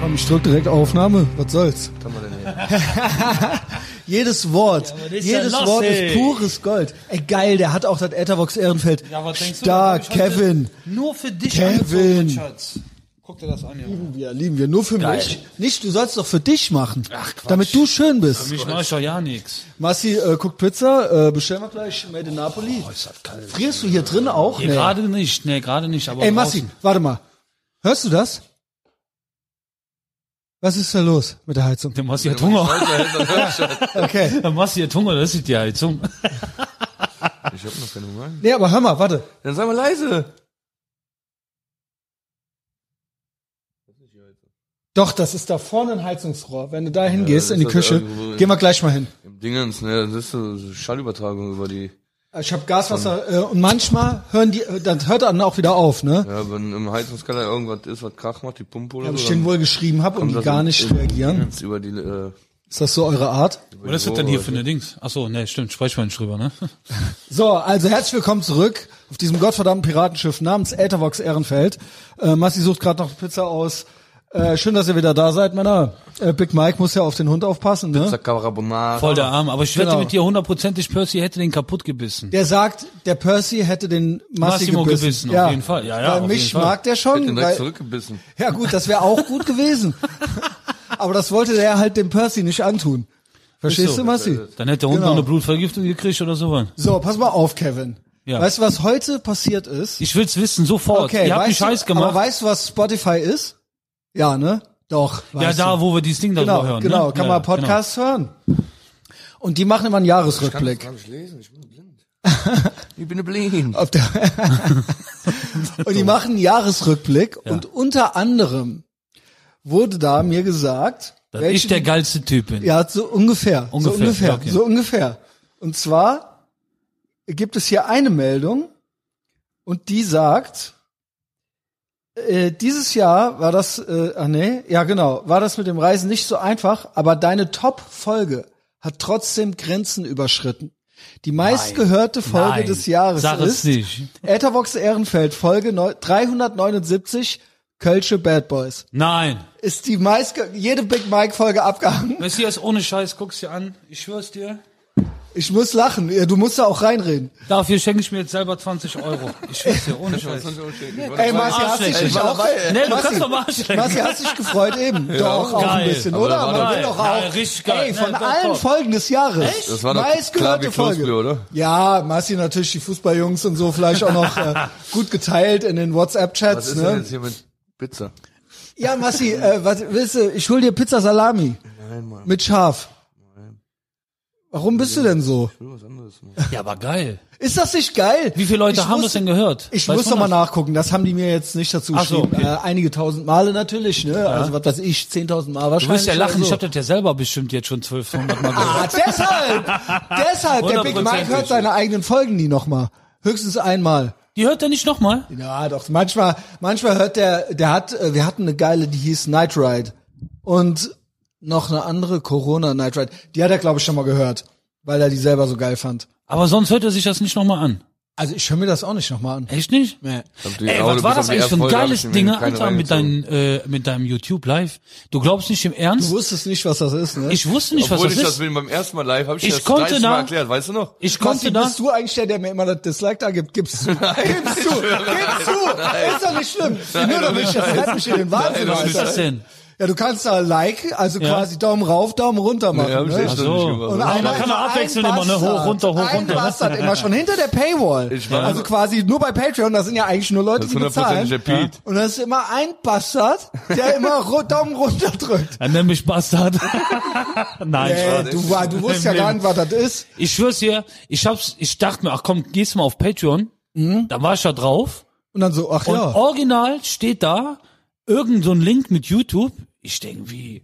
komm, ich drück direkt Aufnahme. Was soll's? Kann man denn nicht. Jedes Wort, aber das ist ja jedes los, Wort ey. ist pures Gold. Ey, geil, der hat auch das Etherbox Ehrenfeld. Ja, was denkst du? Stark, da hab ich heute Kevin. Nur für dich Kevin. angezogen, Schatz. Guck dir das an, Junge. Ja, lieben wir nur für Geil. mich. Nicht, du sollst doch für dich machen, damit du schön bist. Mich mach ich doch ja nix. Massi äh, guckt Pizza, äh, bestellen wir gleich Made in Napoli. Frierst du hier drin auch? Nee, Gerade nicht, nee, gerade nicht. Aber Ey, draußen- Massi, warte mal. Hörst du das? Was ist da los mit der Heizung? Der Massi hat Hunger. Okay. Der Massi hat Hunger, das ist die Heizung. Ich hab noch keinen Hunger. Nee, aber hör mal, warte. Dann sei mal leise. Doch, das ist da vorne ein Heizungsrohr. Wenn du da hingehst das in die ist das Küche, irgendwo in- gehen wir gleich mal hin. Im Dingens, ne, das ist so so Schallübertragung über die. Ich habe Gaswasser äh, und manchmal hören die, äh, dann hört dann auch wieder auf, ne? Ja, wenn im Heizungskeller irgendwas ist, was Krach macht, die Pumpe oder Ob ich so. denen dann wohl geschrieben habe und kommt die das gar im- nicht im reagieren. Dingens Über die, äh, Ist das so eure Art? Was ist das denn hier für eine Dings? Ach so, nee, stimmt, sprechen wir nicht drüber, ne? So, also herzlich willkommen zurück auf diesem gottverdammten Piratenschiff namens Äthervox Ehrenfeld. Äh, Massi sucht gerade noch Pizza aus. Äh, schön, dass ihr wieder da seid, Männer. Äh, Big Mike muss ja auf den Hund aufpassen, ne? Pizza Carbonara. Voll der Arm. Aber ich wette Genau. mit dir hundertprozentig, Percy hätte den kaputt gebissen. Der sagt, der Percy hätte den Massi Massimo gebissen. gebissen, auf jeden Fall. Ja, ja, weil auf mich jeden Fall. mag der Ich hätte schon. ihn direkt Weil, zurückgebissen. ja gut, das wäre auch gut gewesen. Aber das wollte der halt dem Percy nicht antun. Verstehst Ist so. du, Massi? Dann hätte der Hund Genau. noch eine Blutvergiftung gekriegt oder sowas. So, pass mal auf, Kevin. Ja. Weißt du, was heute passiert ist? Ich will's wissen, sofort. Ihr habt mich weißt du- scheiß Aber gemacht. weißt du, was Spotify ist? Ja, ne? Doch. Ja, weißt da, du. wo wir dieses Ding darüber genau, hören. Genau, ne? kann ja, man Podcasts hören. Und die machen immer einen Jahresrückblick. nicht lesen, ich bin blind. ich bin blind. Auf der und die machen einen Jahresrückblick und unter anderem wurde da mir gesagt, Genau. Dass ich der geilste Typ bin. ja, so ungefähr, Ungefähr, so ungefähr, ja, okay. so ungefähr. Und zwar gibt es hier eine Meldung und die sagt, äh, dieses Jahr war das, äh, ach nee, ja genau, war das mit dem Reisen nicht so einfach, aber deine Top-Folge hat trotzdem Grenzen überschritten. Die meistgehörte Folge Nein, des Jahres sag es ist nicht. Ethervox Ehrenfeld, Folge neu- 379, Kölsche Bad Boys. Nein. Ist die meistge jede Big Mike-Folge abgehangen. Messias, ohne Scheiß, guck's dir an. Ich schwör's dir. Ich muss lachen. Ja, Du musst da auch reinreden. Dafür schenke ich mir jetzt selber 20 Euro. Ich schwör's dir, ohne Äh, Scheiß. Ey, Marci, hast Arschlecken. dich Ich nicht war auch... dabei, ey. Nee, du Marci, kannst doch mal anschlecken. Marci, hast dich gefreut eben. Doch, auch ein Geil. bisschen, Aber oder? da war Man doch- will doch Geil, auch... richtig geil. Ey, von Ja, doch, allen doch. Folgen des Jahres. Das war doch klar wie Meistgehörte Kloßbrühe, Folge. oder? Ja, Marci natürlich, die Fußballjungs und so vielleicht auch noch äh, gut geteilt in den Was WhatsApp-Chats. ist denn Ne? jetzt hier mit Pizza? Ja, Marci, äh, was willst du? Ich hol dir Pizza Salami Nein, Mann. mit Schaf. Warum bist du denn so? Ich will was anderes. Mann. Ja, aber geil. Ist das nicht geil? Wie viele Leute Ich haben das wusste- denn gehört? Ich Weiß muss man noch mal das? nachgucken, das haben die mir jetzt nicht dazu Ach so, geschrieben. okay. äh, einige tausend Male natürlich, ne? Also was weiß ich, zehntausend Mal Du wahrscheinlich. wirst ja lachen, oder ich so. hab das ja selber bestimmt jetzt schon 1200 Mal gehört. Ah, deshalb! deshalb! Der Big Mike hört Hundertprozentig. seine eigenen Folgen nie nochmal. Höchstens einmal. Die hört er nicht nochmal? Ja, doch, manchmal, manchmal hört der, der hat, äh, wir hatten eine geile, die hieß Night Ride. Und noch eine andere Corona Night Ride. Die hat er, glaube ich, schon mal gehört, weil er die selber so geil fand. Aber sonst hört er sich das nicht nochmal an. Also ich höre mir das auch nicht nochmal an. Echt nicht? Nee. Hab die Ey, Audio was war bis auf das die eigentlich für ein Erfolge, hab ich geiles mir Ding, keine Alter, mit, reingezogen. deinen, äh, mit deinem YouTube Live? Du glaubst nicht im Du Ernst? wusstest nicht, was das ist, ne? Ich wusste nicht, Obwohl was ich das das ist. mit beim ersten Mal live, habe ich, Ich dir das konnte 30 Mal da- erklärt, weißt du noch? Ich Konsti, konnte das. bist du eigentlich der, der mir immer das Dislike da gibt? Gibst du? Gibst du? Gibst du? Ist doch nicht schlimm. Nur doch nicht, das treibt mich in den Wahnsinn, Nein, doch Was ist Alter. das denn? Ja, du kannst da Like, also quasi Daumen rauf, Daumen runter machen. Nee, hab ich ne? echt so. noch nicht gemacht. Und einer- kann man ein abwechseln immer, ne? Hoch, Bastard. runter, hoch, ein runter. Bastard immer schon hinter der Paywall. Ich war- also quasi nur bei Patreon, das sind ja eigentlich nur Leute, Das ist die bezahlen. hundertprozentig der Pete. Und das ist immer ein Bastard, der immer ru- Daumen runter drückt. Er nennt mich Bastard. Nein, Ey, Spaß. du, war- du wusstest ja gar nicht, was das ist. ich schwör's dir, ich hab's, ich dachte mir, ach komm, gehst mal auf Patreon. Da war ich da drauf. Und dann so, ach Und Mhm. ja. original steht da irgend so ein Link mit YouTube. Ich denke, wie?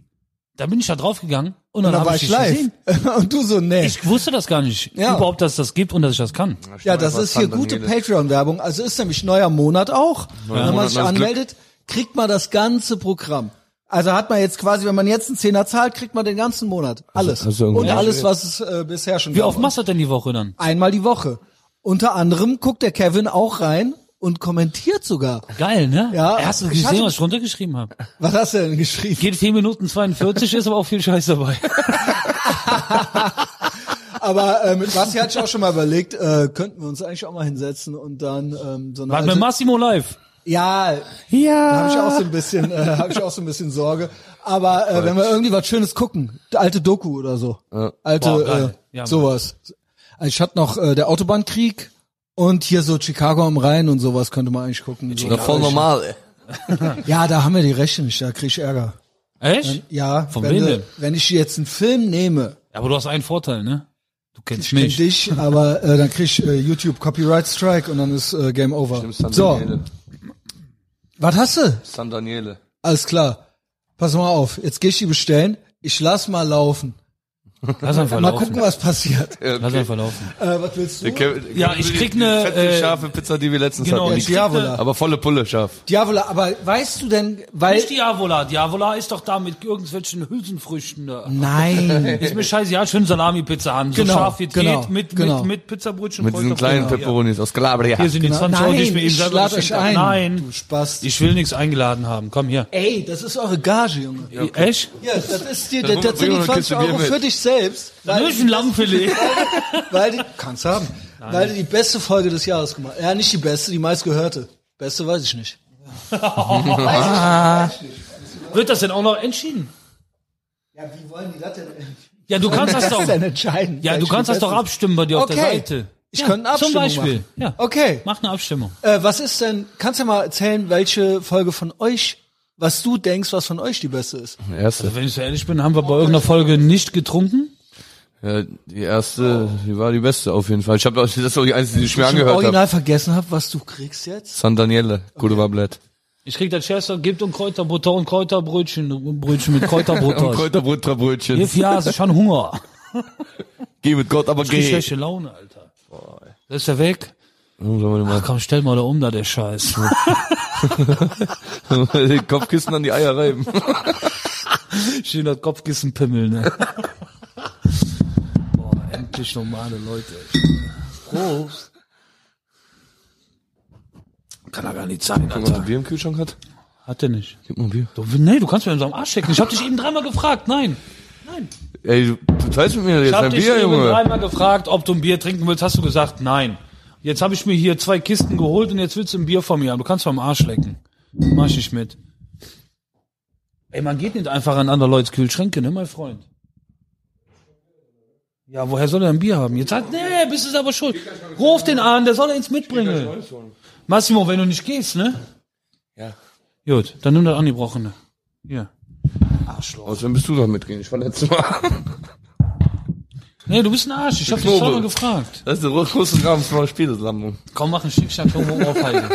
Da bin ich da draufgegangen und dann, Und dann hab war ich, ich dich live. gesehen. Und du so, nee. Ich wusste das gar nicht, Ja. überhaupt, dass das gibt und dass ich das kann. Ja, das ist hier gute Patreon-Werbung. Also ist nämlich neuer Monat auch. Wenn man Monat, sich neues anmeldet, kriegt man das ganze Programm. Also hat man jetzt quasi, wenn man jetzt einen Zehner zahlt, kriegt man den ganzen Monat. Alles. Also hast du irgendwo Und was alles, geredet? was es äh, bisher schon Wie gab. oft machst du das denn die Woche dann? Einmal die Woche. Unter anderem guckt der Kevin auch rein und kommentiert sogar. Geil, ne? Ja, Hast du ich gesehen, hatte- was ich runtergeschrieben habe? Was hast du denn geschrieben? Geht 4 Minuten 42, ist aber auch viel Scheiß dabei. Aber äh, mit Basti hatte ich auch schon mal überlegt, äh, könnten wir uns eigentlich auch mal hinsetzen und dann ähm, so eine Warte mit alte- Massimo live. Ja, Ja. da habe ich Ah. auch so ein bisschen, äh, habe ich auch so ein bisschen Sorge. Aber äh, wenn wir irgendwie was Schönes gucken, alte Doku oder so, Ja. alte Boah, äh, geil. Ja, Mann. sowas. Also ich hatte noch äh, der Autobahnkrieg und hier so Chicago am Rhein und sowas könnte man eigentlich gucken. So. Oder voll normal, ey. Ja, da haben wir die Rechte nicht, da krieg ich Ärger. Echt? Ja, Von wenn, wem du- denn? wenn ich jetzt einen Film nehme, Aber du hast einen Vorteil, ne? Du kennst kenn mich. dich, aber äh, dann krieg ich äh, YouTube Copyright Strike und dann ist äh, Game Over. Stimmt, San so, Daniele. was hast du? San Daniele. Alles klar. Pass mal auf, jetzt geh ich die bestellen. Ich lass mal laufen. Lass einfach Mal laufen. gucken, was passiert. Ja, Lass okay. einfach laufen. Äh, was willst du? Der Kevin- Ja, Kevin ich will krieg die ne, Fette, äh, scharfe Pizza, die wir letztens Genau, hatten. ich krieg ne- Aber volle Pulle scharf. Diavola, aber weißt du denn, weil... Nicht Diavola. Diavola ist doch da mit irgendwelchen Hülsenfrüchten. Da. Nein. Ist mir scheiße, ja, schön Salami-Pizza haben. So Genau, scharf wie es genau, geht, mit, genau. mit, mit Pizzabrötchen. Mit diesen kleinen Kräuterbutter. Peperonis aus Calabria. Hier sind die 20 Euro, Nein, die ich mir eben ich selber lade euch geschenkt habe. ein. Du Nein, Spaß. ich will nichts eingeladen haben. Komm hier. Ey, das ist eure Gage, Junge. Ja, Echt? das ist dir, Dann das sind bring die mal eine 20 Kiste Bier Euro mit. für dich selbst. Weil- Nur ein Lammfilet. Weil die, kannst haben. Weil du die beste Folge des Jahres gemacht Ja, nicht die beste, die meistgehörte. Beste weiß ich nicht. Wird das denn auch noch entschieden? Ja, wie wollen die das denn? Ja, du kannst das doch. entscheiden? Ja, du welche kannst das die doch beste ist? abstimmen bei dir auf der Okay. Seite. Ich ja, könnte eine Zum Abstimmung Beispiel. machen. Ja. Okay. Mach eine Abstimmung. Äh, was ist denn, kannst du mal erzählen, welche Folge von euch, was du denkst, was von euch die beste ist? Die erste. Also Wenn ich so ehrlich bin, haben wir bei irgendeiner Folge nicht getrunken. Ja, die erste, die war die beste auf jeden Fall. Ich habe das ist auch die einzige, die ich mir ich im angehört habe. Original vergessen habe, was du kriegst jetzt? San Daniele, gute Bablett. Ich krieg das Chester, gibt und Kräuterbutter und Kräuterbrötchen. und Brötchen mit Kräuterbutter. Und Kräuterbrötchen. Hilf ja, ich schon Hunger. Geh mit Gott, aber Ich krieg geh. schlechte Laune, Alter. Das ist ja weg. Oh, sollen wir Ach komm, stell mal da um, da der Scheiß. den mal- Den Kopfkissen an die Eier reiben. Schön das Kopfkissen pimmeln, ne? Boah, endlich normale Leute. Prost. Kann er gar nicht sein, Wenn man Alter. ein Bier im Kühlschrank hat, Hat er nicht. gib mal ein Bier. Du, nee, du kannst mir in seinem Arsch stecken. Ich hab dich eben dreimal gefragt. Nein. Nein. Ey, du, du teilst mit mir Ich jetzt hab ein dich Bier, eben Junge. dreimal gefragt, ob du ein Bier trinken willst. Hast du gesagt, nein. Jetzt habe ich mir hier zwei Kisten geholt und jetzt willst du ein Bier von mir haben. Du kannst vom Arsch lecken. Mach ich nicht mit. Ey, man geht nicht einfach an andere Leute's Kühlschränke, ne, mein Freund? Ja, woher soll er ein Bier haben? Jetzt sagt, nee, bist du aber schuld. Ruf den an, der soll eins mitbringen. Massimo, wenn du nicht gehst, ne? Ja. Gut, dann nimm das angebrochene. Hier. Aus wem bist du da mitgehen? Ich war letztes Mal. Nee, du bist ein Arsch. Ich hab dich Knobel. zweimal gefragt. Das ist der große Rahmen für ein Spiel zusammen. Komm, mach einen Schickschnack, irgendwo aufhalten.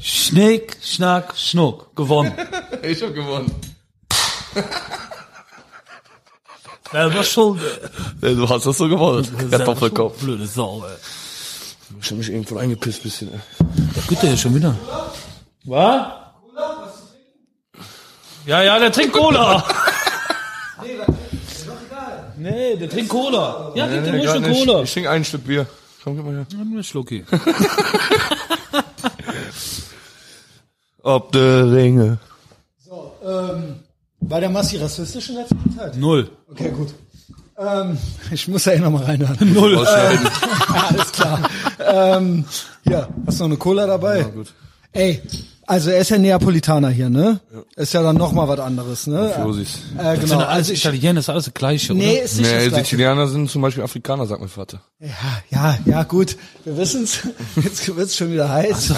Schnick, Schnack, Schnuck. Gewonnen. Ich hab gewonnen. Selber schuld. Ey, du hast das so gewonnen. Kartoffelkopf. Blöde Sau, ey. Ich hab mich eben voll eingepisst bisschen, ey. Gut, der ist schon wieder. Was? Ja, ja, der trinkt Cola. Nee, der trinkt Cola. Ja, trinkt nee, ruhig gar eine nicht. Cola. Ich trinke ein Stück Bier. Komm, gib mal her. Nimm einen Schlucki. Ob der Ringe. So, ähm, war der Massi rassistisch in letzter Zeit? Null. Okay, gut. Ähm, ich muss da eh nochmal reinhören. Null. Ausschneiden. Alles klar. ähm, ja, hast du noch eine Cola dabei? Ja, gut. Ey, also er ist ja Neapolitaner hier, ne? Ist ja dann nochmal was anderes, ne? Mafiosis. Äh, Sind genau. das alles Also ich, Italiener, ist alles das Gleiche, nee, oder? ist nicht Nee, das Gleiche. Sizilianer sind zum Beispiel Afrikaner, sagt mein Vater. Ja, ja, ja, gut. Wir wissen's. Jetzt wird's schon wieder heiß.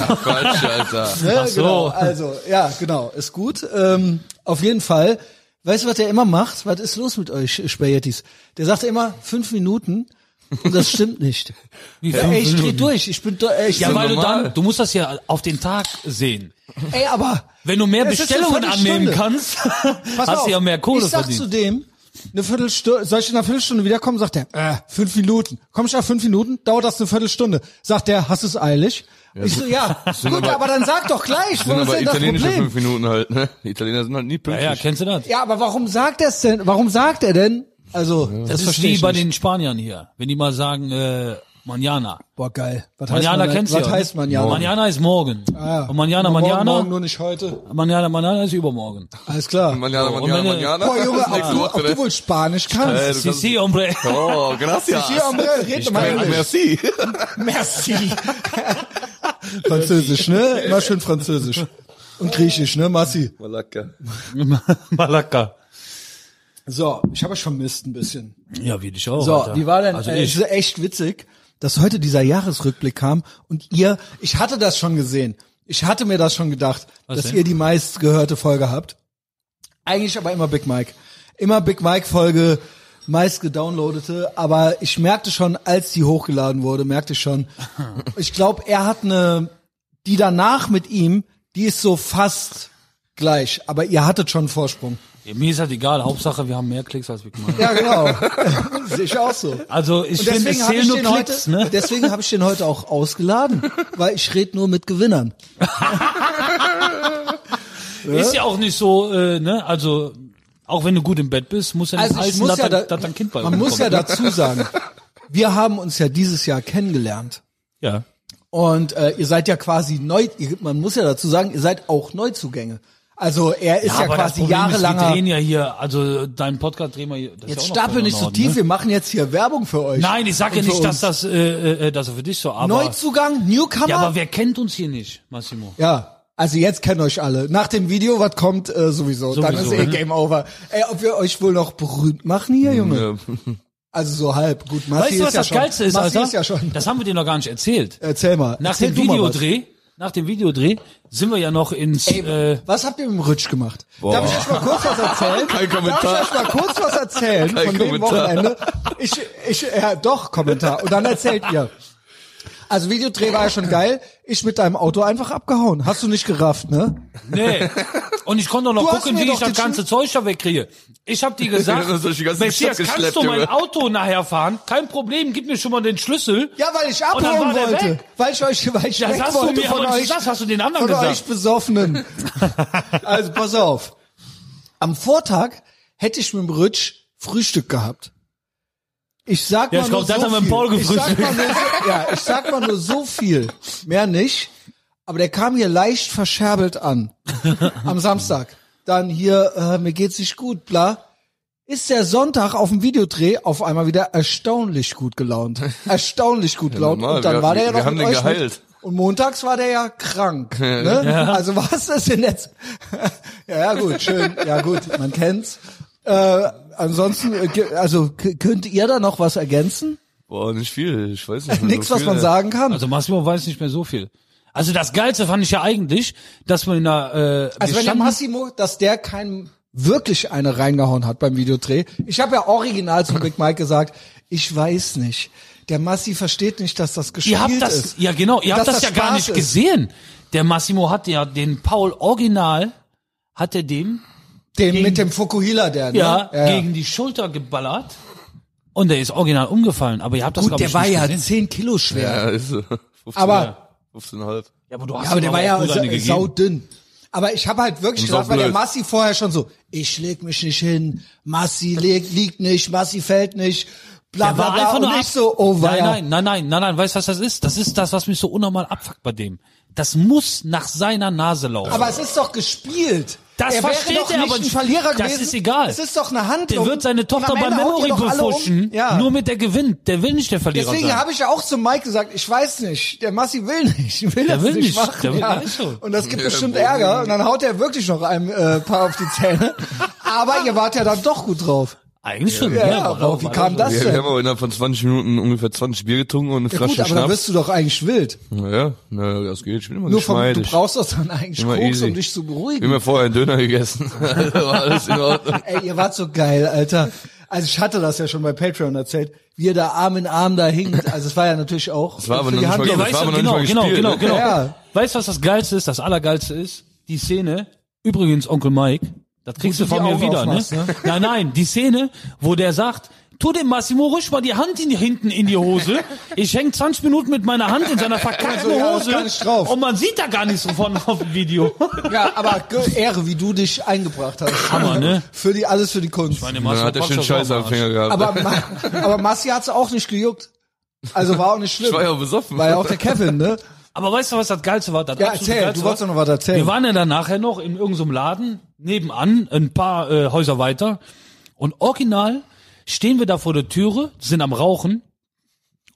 Quatsch, Alter. Ne? Ach so. Genau, also, ja, genau, ist gut. Ähm, auf jeden Fall, weißt du, was der immer macht? Was ist los mit euch, Spaghettis? Der sagt immer fünf Minuten und das stimmt nicht. Wie Ja, fünf ey, ich dreh Minuten? durch, ich bin, do- ey, ich Ja, bin- weil du normal. dann, du musst das ja auf den Tag sehen. ey, aber Wenn du mehr Es ist eine Bestellungen annehmen Viertelstunde. kannst, pass hast auf, du ja mehr Kohle ich sag verdient. zu dem, eine Viertelstunde, soll ich in einer Viertelstunde wiederkommen? Sagt er, äh, fünf Minuten. Komm ich nach fünf Minuten, dauert das eine Viertelstunde. Sagt er, hast du es eilig? ich so, ja, gut, aber- aber, dann sag doch gleich, sind wo ist aber denn das italienische Problem? fünf Minuten halt, ne? Die Italiener sind halt nie ja, pünktlich. ja, kennst du das? Ja, aber warum sagt er es denn? Warum sagt er denn? Also, das, Das ist verstehe wie ich bei nicht. den Spaniern hier. Wenn die mal sagen, äh, Manjana. Boah, geil. Was Manjana man, kennst du Was ja. heißt Manjana? Manjana ist morgen. Ah, Und Manjana, aber morgen- Manjana, Morgen nur nicht heute. Manjana, Manjana ist übermorgen. Alles klar. Manjana, Manjana, wenn du- Manjana. Boah, Junge, ob Nächste du, Woche, ob du ne? wohl Spanisch kannst. Äh, Si, du si, hombre. kannst- Oh, gracias. Hier, André, red mal Kein- Englisch. Merci. Merci. Französisch, ne? Immer schön Französisch. Und Griechisch, ne, Massi? Malaka. Malaka. So, ich habe euch vermisst ein bisschen. Ja, wie dich auch. So, Alter. wie war denn? Also äh, ich, es ist echt witzig, dass heute dieser Jahresrückblick kam und ihr, ich hatte das schon gesehen. Ich hatte mir das schon gedacht, dass denn? ihr die meistgehörte Folge habt. Eigentlich aber immer Big Mike. Immer Big Mike Folge meist gedownloadete, aber ich merkte schon, als die hochgeladen wurde, merkte ich schon, ich glaube, er hat eine, die danach mit ihm, die ist so fast gleich, aber ihr hattet schon einen Vorsprung. mir ist halt egal. Hauptsache, wir haben mehr Klicks als wir gemacht. Ja, genau. Sehe ich auch so. Also ich Und finde, es deswegen habe zählen ich, nur den Klicks, heute, ne? deswegen hab ich den heute auch ausgeladen, weil ich rede nur mit Gewinnern. Ist ja auch nicht so, äh, ne? Also auch wenn du gut im Bett bist, muss ja nicht Also ich heißen, muss dass, ja, da, da, dass dein Kind bei man uns muss kommt. ja dazu sagen, wir haben uns ja dieses Jahr kennengelernt ja. und äh, ihr seid ja quasi neu, ihr, man muss ja dazu sagen, ihr seid auch Neuzugänge. Also er ist ja, aber das quasi Problem ist, Wir jahrelanger, drehen ja hier, also deinen Podcast drehen wir hier. das jetzt ist ja auch noch stapel nicht so Norden, tief, Ne? wir machen jetzt hier Werbung für euch. Nein, ich sag ja Und für nicht, dass uns. das, äh, äh, dass er für dich so arbeitet. Neuzugang, Newcomer? Ja, aber wer kennt uns hier nicht, Massimo? Ja, also jetzt kennen euch alle. Nach dem Video, was kommt, äh, sowieso. Dann ist Sowieso, eh ne? Game Over. Ey, ob wir euch wohl noch berühmt machen hier, Junge? Ja. Also so halb. Gut, Massi weißt du, ist was ja das schon. Geilste ist, Massi Alter? ist ja schon. Das haben wir dir noch gar nicht erzählt. Erzähl mal. Nach Erzähl dem du mal Videodreh, nach dem Videodreh sind wir ja noch ins, äh, Was. was habt ihr mit dem Rutsch gemacht? Darf ich euch mal kurz was erzählen? Kein Kommentar. Darf ich euch mal kurz was erzählen Kein von dem Kommentar. Wochenende? Ich, ich, ja, doch, Kommentar. Und dann erzählt ihr. Also Videodreh war ja schon geil. Ich mit deinem Auto einfach abgehauen. Hast du nicht gerafft, ne? nee. Und ich konnte auch noch Du hast gucken, mir wie doch ich das den ganze Zeug da wegkriege. Ich hab dir gesagt, Ja, das hast du die ganze Messias, Stadt kannst geschleppt, du mein Junge. Auto nachher fahren? Kein Problem, gib mir schon mal den Schlüssel. Ja, weil ich Und dann abhauen war der wollte. weg. Weil ich euch, weil ich Das weg hast du wollte mir von aber nicht euch. gesagt, hast du den anderen von euch gesagt. Besoffenen. also pass auf. Am Vortag hätte ich mit dem Rutsch Frühstück gehabt. Ich sag Ja, mal ich nur glaub, so das haben wir mit viel. Paul ich sag mal gefrühstückt. nur so, ja, ich sag mal nur so viel. Mehr nicht. Aber der kam hier leicht verscherbelt an. Am Samstag. Dann hier, äh, mir geht's nicht gut, bla ist der Sonntag auf dem Videodreh auf einmal wieder erstaunlich gut gelaunt. Erstaunlich gut gelaunt. normal, und dann wir- war der ja wir noch haben mit den euch geheilt. Mit. Und montags war der ja krank. Ne? Also was ist denn jetzt? ja, ja, gut, schön. Ja, gut, man kennt's. Äh, ansonsten, äh, ge- also k- könnt ihr da noch was ergänzen? Boah, nicht viel. Ich weiß nicht. mehr Nix, so was viel, man ey. sagen kann. Also Massimo weiß nicht mehr so viel. Also das Geilste fand ich ja eigentlich, dass man in der, äh, Also wir wenn der standen, Massimo, dass der kein wirklich eine reingehauen hat beim Videodreh. Ich habe ja original zum Big Mike gesagt, ich weiß nicht. Der Massi versteht nicht, dass das gespielt ihr habt das, ist. ja genau, ihr habt Dass das, ja das gar Spaß nicht ist. gesehen. Der Massimo hat ja den Paul Original, hat er dem, Den Gegen- mit dem Fukuhila, der, ne? ja, gegen die Schulter geballert und der ist original umgefallen, aber ihr habt das, Gut, glaube der ich, war nicht ja gesehen. 10 Kilo schwer. Ja, ist so. 15, Aber- 15,5. Ja, aber du hast Ja, aber ihm der war auch ja gut sa eine gegeben. saudünn. Aber ich habe halt wirklich Und gesagt, weil der saublöd. Massi vorher schon so, ich leg mich nicht hin, Massi leg, liegt nicht, Massi fällt nicht, bla Der bla war bla. einfach Und nur ab- ich so, oh nein, weia. nein, nein, nein, nein, nein, weißt du, was das ist? Das ist das, was mich so unnormal abfuckt bei dem. Das muss nach seiner Nase laufen. Aber es ist doch gespielt. Das er wäre versteht doch er nicht aber ein nicht. Verlierer Das gewesen. ist egal. Es ist doch eine Handlung. der wird seine Tochter Und am bei Ende haut ihr Memory doch alle befuschen, Um. Ja. nur mit der gewinnt. Der will nicht der Verlierer Deswegen sein. habe ich ja auch zu Mike gesagt, ich weiß nicht, der Massi will nicht, will Der das will nicht nicht, machen. der will- ja. ist so. Und das gibt Ja, bestimmt Bogen. Ärger und dann haut er wirklich noch ein äh, paar auf die Zähne. Aber ihr wart ja dann doch gut drauf. Eigentlich schon. Ja, ja, war aber doch- wie war kam doch das Wir, denn? wir haben aber innerhalb von 20 Minuten ungefähr 20 Bier getrunken und eine Ja, Flasche gut, aber dann Schnaps. wirst du doch eigentlich wild. Naja, na, das geht. Ich bin immer Nur vom, du geschmeidig. brauchst doch dann eigentlich Immer Koks, easy. um dich zu Ich beruhigen. hab mir vorher einen Döner gegessen. Also, War alles in Ordnung. Ey, ihr wart so geil, Alter. Also ich hatte das ja schon bei Patreon erzählt, wie ihr da Arm in Arm da hinkt. Also es war ja natürlich auch war aber für noch die nicht mal Handlung. Ja, Das weißt war du, aber noch genau, nicht genau, mal genau, gespielt, genau. Ja. Weißt du, was das Geilste ist, das Allergeilste ist? Die Szene, übrigens Onkel Mike, das kriegst du du die von mir Augen wieder, ne? aufmachst, ne? Nein, nein, die Szene, wo der sagt, tu dem Massimo ruhig mal die Hand in, hinten in die Hose. Ich häng 20 Minuten mit meiner Hand in seiner Also, verkackten ja, das Hose kann ich drauf. und man sieht da gar nichts davon auf dem Video. Ja, aber Ge- Ehre, wie du dich eingebracht hast. Hammer, ne? Für die, alles für die Kunst. Meine Dann Massimo hat er packt schon das auch mal Scheiß am an. Finger gehabt. aber, Ma aber Massi hat's auch nicht gejuckt. Also war auch nicht schlimm. Ich war ja besoffen. War ja auch der Kevin, ne? Aber weißt du, was das Geilste war? Das Ja, absolut erzähl, Geilste du wolltest war- doch noch was erzählen. Wir waren ja dann nachher noch in irgendeinem Laden, nebenan, ein paar äh, Häuser weiter. Und original stehen wir da vor der Türe, sind am Rauchen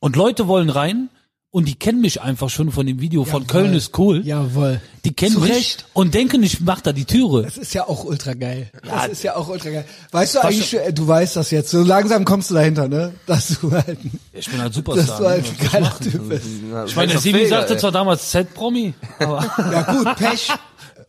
und Leute wollen rein und die kennen mich einfach schon von dem Video von Köln ist cool. Jawohl. Die kennen Zu mich Recht. und denken, ich mach da die Türe. Das ist ja auch ultra geil. Das ist ja auch ultra geil. Weißt du eigentlich, äh, du weißt das jetzt. So langsam kommst du dahinter, ne? Dass du halt, Ich bin halt dass Superstar. du halt ne? ein geiler Typ bist. ich meine, der Simi sagte zwar damals Z-Promi, aber Ja gut, Pech.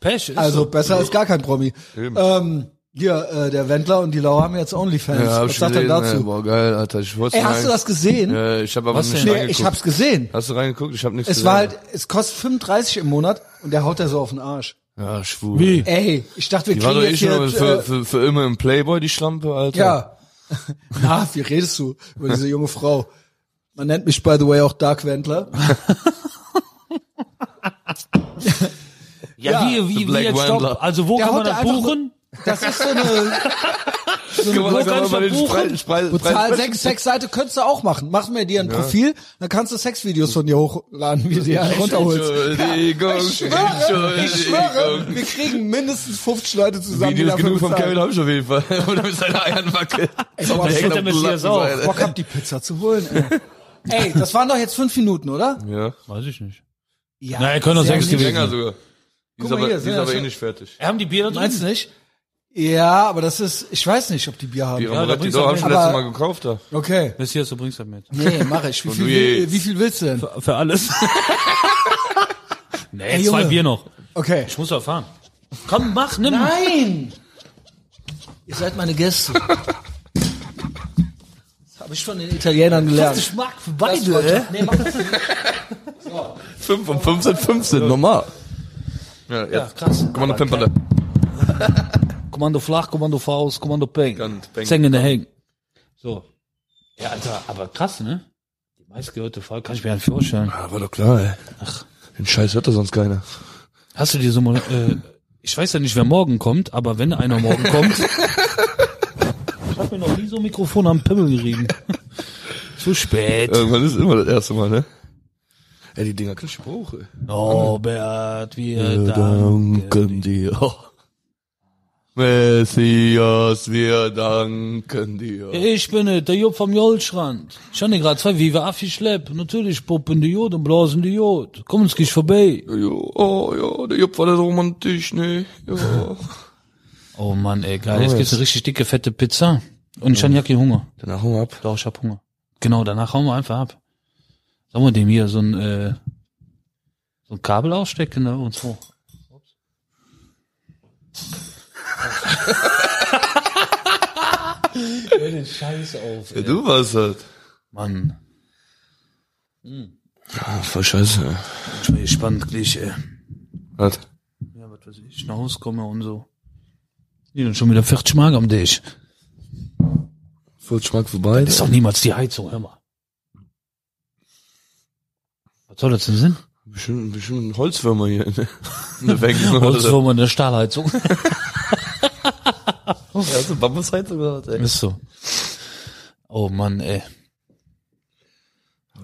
Pech ist Also so. besser als gar kein Promi. Ähm, hier, äh, der Wendler und die Laura haben jetzt Onlyfans. Ja, hab Was ich sagt er gesehen. ne? dazu? Ey, boah, geil, Alter. Ich wollte Ey, hast du das gesehen? Äh, ich habe aber Was denn? nicht nee, reingeguckt. ich hab's gesehen. Hast du reingeguckt? Ich habe nichts Es gesehen. war halt, es kostet 35 im Monat und der haut da so auf den Arsch. Ja, schwul. Wie? Ey, ich dachte, wir Die war kriegen doch eh jetzt schon hier, aber für, äh, für, für immer im Playboy, die Schlampe, Alter. ja. Na, wie redest du über diese junge Frau? Man nennt mich, by the way, auch Dark Wendler. Ja, ja, wie, wie, wie Black jetzt Wendler. stopp. Also wo Der kann man haut das einfach so- buchen? Das ist so eine, so kann man, Burg kann man kannst mal du den buchen. Spre Spre Bezahl Spre sechs Sexseite könntest du auch machen. Mach mir dir ein Profil, dann kannst du Sexvideos von dir hochladen, wie du dir einen runterholst. Entschuldigung, Ich schwöre, Entschuldigung. ich schwöre, wir kriegen mindestens 50 Leute zusammen, Videos dafür genug vom bezahlen. Kevin hab ich auf jeden Fall. Oder mit seiner Eiernwacke. aber Der das hängt wird der am Messias Lappen, auch. Alter. Bock hab, die Pizza zu holen. Ey, Ey, das waren doch jetzt fünf Minuten, oder? Ja, Weiß ich nicht. Ja. Na, er können doch sehr sechs gut. gewesen. länger sogar. Die Guck ist mal aber, hier, die sind ist ja aber eh schon- nicht fertig. Haben die Bier da drin? Meinst du nicht? Ja, aber das ist, ich weiß nicht, ob die Bier haben. Die da Amoretti, bringst doch, du hab ich aber- letztes Mal gekauft, da. Okay. Messias, du bringst das mit. Nee, mach ich. Wie Und viel, du wie, jetzt? wie viel willst du denn? Für alles. nee, Ey, zwei Junge. Bier noch. Okay. Ich muss erfahren. Komm, mach, nimm. Nein! Ihr seid meine Gäste. Das habe ich von den Italienern gelernt. Ich mag für Das wollte beide. ich- Nee, mach das 5 und 5 um sind 15, normal. Ja, jetzt. krass. Komm mal eine Pimperne. Kommando flach, Kommando Faust, Kommando Peng. Ganz Peng. Zeng in der Hang. So. Ja, Alter, aber krass, ne? Die meistgehörte Folge kann ich mir ja nicht vorstellen. Ja, war doch klar, ey. Den Scheiß hört doch sonst keiner. Hast du dir so mal, äh, ich weiß ja nicht, wer morgen kommt, aber wenn einer morgen kommt. ich habe mir noch nie so ein Mikrofon am Pimmel gerieben. Zu spät. Äh. Irgendwann ist immer das erste Mal, ne? Ey, die Dinger kriegst du Bruch, ey. Norbert, wir Äh, danken dir. Oh. Messias, wir danken dir. Ich bin es, der Job vom Jolstrand. Ich habe gerade zwei Viva Affi schlepp. Natürlich poppen die Jod und blasen die Jod. Komm, uns gehst vorbei. Jo, oh, ja, der Jupp war der romantisch, ne? Ja. Oh Mann, ey, geil. Jetzt gibt's eine richtig dicke, fette Pizza. Und ich habe ja keinen Hunger. Danach hau ab. Doch, ich hab Hunger. Genau, danach hauen wir einfach ab. Sollen wir dem hier so ein, äh, so ein Kabel ausstecken ne? und so. Hör den Scheiß auf. Ja, du warst halt. Mann, Ah, voll scheiße. ey. ich bin gespannt gleich, ey. Halt. Ja, was weiß ich, nach Hause komme und so. Die dann schon wieder 40 Mark am Tisch. Voll Schmack vorbei. ne? Ist doch niemals die Heizung, hör mal. Was soll das denn Sinn? Bestimmt, bestimmt ein Holzwürmer hier. Ne? Eine Wecke. Das ist wohl mal eine Stahlheizung. Hast du Bambusheizung oder was, ey? Ist so. Oh Mann, ey.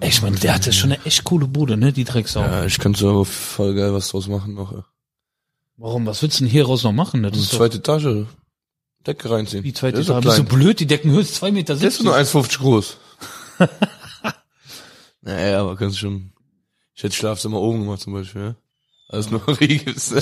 Ey, Ich meine, der hatte schon eine echt coole Bude, ne, die Drecksau. Ja, ich könnte aber voll geil was draus machen noch. ey. Warum, was willst du denn hier raus noch machen? Das Die ist doch zweite Etage. Decke reinziehen. die zweite Der ist doch Etage. Bist du klein. blöd? Die Decken höchst zwei Meter Der ist doch sitzen. nur 1,50 groß. naja, aber kannst schon. Ich hätte Schlafzimmer oben gemacht zum Beispiel, ja? Alles nur Riegels.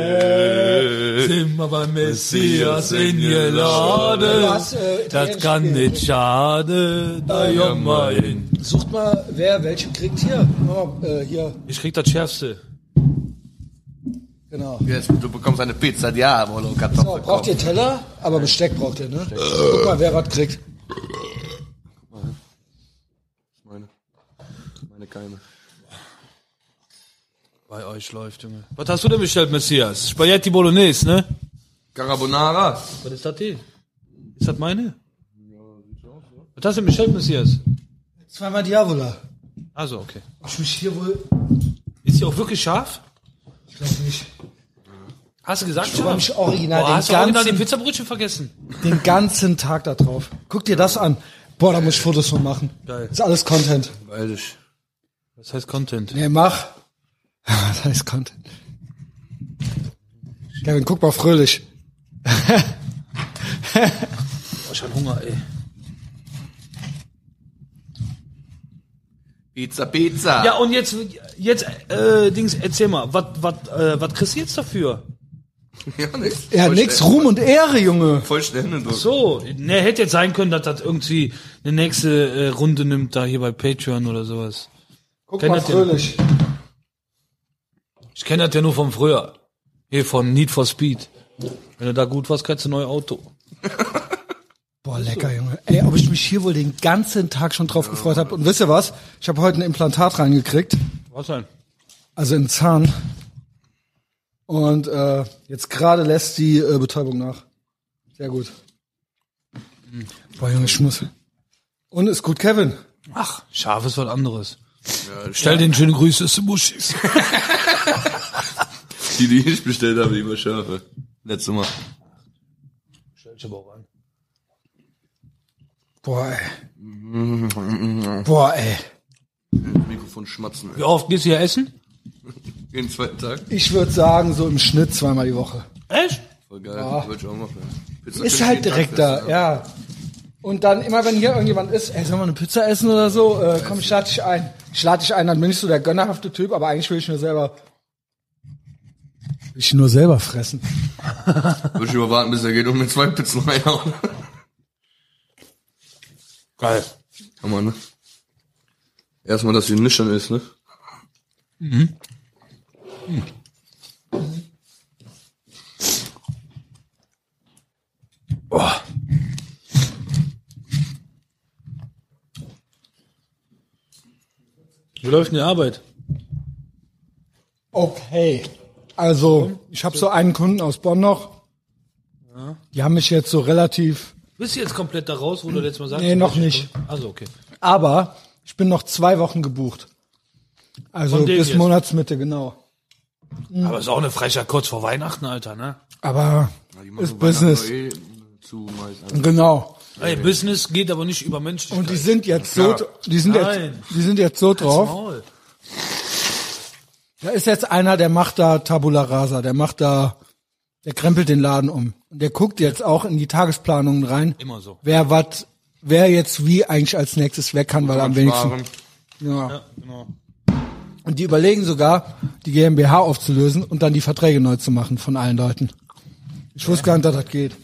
ne? Zimmer beim Messias eingeladen. Was, äh, Italienisch spielen. schade, da Ah, ja mal hin. Sucht mal, wer welche kriegt hier. Oh, äh, hier, Ich krieg das Schärfste. genau. Yes, du bekommst eine Pizza, Diavolo, So, Kartoffel. braucht ihr Teller? Aber Besteck braucht ihr, ne? Guck mal, wer was kriegt. Meine, meine Keime. Bei euch läuft, Junge. Was hast du denn bestellt, Messias? Spaghetti Bolognese, ne? Carbonara. Was ist das die? Ist das meine? Was hast du denn bestellt, Messias? Zweimal Diavola. Also, okay. Ob ich mich hier wohl... Ist die auch wirklich scharf? Ich glaube nicht. Hast du gesagt, freue schon? mich original Boah, den hast du original ganzen- den Pizzabrötchen vergessen? Den ganzen Tag da drauf. Guck dir das an. Boah, da muss ich Fotos von machen. Geil. Ist alles Content. Weil ich. Das heißt Content. Nee, mach. Das heißt Content. Kevin, guck mal fröhlich. Boah, Oh, ich hab Hunger, ey. Pizza, Pizza. Ja, und jetzt, jetzt, äh, Dings, erzähl mal, was, was, äh, was kriegst du jetzt dafür? ja nix. Ja, Voll nix. schnell- Ruhm und Ehre, Junge. Voll schnell Händedruck. So, ne, hätte jetzt sein können, dass das irgendwie eine nächste äh, Runde nimmt, da hier bei Patreon oder sowas. Guck Kennt mal ihr den? fröhlich. Ich kenne das ja nur vom früher. Hier von Need for Speed. Wenn du da gut warst, kriegst du ein neues Auto. Boah, lecker, Junge. Ey, ob ich mich hier wohl den ganzen Tag schon drauf gefreut habe. Und wisst ihr was? Ich habe heute ein Implantat reingekriegt. Was denn? Also im Zahn. Und äh, jetzt gerade lässt die äh, Betäubung nach. Sehr gut. Boah, Junge, ich muss. Und ist gut, Kevin. Ach, scharf ist was anderes. Ja, Stell den schöne Grüße zu Muschis. Die, die ich bestellt habe, die immer scharfe. Letztes Mal. Stell dich aber auch an. Boah, ey. Boah, ey. Mikrofon schmatzen. Wie oft gehst du hier essen? Jeden zweiten Tag. Ich würde sagen, so im Schnitt zweimal die Woche. Echt? Voll geil. Ah. Wollte ich auch machen. Pizza Ist könnte halt jeden Tag direkt da, essen, ja. Und dann immer, wenn hier irgendjemand ist, ey, sollen wir eine Pizza essen oder so? Äh, komm, ich lade dich ein. Ich lade dich ein, dann bin ich so der gönnerhafte Typ, aber eigentlich will ich nur selber... Ich nur selber fressen. Würde ich überwarten, bis er geht und mir zwei Pizzen reinhauen. Geil. Kann man, ne? Erstmal, dass sie nüchtern ist, ne? Boah. Wie läuft denn die Arbeit? Okay. Also, ich habe so einen Kunden aus Bonn noch. Die haben mich jetzt so relativ... Bist du jetzt komplett da raus, wo du letztes Mal sagst? Nee, noch nicht. Also okay. Aber ich bin noch zwei Wochen gebucht. Also Von dem bis jetzt? Monatsmitte, genau. Mhm. Aber ist auch eine frecher kurz vor Weihnachten, Alter, ne? Aber Ja, die machen ist Weihnachten Business. doch eh zu meist an. Genau. Ey, Business geht aber nicht über Menschen. Und die sind jetzt so, die sind jetzt, Nein. die sind jetzt so drauf. Da ist jetzt einer, der macht da Tabula Rasa, der macht da, der krempelt den Laden um. Und der guckt jetzt auch in die Tagesplanungen rein. Immer so. Wer was, wer jetzt wie eigentlich als nächstes weg kann, weil am wenigsten. Sparen. Ja. Ja, genau. Und die überlegen sogar, die GmbH aufzulösen und dann die Verträge neu zu machen von allen Leuten. Ich wusste gar nicht, dass das geht.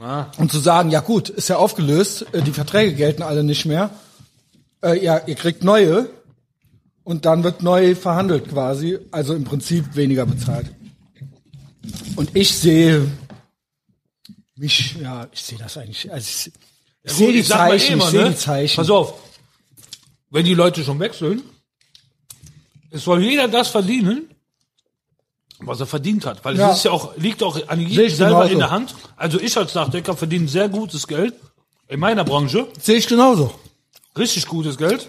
Ah, Und zu sagen, ja gut, ist ja aufgelöst, äh, die Verträge gelten alle nicht mehr. Äh, ja, ihr kriegt neue und dann wird neu verhandelt quasi, also im Prinzip weniger bezahlt. Und ich sehe mich, ja, ich sehe das eigentlich. Also ich, ich sehe die sag mal eh Zeichen, ich immer, sehe ne? die Zeichen. Pass auf. Wenn die Leute schon wechseln, es soll jeder das verdienen, was er verdient hat. Weil Ja. es ist ja auch, liegt auch an Sehe jedem ich selber genauso. in der Hand. Also ich als Dachdecker verdiene sehr gutes Geld. In meiner Branche. sehe ich genauso. Richtig gutes Geld.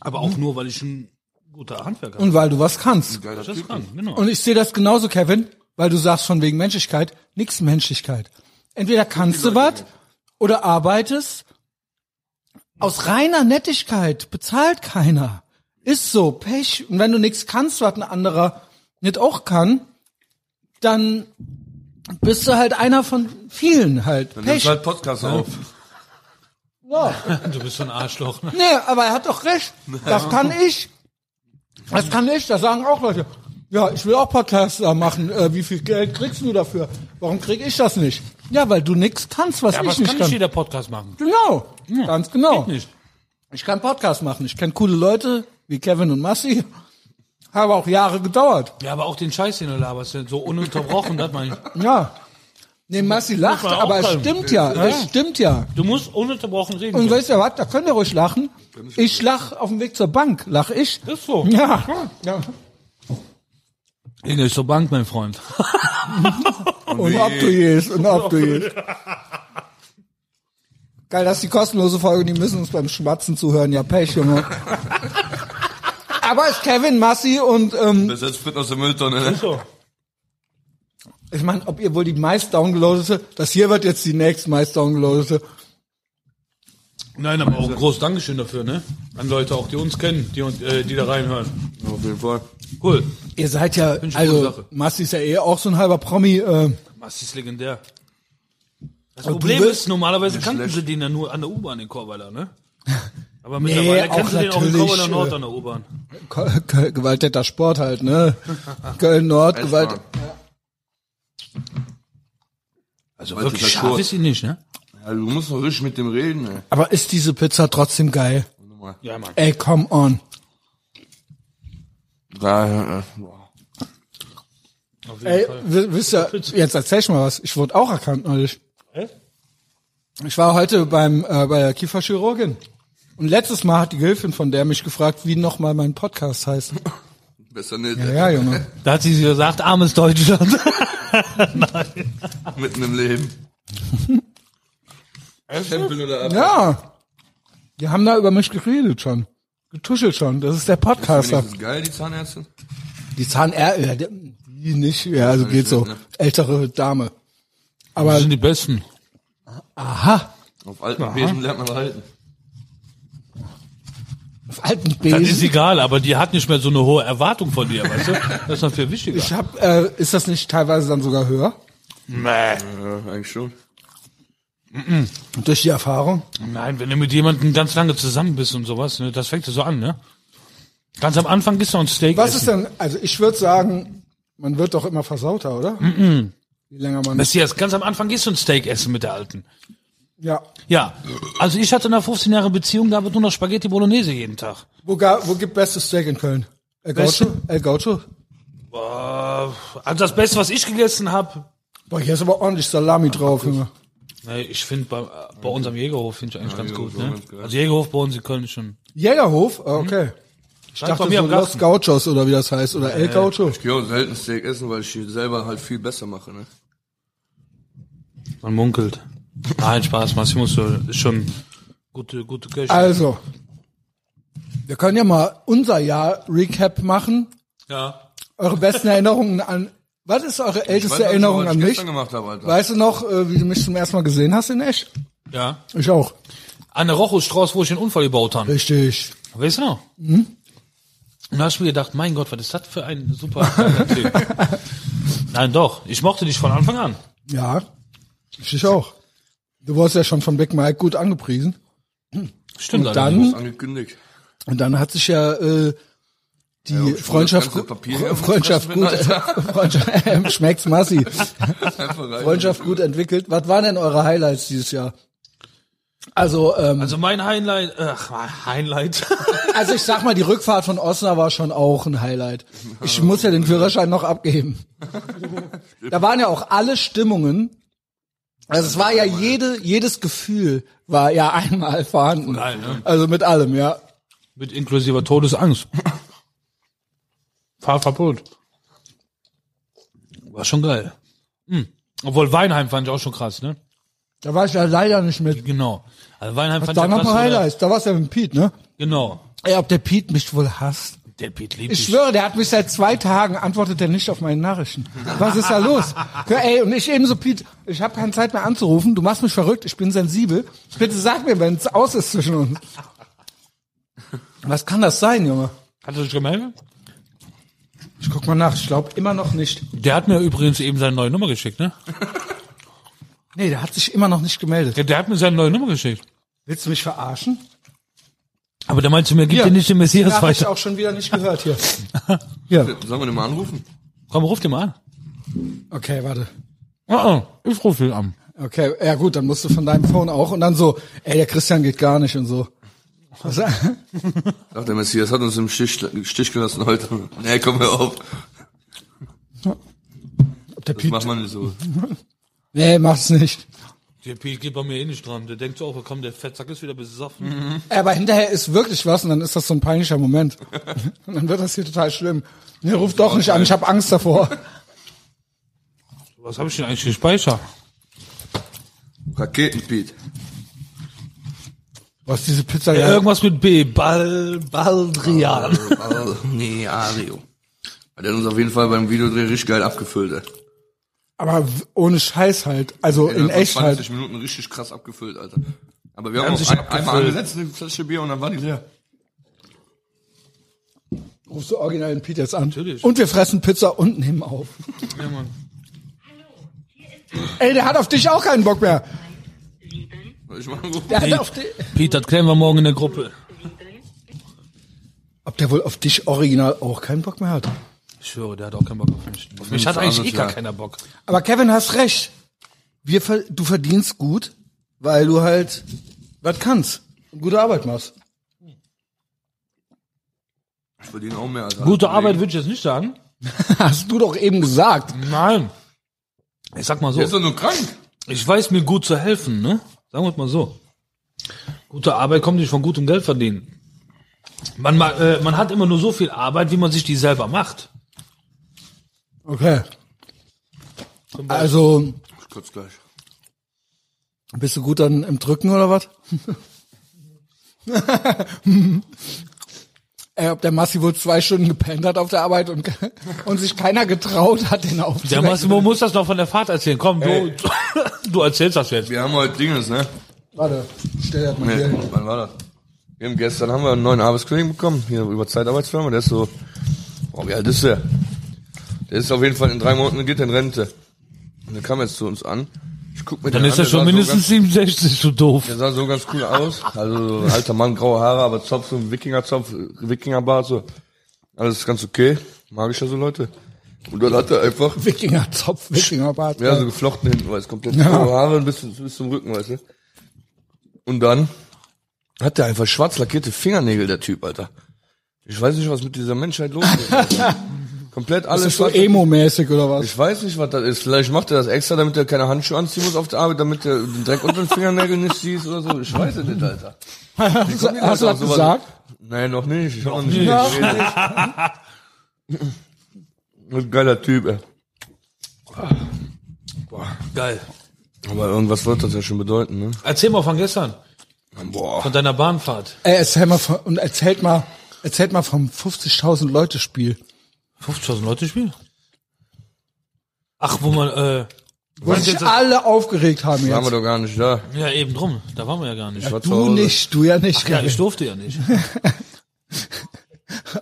Aber auch nur, weil ich ein guter Handwerker bin. Und weil du was kannst. Geiler Das Typ. kann, genau. Und ich sehe das genauso, Kevin, weil du sagst von wegen Menschlichkeit, nix Menschlichkeit. Entweder kannst du was oder arbeitest. Aus reiner Nettigkeit bezahlt keiner. Ist so, Pech. Und wenn du nix kannst, was ein anderer nicht auch kann, dann bist du halt einer von vielen halt. Dann nimmst Pech. du halt Podcast auf. ja. Du bist so ein Arschloch. Ne? Nee, aber er hat doch recht. Das kann ich. Das kann ich. Das sagen auch Leute. Ja, ich will auch Podcaster machen. Äh, wie viel Geld kriegst du dafür? Warum krieg ich das nicht? Ja, weil du nix kannst, was Ja, ich aber es nicht kann nicht kann. jeder Podcast machen. genau, ganz genau. Geht nicht. Ich kann Podcast machen. Ich kenne coole Leute wie Kevin und Massi. Habe auch Jahre gedauert. Ja, aber auch den Scheiß, den du laberst, so ununterbrochen, das meine ich. Ja. Nee, Massi lacht, man auch aber es können. stimmt ja. Ja. Es stimmt ja. Du musst ununterbrochen reden. Und können. weißt du was, da könnt ihr ruhig lachen. Ich lach auf dem Weg zur Bank, lach ich. Das ist so. Ja. ja. Inge ist zur Bank, mein Freund. Und ab du gehst, und ab du gehst. Geil, das ist die kostenlose Folge, die müssen uns beim Schmatzen zuhören. Ja, Pech, Junge. Aber es ist Kevin, Massi und ähm, Das ist jetzt Sprit aus der Mülltonne, ne? So. Ich meine, ob ihr wohl die meist downgeloadete, das hier wird jetzt die nächst meist downgeloadete. Nein, aber auch ein großes Dankeschön dafür, ne? An Leute auch, die uns kennen, die, uns- äh, die da reinhören. Auf jeden Fall. Cool. Ihr seid ja, ich eine gute also Sache. Massi ist ja eh auch so ein halber Promi. Äh, Massi ist legendär. Das Also du Problem wirst- ist, normalerweise kannten schlecht. sie den ja nur an der U-Bahn in Korweiler, ne? Aber Nee, mittlerweile auch kennst du den auch in natürlich, Korweiler Nord äh, an der U-Bahn. Ko- Ko- Gewalttäter Sport halt, ne? Köln Nord, Gewalt. Also Weiß wirklich ich, scharf Sport. ist sie nicht, ne? Ja, du musst noch richtig mit dem reden, ey. Aber ist diese Pizza trotzdem geil? Warte mal. Ja, Mann. Ey, come on. Da, ja, ja. Auf jeden Ey, Fall. wi- wisst ihr, jetzt erzähl ich mal was. Ich wurde auch erkannt neulich. Ich war heute beim äh, bei der Kieferchirurgin. Und letztes Mal hat die Gehilfin von der mich gefragt, wie nochmal mein Podcast heißt. Besser nicht. Ja, ey. Junge. Da hat sie so gesagt, armes Deutschland. Mitten im Leben. Tempel oder ab. Ja. Die haben da über mich geredet schon. Getuschelt schon. Das ist der Ist Podcaster. das geil, die Zahnärztin? Die Zahnärzte, ja, die die nicht, ja, also geht so. ne? Ältere Dame. Aber, Das sind die Besten. aha, Auf alten Besen lernt man halten. auf alten Das ist Besen. egal, aber die hat nicht mehr so eine hohe Erwartung von dir, weißt du? Das ist noch viel wichtiger. Ich hab, äh, ist das nicht teilweise dann sogar höher? Nee. Ja, eigentlich schon. Durch die Erfahrung? Nein, wenn du mit jemandem ganz lange zusammen bist und sowas, ne, das fängt ja so an, ne? Ganz am Anfang gehst du ein Steak Was essen. ist denn, also ich würde sagen, man wird doch immer versauter, oder? Je länger man, Messias, ganz am Anfang gehst du ein Steak essen mit der Alten. ja. Ja, also ich hatte nach 15 Jahren Beziehung, da wird nur noch Spaghetti Bolognese jeden Tag. Wo, ga, wo gibt bestes Steak in Köln? El Gaucho? El Gaucho? Boah, also das Beste, was ich gegessen habe, Boah, hier ist aber ordentlich Ah, Salami drauf, Junge. ne, ich finde bei, äh, bei uns am Jägerhof finde ich eigentlich ganz Jägerhof gut, ist auch ne? ganz geil. Also Jägerhof bei uns in Köln ist schon. Jägerhof? Ah, okay. Ich Stand dachte bei Mhm. mir so am Los Garten. Gauchos oder wie das heißt, oder El Gaucho. Ich gehe auch selten Steak essen, weil ich hier selber halt viel besser mache, ne? Man munkelt. Nein, Spaß, Max, ich muss so, ist schon gute, gute Köche. Also, wir können ja mal unser Jahr Recap machen. ja. Eure besten Erinnerungen an. Was ist eure Weißt älteste du, was Erinnerung ich an mich? gestern gemacht habe, Alter. Weißt du noch, äh, wie du mich zum ersten Mal gesehen hast in echt? Ja. Ich auch. An der Rochostraße, wo ich den Unfall gebaut habe. Richtig. Weißt du noch? Mhm. Hm? Und da hast du mir gedacht, mein Gott, was ist das für ein super geiler Typ. Nein, doch. Ich mochte dich von Anfang an. Ja. Ich, ich auch. Du wurdest ja schon von Big Mike gut angepriesen. Stimmt. Und allerdings. dann, Angekündigt. und dann hat sich ja äh, die Ja, ob schon das Freundschaft, ganze gut- Papier Fre- hier Freundschaft gut, aufgefressen Freundschaft, schmeckt's massi. Einfach rein. Freundschaft gut entwickelt. Was waren denn eure Highlights dieses Jahr? Also, ähm, Also mein Highlight, ach, mein Highlight. also ich sag mal, die Rückfahrt von Osnabrück war schon auch ein Highlight. Ich muss ja den Führerschein noch abgeben. Da waren ja auch alle Stimmungen. Also es war ja jede, jedes Gefühl war ja einmal vorhanden. allem, ne? Also mit allem, ja. Mit inklusiver Todesangst. Fahrverbot. War schon geil. Hm. Obwohl Weinheim fand ich auch schon krass, ne? Da war ich ja leider nicht mit. Genau. Also Weinheim fand Da ich ja noch krass. mal weil- Highlights. Da war's ja mit Pete, ne? Genau. Ey, ob der Pete mich wohl hasst? Der Pete liebt Ich dich. schwöre, der hat mich seit zwei Tagen, antwortet er nicht auf meine Nachrichten. Was ist da los? Ja, Ey, und ich ebenso, Piet, ich habe keine Zeit mehr anzurufen, du machst mich verrückt, ich bin sensibel. Bitte sag mir, wenn es aus ist zwischen uns. Was kann das sein, Junge? Hat er sich gemeldet? Ich guck mal nach, ich glaube immer noch nicht. Der hat mir übrigens eben seine neue Nummer geschickt, ne? Nee, der hat sich immer noch nicht gemeldet. Der, der hat mir seine neue Nummer geschickt. Willst du mich verarschen? Aber der meinte zu mir, gib dir nicht den Messias habe ich weiter. auch schon wieder nicht gehört hier. Ja, Sollen wir den mal anrufen? Komm, ruf den mal an. okay, warte. Oh, oh, ich rufe ihn an. Okay, ja gut, dann musst du von deinem Phone auch und dann so, ey, der Christian geht gar nicht und so. Was? Ach, der Messias hat uns im Stich, Stich gelassen heute. Nee, komm hör auf. Ob der Das Piet macht man nicht so. Nee, mach's nicht. Der Pete geht bei mir eh nicht dran. Der denkt so auch, komm, der Fettsack ist wieder besoffen. Äh, Aber hinterher ist wirklich was und dann ist das so ein peinlicher Moment. Und dann wird das hier total schlimm. Nee, ruf doch nicht an, ich habe Angst davor. Was habe ich denn eigentlich gespeichert? Raketenbeat. Was diese Pizza Ja. ja. Irgendwas mit B. Bal, Baldrian. Nee, Ario. Hat er uns auf jeden Fall beim Videodreh richtig geil abgefüllt, ey. Aber w- ohne Scheiß halt. Also in Ja, das echt war 20 halt. Minuten richtig krass abgefüllt, Alter. Aber wir haben, haben auch sich ein, abgefüllt. einmal angesetzt, eine Flasche Bier und dann war die leer. Rufst du original den Peters an. Natürlich. Und wir fressen Pizza und nehmen auf. Ja, Mann. Ey, der hat auf dich auch keinen Bock mehr. Soll Ich mal anrufen? Der Ey. hat auf dich. Pete, das klären wir morgen in der Gruppe. Ob der wohl auf dich original auch keinen Bock mehr hat. Ich schwöre, der hat auch keinen Bock auf mich. Auf mich hat eigentlich eh gar keiner Bock. Aber Kevin hast recht. Wir, ver- du verdienst gut, weil du halt was kannst und gute Arbeit machst. Ich verdiene auch mehr, Alter. Gute Arbeit würde ich jetzt nicht sagen. Hast du doch eben gesagt. Nein. Ich sag mal so. Der ist doch nur krank. Ich weiß mir gut zu helfen, ne? Sagen wir es mal so. Gute Arbeit kommt nicht von gutem Geld verdienen. Man, ma- äh, man hat immer nur so viel Arbeit, wie man sich die selber macht. Okay. Zum Beispiel. Also, Ich kotze gleich. bist du gut dann im Drücken oder was? Ey, Äh, ob der Massi wohl zwei Stunden gepennt hat auf der Arbeit und, und sich keiner getraut hat, den Der aufzuwecken. Massimo muss das noch von der Fahrt erzählen. Komm, du, du erzählst das jetzt. Wir haben heute Dinges, ne? Warte, stell das mal Nee, hier. wann war das? Wir haben gestern haben wir einen neuen Arbeitskollegen bekommen, hier über Zeitarbeitsfirma, der ist so, oh, wie alt ist der? Der ist auf jeden Fall in drei Monaten, geht in Rente. Und der kam jetzt zu uns an. Ich guck mir Dann den ist an, er schon der sah mindestens So 67, du doof. ganz, der sah so ganz cool aus. Also, so alter Mann, graue Haare, aber Zopf, so ein Wikingerzopf, Wikingerbart, so. Alles ganz okay. Mag ich ja so Leute. Und dann hat er einfach, Wikingerzopf, Wikingerbart. ja, so Also geflochten hinten, weißt du, komplett graue Haare bis, bis zum Rücken, weißt du. Und dann hat der einfach schwarz lackierte Fingernägel, der Typ, Alter. Ich weiß nicht, was mit dieser Menschheit los ist. Alter. komplett Ist alles das so schwarz. emo-mäßig oder was? Ich weiß nicht, was das ist. Vielleicht macht er das extra, damit er keine Handschuhe anziehen muss auf der Arbeit, damit er den Dreck unter den Fingernägeln nicht sieht oder so. Ich weiß es nicht, Alter. Hast, du- hast du das gesagt? Nein, noch nicht. Ich hab noch nicht. Das ist ein geiler Typ, ey. Geil. Aber irgendwas wird das ja schon bedeuten, ne? Erzähl mal von gestern, Boah. von deiner Bahnfahrt. Ey, Äh, erzähl mal von, und erzählt mal, erzählt mal vom 50.000 Leute Spiel. 50.000 Leute Spiel? Ach, wo man, äh, Wo meinst du sich jetzt das- alle aufgeregt haben Waren wir jetzt. doch gar nicht da. ja eben drum, da waren wir ja gar nicht. Ich war zu Du Hause. nicht, du ja nicht. Ja, ich durfte ja nicht.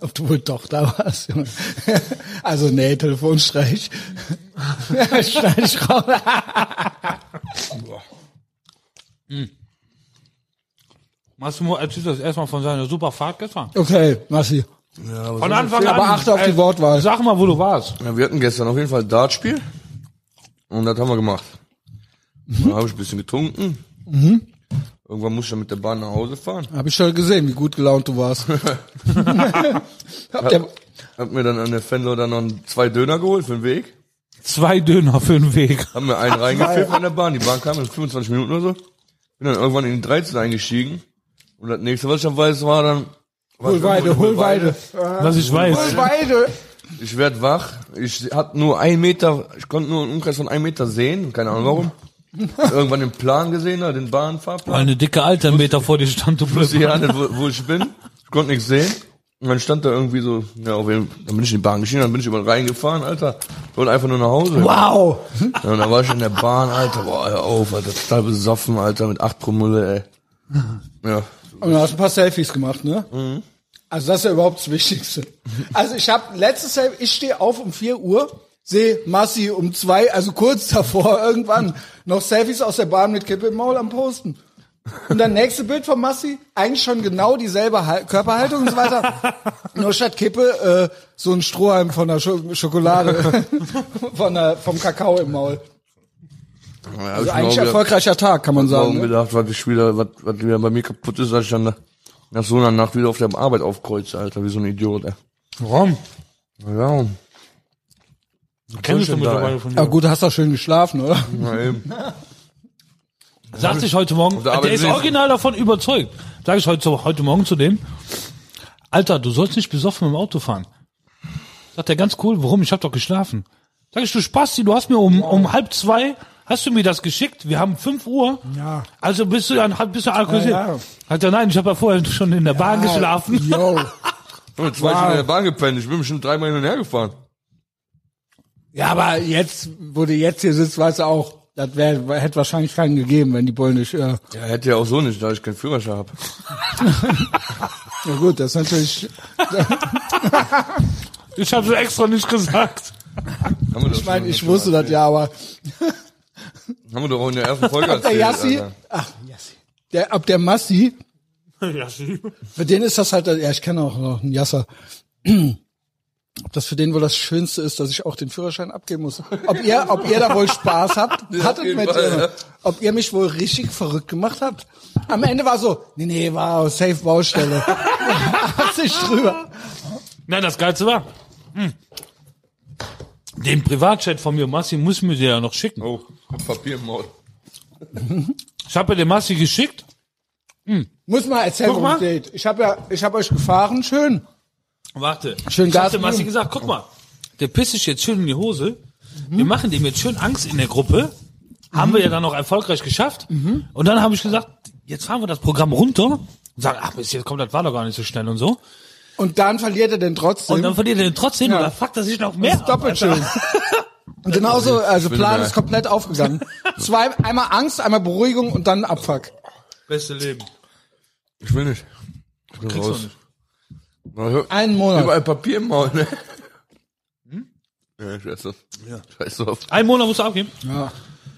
Ob du wohl doch da warst, Junge. Also, nee, Telefonstreich. Streich raus. Massimo erzählt das erstmal von seiner super Fahrt gestern. Okay, Massi. Von Anfang Aber achte auf die äh, Wortwahl. Sag mal, wo du warst. Ja, wir hatten gestern auf jeden Fall ein Dartspiel. Und das haben wir gemacht. Mhm. Dann habe ich ein bisschen getrunken. Irgendwann muss ich dann mit der Bahn nach Hause fahren. Hab ich schon gesehen, wie gut gelaunt du warst. Äh, Hab der, Hab mir dann an der Fenlo dann noch zwei Döner geholt für den Weg. Zwei Döner für den Weg. Haben mir einen reingepfiffen an der Bahn. Die Bahn kam in 25 Minuten oder so. Bin dann irgendwann in die 13 eingestiegen. Und das nächste, was ich dann weiß, war dann... Hohlweide, Hohlweide. Was ich weiß. Hohlweide. Ich werd wach. Ich hatte nur einen Meter, ich konnte nur einen Umkreis von einem Meter sehen. Keine Ahnung warum. Irgendwann den Plan gesehen, da, den Bahnfahrplan. Eine dicke Alter Meter vor dir stand, du wusste blöd. ja nicht, wo, wo ich bin. Ich konnte nichts sehen. Und dann stand da irgendwie so, ja, auf jeden, dann bin ich in die Bahn geschieden, dann bin ich über den Rhein gefahren, Alter. Ich wollte einfach nur nach Hause. Wow. Ja, und dann war ich in der Bahn, Alter, boah, hör auf, Alter, total besoffen, Alter, mit 8 Promille, ey. Ja. Und du hast ein paar Selfies gemacht, ne? Mhm. Also das ist ja überhaupt das Wichtigste. Also ich habe letztes Selfie, ich stehe auf um 4 Uhr, sehe Massi um zwei, also kurz davor irgendwann, noch Selfies aus der Bahn mit Kippe im Maul am Posten. Und dann nächste Bild von Massi, eigentlich schon genau dieselbe Hal- Körperhaltung und so weiter. Nur statt Kippe äh, so ein Strohhalm von der Scho Schokolade, von der, vom Kakao im Maul. ja hab Also ich mir auch eigentlich wieder- erfolgreicher Tag, kann man Genau, Morgen sagen. Ne? gedacht, was ich wieder, was, was wieder bei mir kaputt ist, als ich dann nach so einer Nacht wieder auf der Arbeit aufkreuze, Alter, wie so ein Idiot, ey. Warum? Ja, Kennst du denn da, mittlerweile ey? von Ja mir? gut, hast du schön geschlafen, oder? na eben. Sagte ich heute Morgen, der der, Arbeit ist gewesen. original davon überzeugt. Sag ich heute, zu- heute Morgen zu dem, Alter, du sollst nicht besoffen im Auto fahren. Sagt er ganz cool, warum? Ich hab doch geschlafen. Sag ich, du Spasti, du hast mir um, um halb zwei, hast du mir das geschickt? Wir haben fünf Uhr. Ja. Also bist du ja bist du alkoholisiert. Ja, ja. Hat er, nein, ich habe ja vorher schon in der Bahn geschlafen. Yo. Ich hab zwei Stunden in der Bahn gepennt, ich bin bestimmt dreimal hin und her gefahren. Ja, aber jetzt, wo du jetzt hier sitzt, weißt du auch, das wär, hätte wahrscheinlich keinen gegeben, wenn die Polnisch, äh, ja. Ja, hätte ja auch so nicht, da ich keinen Führerschein habe. Ja gut, das ist natürlich, Ich habe es extra nicht gesagt. Ich ich meine, ich wusste das ja, aber Haben wir doch auch in der ersten Folge der erzählt. Yassi, Alter. ach, Yassi, der, ab der Massi, ja, sie- Für den ist das halt, ja, ich kenne auch noch einen Jasser. Ob das für den wohl das Schönste ist, dass ich auch den Führerschein abgeben muss. Ob ihr, ob ihr da wohl Spaß habt, hattet jeden mit, Fall, äh, ja. ob ihr mich wohl richtig verrückt gemacht habt. Am Ende war so, nee, nee, wow, safe Baustelle. Hat sich drüber. Nein, das Geilste war, hm, den Privatchat von mir, Massi, muss mir dir ja noch schicken. Oh, hab Papier im Maul. Ich habe ja den Massi geschickt. Muss mal erzählen, Guck worum mal. es geht. Ich habe ja, ich habe euch gefahren, schön. Warte. Schön ich Gas hab dem geben. Massi gesagt, guck mal, der pisst sich jetzt schön in die Hose. Wir machen dem jetzt schön Angst in der Gruppe. Haben wir ja dann noch erfolgreich geschafft. Und dann habe ich gesagt, jetzt fahren wir das Programm runter. Und sagen, ach, bis jetzt kommt, das war doch gar nicht so schnell und so. Und dann verliert er den trotzdem. Und dann verliert er den trotzdem Ja. und dann fuckt er sich noch mehr. Das ist doppelt schön. Und genauso, also Plan ist komplett aufgegangen. Zwei, einmal Angst, einmal Beruhigung und dann Abfuck. Beste Leben. Ich will nicht. Ich bin Kriegst du raus. nicht. Na, hör- Einen Monat. Überall Papier im Maul, ne? Ja, ich weiß das. Ja. Scheiß drauf. Einen Monat musst du abgeben.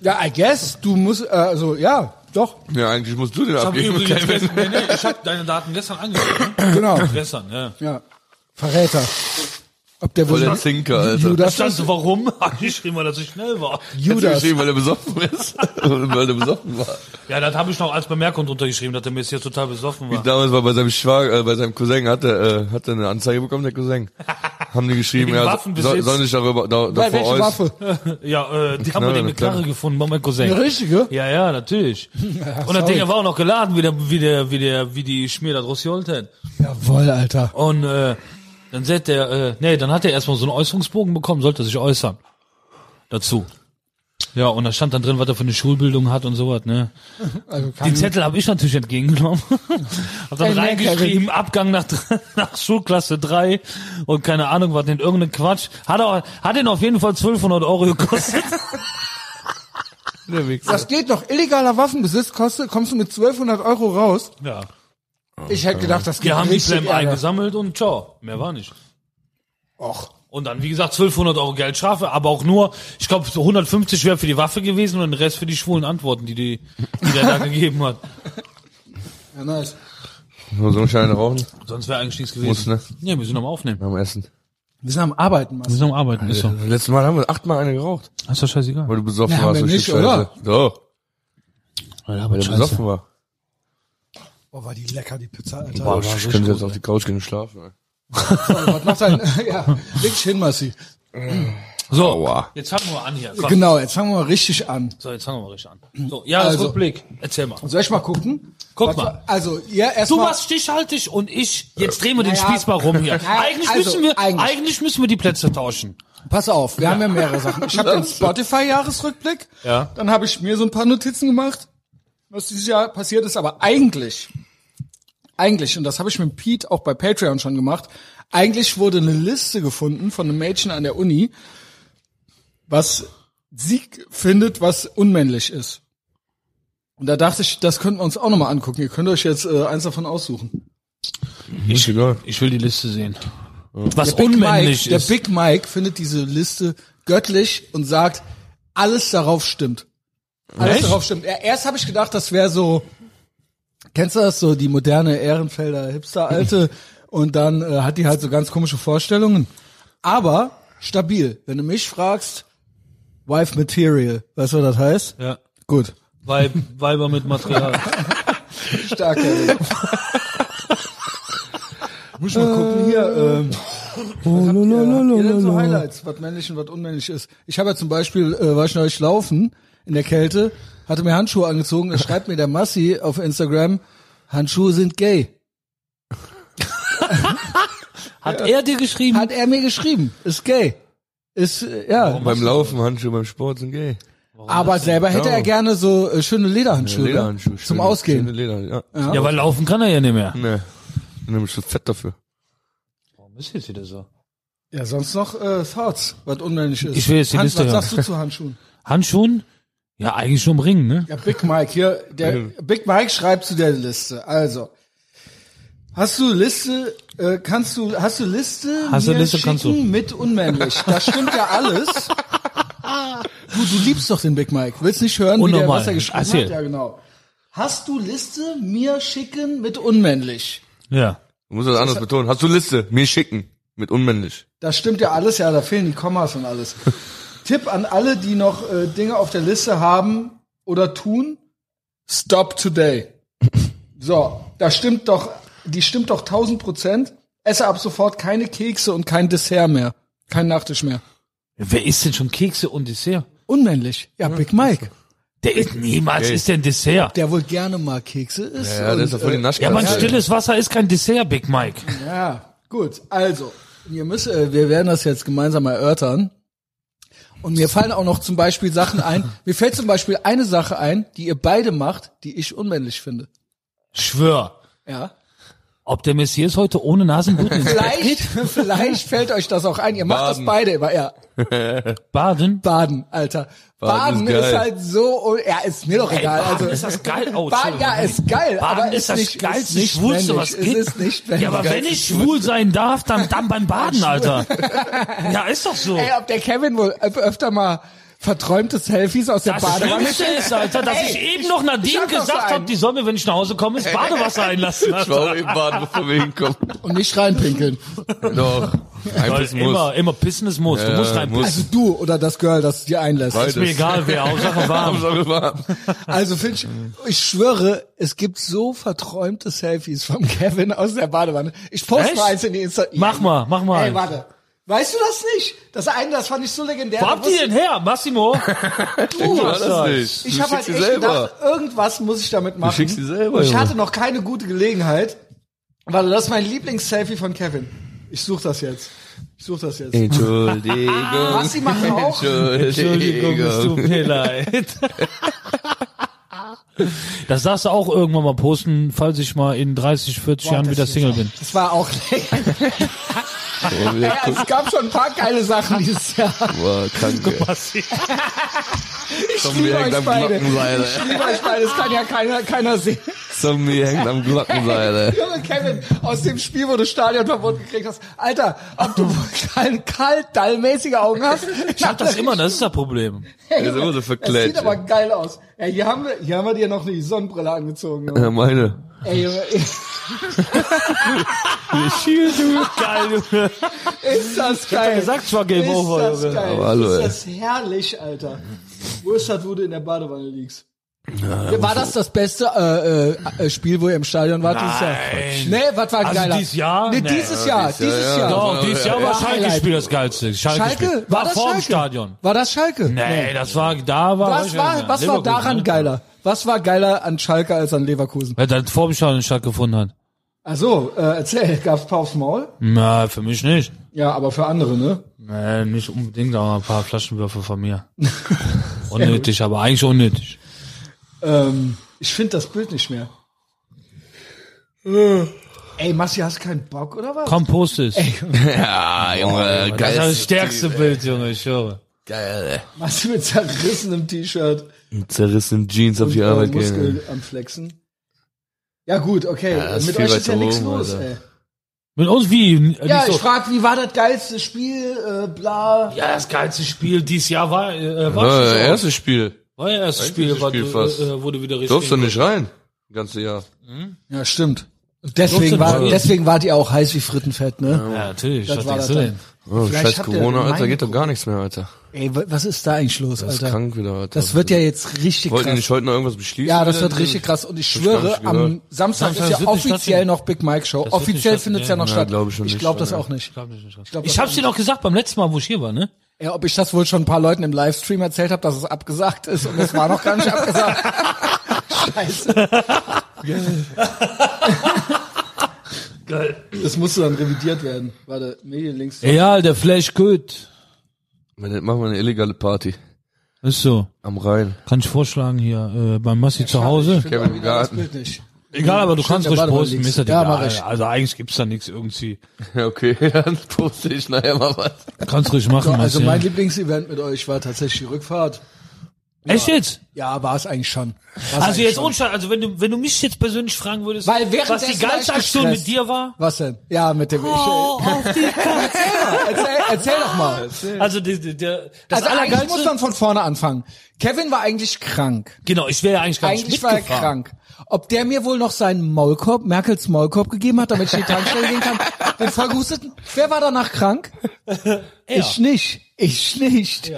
Ja, I guess, du musst, äh, also ja, doch, Ja, eigentlich musst du den Ich habe abgeben. übrigens gestern, nee, nee, ich hab deine Daten gestern angefangen. genau. gestern, ja. Ja. Verräter. Ob der Voll wohl der Zinker, Alter. Judas Verstehst du, warum? Ich schrieb mal, dass ich schnell war. Hättest du Judas. geschrieben, weil er besoffen ist. weil er besoffen war. Ja, das habe ich noch als Bemerkung drunter geschrieben, dass der mir jetzt hier total besoffen war. Damals war bei seinem Schwager, äh, bei seinem Cousin, hat er, äh, hat er eine Anzeige bekommen, der Cousin. Haben die geschrieben, Wegen ja, Waffenbesitz. soll, soll nicht darüber, da, da Bei vor welcher euch. Waffe? Ja, äh, die haben wir Knarre, dem eine eine Knarre. Knarre gefunden bei meinem Cousin. Eine richtige? Ja, ja, natürlich. und das sorry. Ding war auch noch geladen, wie der, wie der, wie der, wie die Schmier da draus geholt hat. Jawohl, Alter. Und, äh, dann sagt der, äh, nee, dann hat er erstmal so einen Äußerungsbogen bekommen, sollte sich äußern. Dazu. Ja, und da stand dann drin, was er für eine Schulbildung hat und sowas, ne? Also kann Die Zettel habe ich natürlich entgegengenommen. hab dann Kein reingeschrieben, Abgang nach, nach Schulklasse 3 und keine Ahnung, was denn irgendein Quatsch. Hat er, hat ihn auf jeden Fall 1200 Euro gekostet. das geht noch. Illegaler Waffenbesitz kostet, kommst du mit 1200 Euro raus. ja. Ich hätte gedacht, das geht Wir haben die richtig Slam Ärger. eingesammelt und ciao. Mehr war nicht. Och. Und dann, wie gesagt, 1200 Euro Geldstrafe, aber auch nur, ich glaube, so 150 wäre für die Waffe gewesen und den Rest für die schwulen Antworten, die, die, die der da gegeben hat. Ja, nice. Nur so einen kleinen Rauchen Sonst wäre eigentlich nichts gewesen. Muss, ne? Nee, wir sind am Aufnehmen. nach dem Essen. Wir sind am Arbeiten, Wir Mann. sind am Arbeiten, ist so. Letztes Mal haben wir achtmal eine geraucht. Das ist doch scheißegal. Weil du besoffen Ja, haben warst. wir so nicht, Stück oder? Scheiße. Doch. Ja, Weil er besoffen war. Boah, Oh, war die lecker, die Pizza, Alter. Boah, ich könnte jetzt auf die Couch gehen und schlafen. ey. Was macht dein, ja, leg dich hin, Massi. So, Aua. jetzt fangen wir mal an hier. Komm. Genau, jetzt fangen wir mal richtig an. So, jetzt fangen wir mal richtig an. So, Jahresrückblick. Erzähl mal. Soll ich mal gucken? Guck Mhm. Also, Was mal. war- Also, ja, erstmal. Du warst stichhaltig und ich, jetzt drehen wir den Naja. Spieß mal rum hier. Naja, Eigentlich also, müssen wir, eigentlich. eigentlich müssen wir die Plätze tauschen. Pass auf, wir haben ja mehrere Sachen. Ich habe den Spotify-Jahresrückblick. Ja. Dann habe ich mir so ein paar Notizen gemacht, was dieses Jahr passiert ist. Aber eigentlich, eigentlich, und das habe ich mit Pete auch bei Patreon schon gemacht, eigentlich wurde eine Liste gefunden von einem Mädchen an der Uni, was sie findet, was unmännlich ist. Und da dachte ich, das könnten wir uns auch nochmal angucken. Ihr könnt euch jetzt äh, eins davon aussuchen. Ist egal. Ich will die Liste sehen. Was Big unmännlich Mike, der ist. Big Mike findet diese Liste göttlich und sagt, alles darauf stimmt. Alles Echt? darauf stimmt. Ja, Erst habe ich gedacht, das wäre so, kennst du das, so die moderne Ehrenfelder Hipster-Alte und dann äh, hat die halt so ganz komische Vorstellungen. Aber stabil. Wenn du mich fragst, Wife Material, weißt du, was das heißt? ja. Gut. Weib, Weiber mit Material. Stark. Erik. Muss mal gucken hier. Ähm, was habt ihr, habt ihr denn so Highlights, was männlich und was unmännlich ist? Ich habe ja zum Beispiel, äh, war ich neulich laufen in der Kälte, hatte mir Handschuhe angezogen, da schreibt mir der Massi auf Instagram, Handschuhe sind gay. Hat er dir geschrieben? Hat er mir geschrieben, ist gay. Ist, äh, ja. Beim Laufen, Handschuhe, beim Sport sind gay. Aber selber hätte er Ja. gerne so äh, schöne Lederhandschuhe. Lederhandschuhe. Lederhandschuhe zum schöne- Ausgehen. Schöne Leder, ja. ja, weil laufen kann er ja nicht mehr. Nee. Dann nehme ich so fett dafür. Warum ist jetzt wieder so? Ja, sonst noch äh, das Harz, was unmännlich ist. Ich will jetzt die Liste Was hören. sagst du zu Handschuhen? Handschuhen? Ja, eigentlich nur im Ring, ne? Ja, Big Mike hier, der Big Mike schreibt zu der Liste. Also, hast du Liste, äh, kannst du, hast du Liste, Hast du mir Liste, kannst schicken mit unmännlich? Das stimmt ja alles. du, du liebst doch den Big Mike. Willst nicht hören, wie der Unnormal. was er geschrieben Erzähl. hat? Ja, genau. Hast du Liste, mir schicken mit unmännlich? Ja. Du musst das anders betonen. Hast du Liste? Mir schicken. Mit unmännlich. Das stimmt ja alles, ja, da fehlen die Kommas und alles. Tipp an alle, die noch äh, Dinge auf der Liste haben oder tun, stop today. So, das stimmt doch, die stimmt doch 1000 Prozent. Esse ab sofort keine Kekse und kein Dessert mehr. Kein Nachtisch mehr. Wer isst denn schon Kekse und Dessert? Unmännlich. Ja, Big Mike. Der isst niemals isst denn Dessert. Der wohl gerne mal Kekse isst. äh, Ja, das ist ja voll die Naschkatze. Ja, man stilles Wasser ist kein Dessert, Big Mike. Ja, gut. Also, ihr müsst, äh, wir werden das jetzt gemeinsam erörtern. Und mir fallen auch noch zum Beispiel Sachen ein. Mir fällt zum Beispiel eine Sache ein, die ihr beide macht, die ich unmännlich finde. Schwör. Ja. Ob der Messias heute ohne Nasenbluten ins Bett Vielleicht, vielleicht fällt euch das auch ein. Ihr macht Baden. das beide immer. Ja. baden? Baden, Alter. Baden Baden, ist ist, geil. halt so, un- ja, ist mir doch Ey, egal. Baden also, ist das geil. Oh, Baden, ja, ist geil, Baden aber ist ist das nicht- geilste, ist nicht schwulste, was männlich. geht. Es ist nicht männlich. ja, aber wenn ich schwul sein darf, dann, dann beim Baden, Alter. Ja, ist doch so. ey, ob der Kevin wohl öf- öfter mal verträumte Selfies aus der Das Badewanne Schlimmste ist, Alter, dass Ey, ich eben noch Nadine hab doch so gesagt habe, einen. die Sonne, wenn ich nach Hause komme, ist Badewasser einlassen. Ich war Alter. auch im Baden, bevor wir hinkommen. und nicht reinpinkeln. Doch. Einfluss Leute, muss. immer, immer pissen es muss. Du Ja, musst rein muss. pissen. Also du oder das Girl, das dir einlässt. Beides. Ist mir egal, wer, Hauptsache warm. Hauptsache warm. Also Finch, ich schwöre, es gibt so verträumte Selfies vom Kevin aus der Badewanne. Ich poste Echt? mal eins in die Insta. Mach mal, mach mal. Ey, warte. Weißt du das nicht? Das eine, das fand ich so legendär. Wo habt ihr denn her, Massimo? Du was hast das nicht. Ich Du habe halt echt schickst sie selber. gedacht, irgendwas muss ich damit machen. schickst sie selber, Und ich Junge. hatte noch keine gute Gelegenheit. Warte, das ist mein Lieblings-Selfie von Kevin. Ich suche das jetzt. Ich suche das jetzt. Entschuldigung. Was sie machen auch. Entschuldigung, es tut Entschuldigung. mir leid. Das darfst du auch irgendwann mal posten, falls ich mal in 30, 40 Jahren wieder Single bin. Das war auch legendär. Ja, es gab schon ein paar geile Sachen dieses Jahr. Boah, kranke. Zombie liebe hängt euch am beide. Glockenseil. Ich liebe euch beide, das kann ja keiner, keiner sehen. Zombie hängt am Glockenseil. Junge Kevin, aus dem Spiel, wo du Stadionverbot gekriegt hast. Alter, ob du kalt, kalt dallmäßige Augen hast? Ich hab das immer, das ist das Problem. Der ist immer so Das verklärt. sieht aber geil aus. Ja, hier haben wir, hier haben wir dir noch die Sonnenbrille angezogen. Junge. Ja, meine. Ey, Junge, Geil, Junge. ist das geil. gesagt, es war Game ist Over, das Junge. geil. Aber hallo, ist ey. das herrlich, Alter. Wo ist das, wo du in der Badewanne liegst? war das das beste äh, äh, äh, Spiel, wo ihr im Stadion wart dieses Jahr? Nee, was war Also geiler? dieses Jahr? Nee, Nee. dieses Jahr, dieses Jahr, dieses ja. Jahr. Doch, dieses Jahr war Schalke Spiel das geilste. Schalke, Schalke? Spiel. War, vorm Stadion. War das Schalke? Nee, das war, da war, Was war, was war daran ne? geiler? Was war geiler an Schalke als an Leverkusen? Weil das vorm Stadion stattgefunden hat. Also, äh, erzähl, gab's paar aufs Maul? Na, für mich nicht. Ja, aber für andere, ne? Nee, nicht unbedingt, aber ein paar Flaschenwürfe von mir. unnötig, aber eigentlich unnötig. Ähm, ich finde das Bild nicht mehr. Ey, Massi, hast du keinen Bock, oder was? Komm, post es. Ja, das Junge, ist das geil. stärkste Bild, Junge, ich höre. Geil, Massi mit zerrissenem T-Shirt ey. Zerrissenen Jeans auf und die äh, Arbeit gehen. Muskel am Flexen. Ja gut, okay, Ja, das ist mit viel euch ist weiter ja nichts oben, los, Alter. ey. Mit uns wie? Äh, Ja, nicht so. ich frag, wie war das geilste Spiel, äh, bla. ja, das geilste Spiel dieses Jahr war, äh, war, Ja, schon so. erstes Spiel. war ja erstes Spiel, Einziges war, Spiel fast. äh, wurde wieder richtig. Durfst du nicht rein? Das ganze Jahr. Ja, stimmt. Und deswegen, war, Durfte- deswegen wart ihr auch heiß wie Frittenfett, ne? Ja, natürlich, Das was war denkst du das denn? Oh, Vielleicht scheiß habt ihr Corona, gemein Alter, geht doch gar nichts mehr, Alter. Ey, wa- was ist da eigentlich los, Das ist Alter? krank wieder, Alter. Das wird ja jetzt richtig Wollten die krass. nicht heute noch irgendwas beschließen? Ja, das wieder? wird richtig krass. Und ich ich gar schwöre, nicht am gehört. Samstag Samstag ist ja wird nicht offiziell stattfinden. noch Big Mike Show. wird Offiziell nicht findet es ja noch Ja, statt. glaub ich schon ich nicht, glaube das ja. auch nicht. Ich, glaub, Ich das hab's dir doch gesagt beim letzten Mal, wo ich hier war, ne? Ja, ob ich das wohl schon ein paar Leuten im Livestream erzählt habe, dass es abgesagt ist und es war noch gar nicht abgesagt. Scheiße. Geil. Das musste dann revidiert werden. Warte, Medienlinks. Ja, der Flash gut. Wenn nicht, machen wir eine illegale Party. Ist so. Am Rhein. Kann ich vorschlagen hier, äh, beim Massi zu Hause. Kevin im Das Garten. Bild nicht. Egal, aber du kannst der ruhig Badewanne posten, mir liegst. ist das Ja, egal. mach ich. Also eigentlich gibt's da nichts irgendwie. Ja, okay, dann poste ich nachher mal was. Kannst ruhig machen. Also Marcel. mein Lieblingsevent mit euch war tatsächlich die Rückfahrt. Echt jetzt? Ja, war es eigentlich schon. War's Also eigentlich jetzt schon. ohne Scheiß, also wenn du, wenn du mich jetzt persönlich fragen würdest, Weil währenddessen was die war geilste ich Aktion gestresst. mit dir war, Was denn? Ja, mit dem oh. auf die Karte. Erzähl, erzähl doch mal. Also die, die, der, das Also eigentlich muss Allergeilste, man von vorne anfangen. Kevin war eigentlich krank. genau, ich wäre ja eigentlich gar nicht Eigentlich war er mitgefahren. krank. Ob der mir wohl noch seinen Maulkorb, Merkels Maulkorb gegeben hat, damit ich in die Tankstelle gehen kann, den vollgehusteten. Wer war danach krank? Ich nicht. Ich nicht.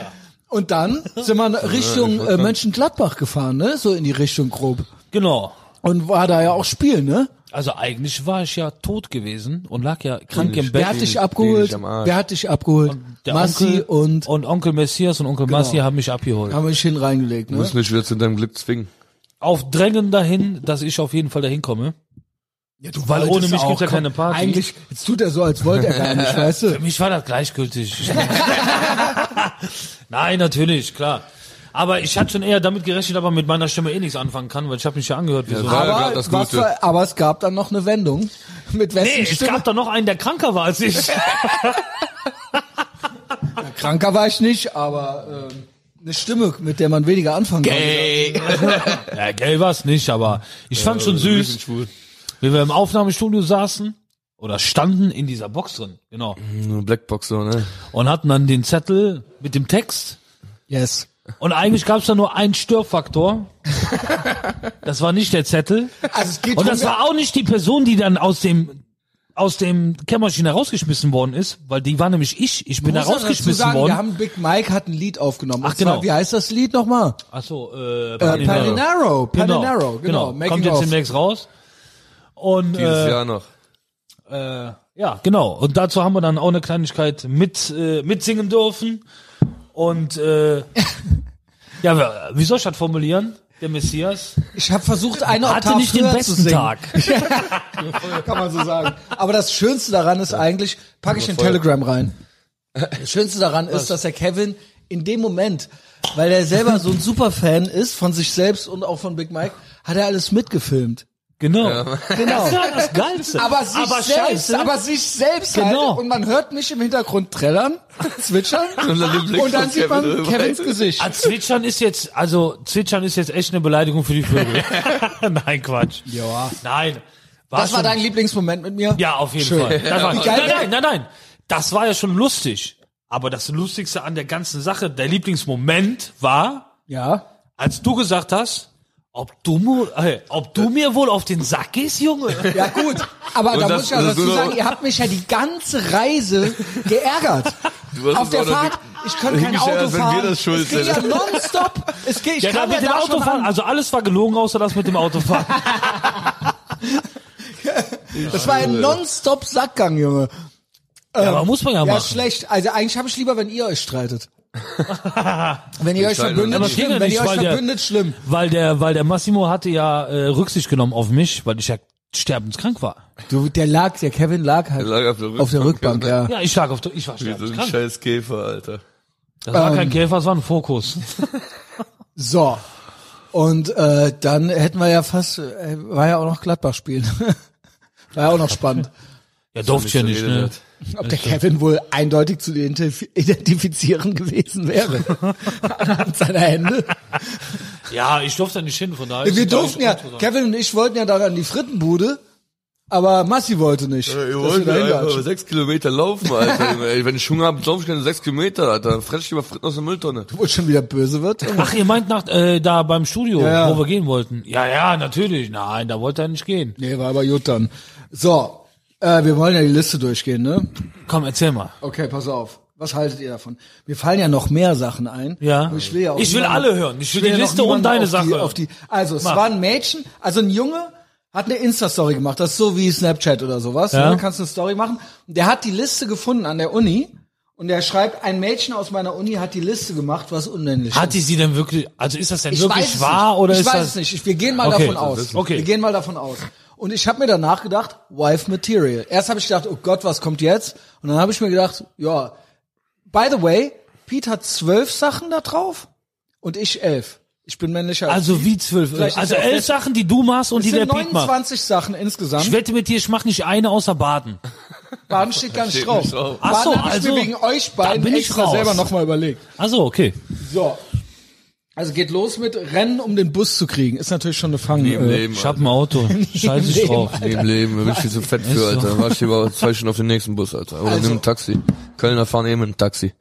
Und dann sind wir Richtung äh, Mönchengladbach gefahren, ne? So in die Richtung grob. Genau. Und war da ja auch Spiel, ne? Also eigentlich war ich ja tot gewesen und lag ja krank im Bett. Wer hat dich bin abgeholt? ich am Arsch. Wer hat dich abgeholt? Der Massi Onkel und Genau. und Onkel Messias und Onkel Massi haben mich abgeholt. haben wir hin reingelegt, Du ne? musst mich wieder zu deinem Glück zwingen. Auf Drängen dahin, dass ich auf jeden Fall dahin komme. Ja, du Weil ohne wolltest mich auch, gibt's ja komm, keine Party. Eigentlich, jetzt tut er so, als wollte er gar nicht, weißt du? Für mich war das gleichgültig. Nein, natürlich, klar. Aber ich hatte schon eher damit gerechnet, aber mit meiner Stimme eh nichts anfangen kann, weil ich habe mich ja angehört wie so. war- Aber, gerade das was Gute. war- aber es gab dann noch eine Wendung mit wessen Nee, es Stimme. gab da noch einen, der kranker war als ich. Kranker war ich nicht, aber ähm, eine Stimme, mit der man weniger anfangen kann. Ey. Äh, ja, gell war's nicht, aber ich fand's schon Wir sind süß, schwul. wie wir im Aufnahmestudio saßen oder standen in dieser Box drin, genau. Nur Blackbox so, ne? Und hatten dann den Zettel mit dem Text Yes. und eigentlich gab's da nur einen Störfaktor. Das war nicht der Zettel. Also es geht Und schon das mehr- war auch nicht die Person, die dann aus dem aus dem Kämmerchen herausgeschmissen worden ist, weil die war nämlich ich. Ich bin da Muss man dazu rausgeschmissen sagen, Wir worden. haben Big Mike hat ein Lied aufgenommen. Ach, Und zwar, genau. Wie heißt das Lied nochmal? Achso, äh, Äh, Palinaro. Genau, Palinaro, genau. genau. Making Kommt jetzt of. demnächst raus. Und Dieses äh, Jahr noch. äh, ja, genau. Und dazu haben wir dann auch eine Kleinigkeit mit äh, mitsingen dürfen. Und äh, ja, wer- wie soll ich das formulieren? Der Messias Ich habe versucht, eine hatte Oktave nicht den höher zu besten singen. Tag. kann man so sagen. Aber das Schönste daran ist eigentlich, packe ich in Telegram rein. Das Schönste daran ist, dass der Kevin in dem Moment, weil er selber so ein Superfan ist von sich selbst und auch von Big Mike, hat er alles mitgefilmt. Genau. Genau. Das war das Geilste. Aber sich selbst, scheiße. aber sich selbst Genau. halt. Und man hört mich im Hintergrund trällern, zwitschern. Und dann den Blick und dann von sieht Kevin man rüber. Also, Kevins Gesicht. Ah, Zwitschern ist jetzt, also Zwitschern ist jetzt echt eine Beleidigung für die Vögel. Nein, Quatsch. Ja. Nein. Das war also schon- dein Lieblingsmoment mit mir? Ja, auf jeden Schön. Fall. Das war, Wie nein, geil wär- nein, nein, nein. Das war ja schon lustig. Aber das Lustigste an der ganzen Sache, der Lieblingsmoment war, Ja. als du gesagt hast, ob du, mu- äh, ob du mir wohl auf den Sack gehst, Junge. Ja gut, aber Und da das- muss ich auch das dazu nur- sagen, ihr habt mich ja die ganze Reise geärgert. Du hast Auf uns der auch noch Fahrt, ich kann kein hingestellt, Auto als wenn wir fahren. das schuld es geht ja sind. nonstop. Es geht, ich Ja, da kann ja mit dem da schon Autofahren, ran. also alles war gelogen, außer das mit dem Autofahren. Das war ein nonstop Sackgang, Junge. ja, aber muss man ja, Ja, machen. schlecht. Also eigentlich habe ich lieber, wenn ihr euch streitet. wenn ihr euch streiten verbündet, uns nicht. schlimm. Aber Wenn ihr euch geht ja nicht, weil der- verbündet, schlimm. Weil der, weil der Massimo hatte ja äh, Rücksicht genommen auf mich, weil ich ja sterbenskrank war. Du, der lag, der Kevin lag halt Der lag auf der auf der Rückbank, Rückbank, ja. Ja, ich lag auf, der- ich war Wie so ein sterbenskrank. scheiß Käfer, Alter. Das war Ähm. kein Käfer, das war ein Fokus. So. Und äh, dann hätten wir ja fast, äh, war ja auch noch Gladbach spielen. war ja auch noch spannend. Ja, durfte ich ja nicht, ne? Geredet. Ob der Kevin wohl eindeutig zu identif- identifizieren gewesen wäre. An seiner Hände. Ja, ich durfte da nicht hin, von daher. ist Wir es, glaub durften ich, ja, gut zusammen. Kevin und ich wollten ja dann an die Frittenbude, aber Massi wollte nicht. Ja, Ihr dass wollt wir da ja einfach hinlatschen. sechs Kilometer laufen, Alter. Ey, Wenn ich Hunger hab, laufe ich keine sechs Kilometer, Alter. Dann fress ich lieber Fritten aus der Mülltonne. Wo es schon wieder böse wird. Ach, ihr meint nach, äh, da beim Studio, Ja, ja. wo wir gehen wollten. Ja, ja, natürlich. Nein, da wollte er nicht gehen. Nee, war aber gut dann. So, äh, wir wollen ja die Liste durchgehen, ne? Komm, erzähl mal. Okay, pass auf. Was haltet ihr davon? Mir fallen ja noch mehr Sachen ein. Ja. Und Ich will, ja auch Ich will niemanden- alle hören. Ich will die ja noch Liste und niemanden deine auf Sache Die, hören. auf die, also, es Mach. war ein Mädchen, also ein Junge hat eine Insta-Story gemacht. Das ist so wie Snapchat oder sowas. Ja. Ja. Da kannst du eine Story machen. Und der hat die Liste gefunden an der Uni. Und der schreibt, ein Mädchen aus meiner Uni hat die Liste gemacht, was unmännlich Hat ist. die sie denn wirklich, also ist das denn Ich weiß wirklich es wahr nicht. oder ich ist weiß das? es nicht. Ich- Wir gehen mal Okay. davon aus. Okay. Wir gehen mal davon aus. Und ich habe mir danach gedacht, Wife Material. Erst habe ich gedacht, oh Gott, was kommt jetzt? Und dann habe ich mir gedacht, ja. By the way, Pete hat zwölf Sachen da drauf und ich elf. Ich bin männlicher. als Also wie zwölf. Vielleicht ist Also ja auch elf besser. Sachen, die du machst und es die der sind Piet macht. 29 Sachen insgesamt. Ich wette mit dir, ich mach nicht eine außer Baden. Baden steht gar nicht Steht drauf. nicht drauf. Baden Ach so, hab ich also, mir wegen euch beiden da bin ich extra raus. selber nochmal überlegt. Also okay. So. Also geht los mit Rennen, um den Bus zu kriegen. Ist natürlich schon eine Fang. Neben äh, Leben, Ich hab ein Auto. Scheiß ich Leben, drauf. Neben Leben, da bin ich viel zu fett für, so. Alter. Warte ich lieber zwei Stunden auf den nächsten Bus, Alter. Oder nimm ein Taxi. Kölner fahren eben ein Taxi.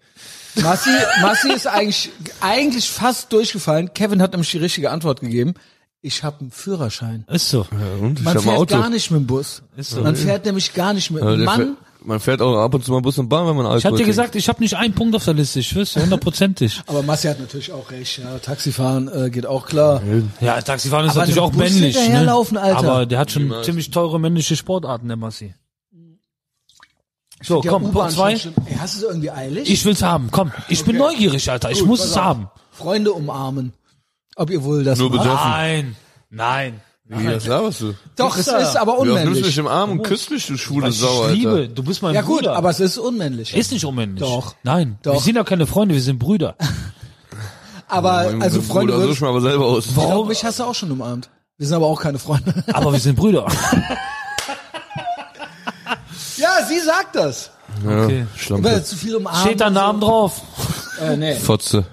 Massi, Massi ist eigentlich, eigentlich fast durchgefallen. Kevin hat nämlich die richtige Antwort gegeben. Ich habe einen Führerschein. Ist so. Und ich Man hab ein fährt Auto. gar nicht mit dem Bus. Man fährt nämlich gar nicht mit Ja, dem der Mann. fährt- man fährt auch ab und zu mal Bus und Bahn, wenn man Alkohol Ich hab dir trinkt. gesagt, ich hab nicht einen Punkt auf der Liste. Ich wüsste hundertprozentig. Aber Massi hat natürlich auch recht. Ja, Taxifahren äh, geht auch klar. Ja, Taxifahren ist Aber natürlich einem auch Bus männlich. hinterherlaufen, Ne? Alter. Aber der hat schon ziemlich teure männliche Sportarten, der Massi. So, Der komm, U-Bahn Punkt zwei. schon schlimm. Ey, hast du es irgendwie eilig? Ich will's haben. Komm, ich bin neugierig, Alter. Ich muss pass es auf. haben. Freunde umarmen. Ob ihr wohl das Nur macht? besoffen. Nein, nein. Wie, das laberst du? Doch, es ist aber Du nimmst mich unmännlich. im Arm und küsst mich, du schwule Ich Sau, Alter. liebe, du bist mein Ja Bruder. gut, aber es ist unmännlich. ist nicht unmännlich. Doch. Nein, wir Doch. sind ja keine Freunde, wir sind Brüder. aber Äh, also Freunde Bruder, such würden... mal aber selber aus. Ich glaube, mich hast du auch schon umarmt. Wir sind aber auch keine Freunde. Aber wir sind Brüder. ja, sie sagt das. Ja, Okay. Weil Schlampe. zu viel umarmen. Steht da Namen drauf. Äh, nee. Fotze.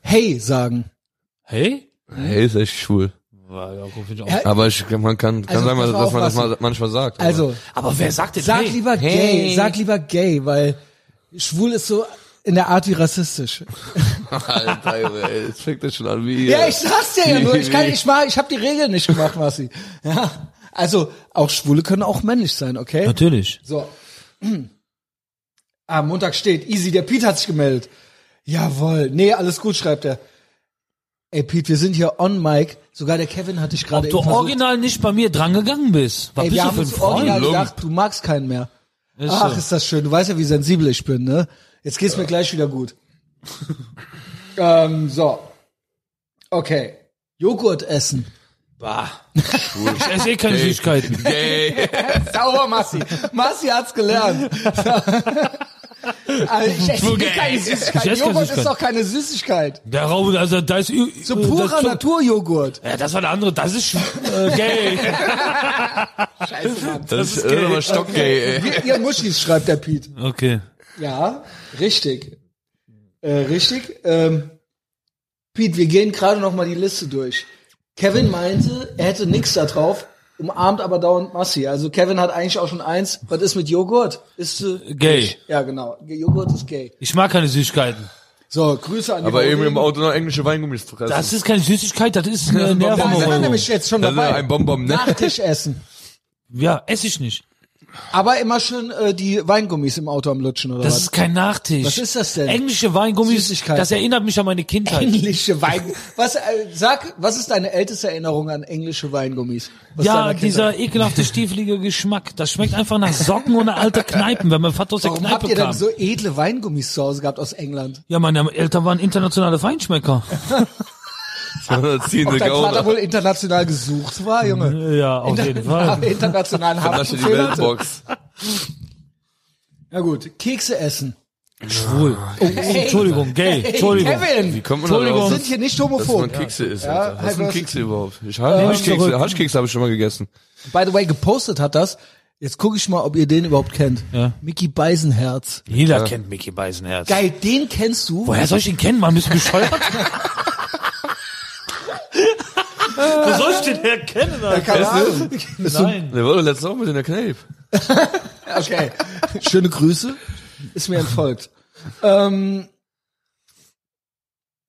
Hey sagen. Hey? Hey, ist echt schwul. Aber Aber ich, man kann, kann Also, sein, pass dass, mal auf, dass man das was- mal, manchmal sagt. Also, wer sagt denn sag hey? lieber gay, sag lieber gay, weil schwul ist so in der Art wie rassistisch. aber- Alter, Junge, ey, jetzt fängt das schon an wie. Ja, ich sag's dir ja nur, ich kann Wie- ich mal, ich habe die Regeln nicht gemacht, Marci. Ja. Also, auch Schwule können auch männlich sein, okay? Natürlich. So. Ah, Montag steht easy, der Pete hat sich gemeldet. Jawohl. Nee, alles gut, schreibt er. Ey Pete, wir sind hier on mic. Sogar der Kevin hat dich gerade Ob du eben versucht- original nicht bei mir drangegangen bist. Was Ey, bist wir du haben für ein uns Freund? original Lump. gedacht, du magst keinen mehr. Ist Ach, so. ist das schön. Du weißt ja, wie sensibel ich bin, ne? Jetzt geht's mir gleich wieder gut. ähm, so. Okay. Joghurt essen. Ich esse eh keine Süßigkeiten. Gay. Sauber, Massi. Massi hat's gelernt. also ich esse Schwul- keine Ich esse Süßigkeit. keine Joghurt ist Süßigkeit. doch keine Süßigkeit. Der Raum, also da ist... So purer das, Naturjoghurt. Ja, das war der andere. Das ist sch- äh, gay. Das ist äh, mal stockgay, ey. Ihr, ihr Muschis, schreibt der Piet. Okay. Ja, richtig. Äh, richtig. Ähm, Pete, wir gehen gerade noch mal die Liste durch. Kevin meinte, er hätte nichts da drauf, umarmt aber dauernd Massi. Also Kevin hat eigentlich auch schon eins. Was ist mit Joghurt? Ist äh, Gay. Ja, genau. Joghurt ist gay. Ich mag keine Süßigkeiten. So, Grüße an die Aber eben im Maureen. Auto noch englische Weingummis fressen. Das ist keine Süßigkeit, das ist eine Da sind wir Nervenberuhigung. nämlich jetzt schon Das ist dabei. ein Bonbon, ne? Nachtisch essen. Ja, esse ich nicht. Aber immer schön äh, die Weingummis im Auto am Lutschen oder Das was? ist kein Nachtisch. Was ist das denn? Englische Weingummis, Süßigkeiten. das erinnert mich an meine Kindheit. Englische Wein. Was äh, sag, was ist deine älteste Erinnerung an englische Weingummis? Aus ja, deiner Kindheit? dieser ekelhafte, stiefelige Geschmack. Das schmeckt einfach nach Socken und alter Kneipen, wenn mein Vater aus der Warum habt Kneipe ihr denn kam. so edle Weingummis zu Hause gehabt aus England? ja, meine Eltern waren internationale Feinschmecker. Ziehende Dein Vater Gauner. wohl international gesucht war, Junge. ja, Mhm. auf jeden Fall. Aber internationalen Das ist die Haftbefehl hatte. Weltbox. Na gut, Kekse essen. Schwul. Oh, Entschuldigung, gay. Entschuldigung. Kevin, Wie kommt man da wir drauf? sind hier nicht Dass man homophob. Kekse ist, Ja, Alter. Was halt ist ein was- Kekse überhaupt? Ich habe Haschkekse, zurück. Haschkekse habe ich schon mal gegessen. By the way, gepostet hat das. Jetzt gucke ich mal, ob ihr den überhaupt kennt. Ja. Mickey Beisenherz. Jeder kennt Mickey Beisenherz. Äh. Geil, den kennst du. Woher soll ich ihn kennen, Mann? Bist du bescheuert? Wo soll ich den herkennen, Alter? Keine Ahnung. Nein. Der war doch letztens auch mit in der Kneipe. Okay. Schöne Grüße. Ist mir entfolgt. Ähm,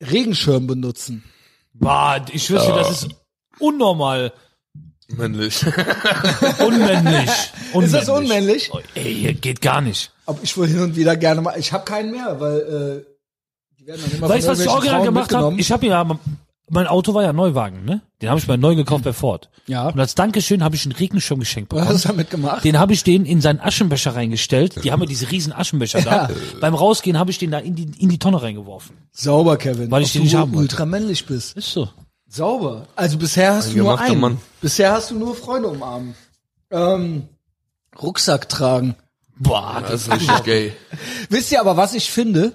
Regenschirm benutzen. Bah, ich schwör's dir, das ist unnormal. Männlich. Unmännlich. unmännlich. Ist das unmännlich? Ey, hier geht gar nicht. Ob ich wohl hin und wieder gerne mal. Ich habe keinen mehr, weil äh, die werden dann immer Weißt du, von was ich irgendwelchen original Frauen gemacht habe? mitgenommen. Ich habe ja, mein Auto war ja Neuwagen, ne? Den habe ich mal neu gekauft bei Ford. Ja. Und als Dankeschön habe ich einen Regenschirm geschenkt Was bekommen. hast du damit gemacht? Den habe ich den in seinen Aschenbecher reingestellt. Die haben ja diese riesen Aschenbecher da. Beim Rausgehen habe ich den da in die, in die Tonne reingeworfen. Sauber, Kevin. Weil ich Ob den du nicht haben wollte. ultra männlich bist. Ist so. Sauber. Also bisher hast Ein du nur gemachter einen. Mann. Bisher hast du nur Freunde umarmen. Ähm, Rucksack tragen. Boah, das also Das ist richtig gay. Wisst ihr aber, was ich finde?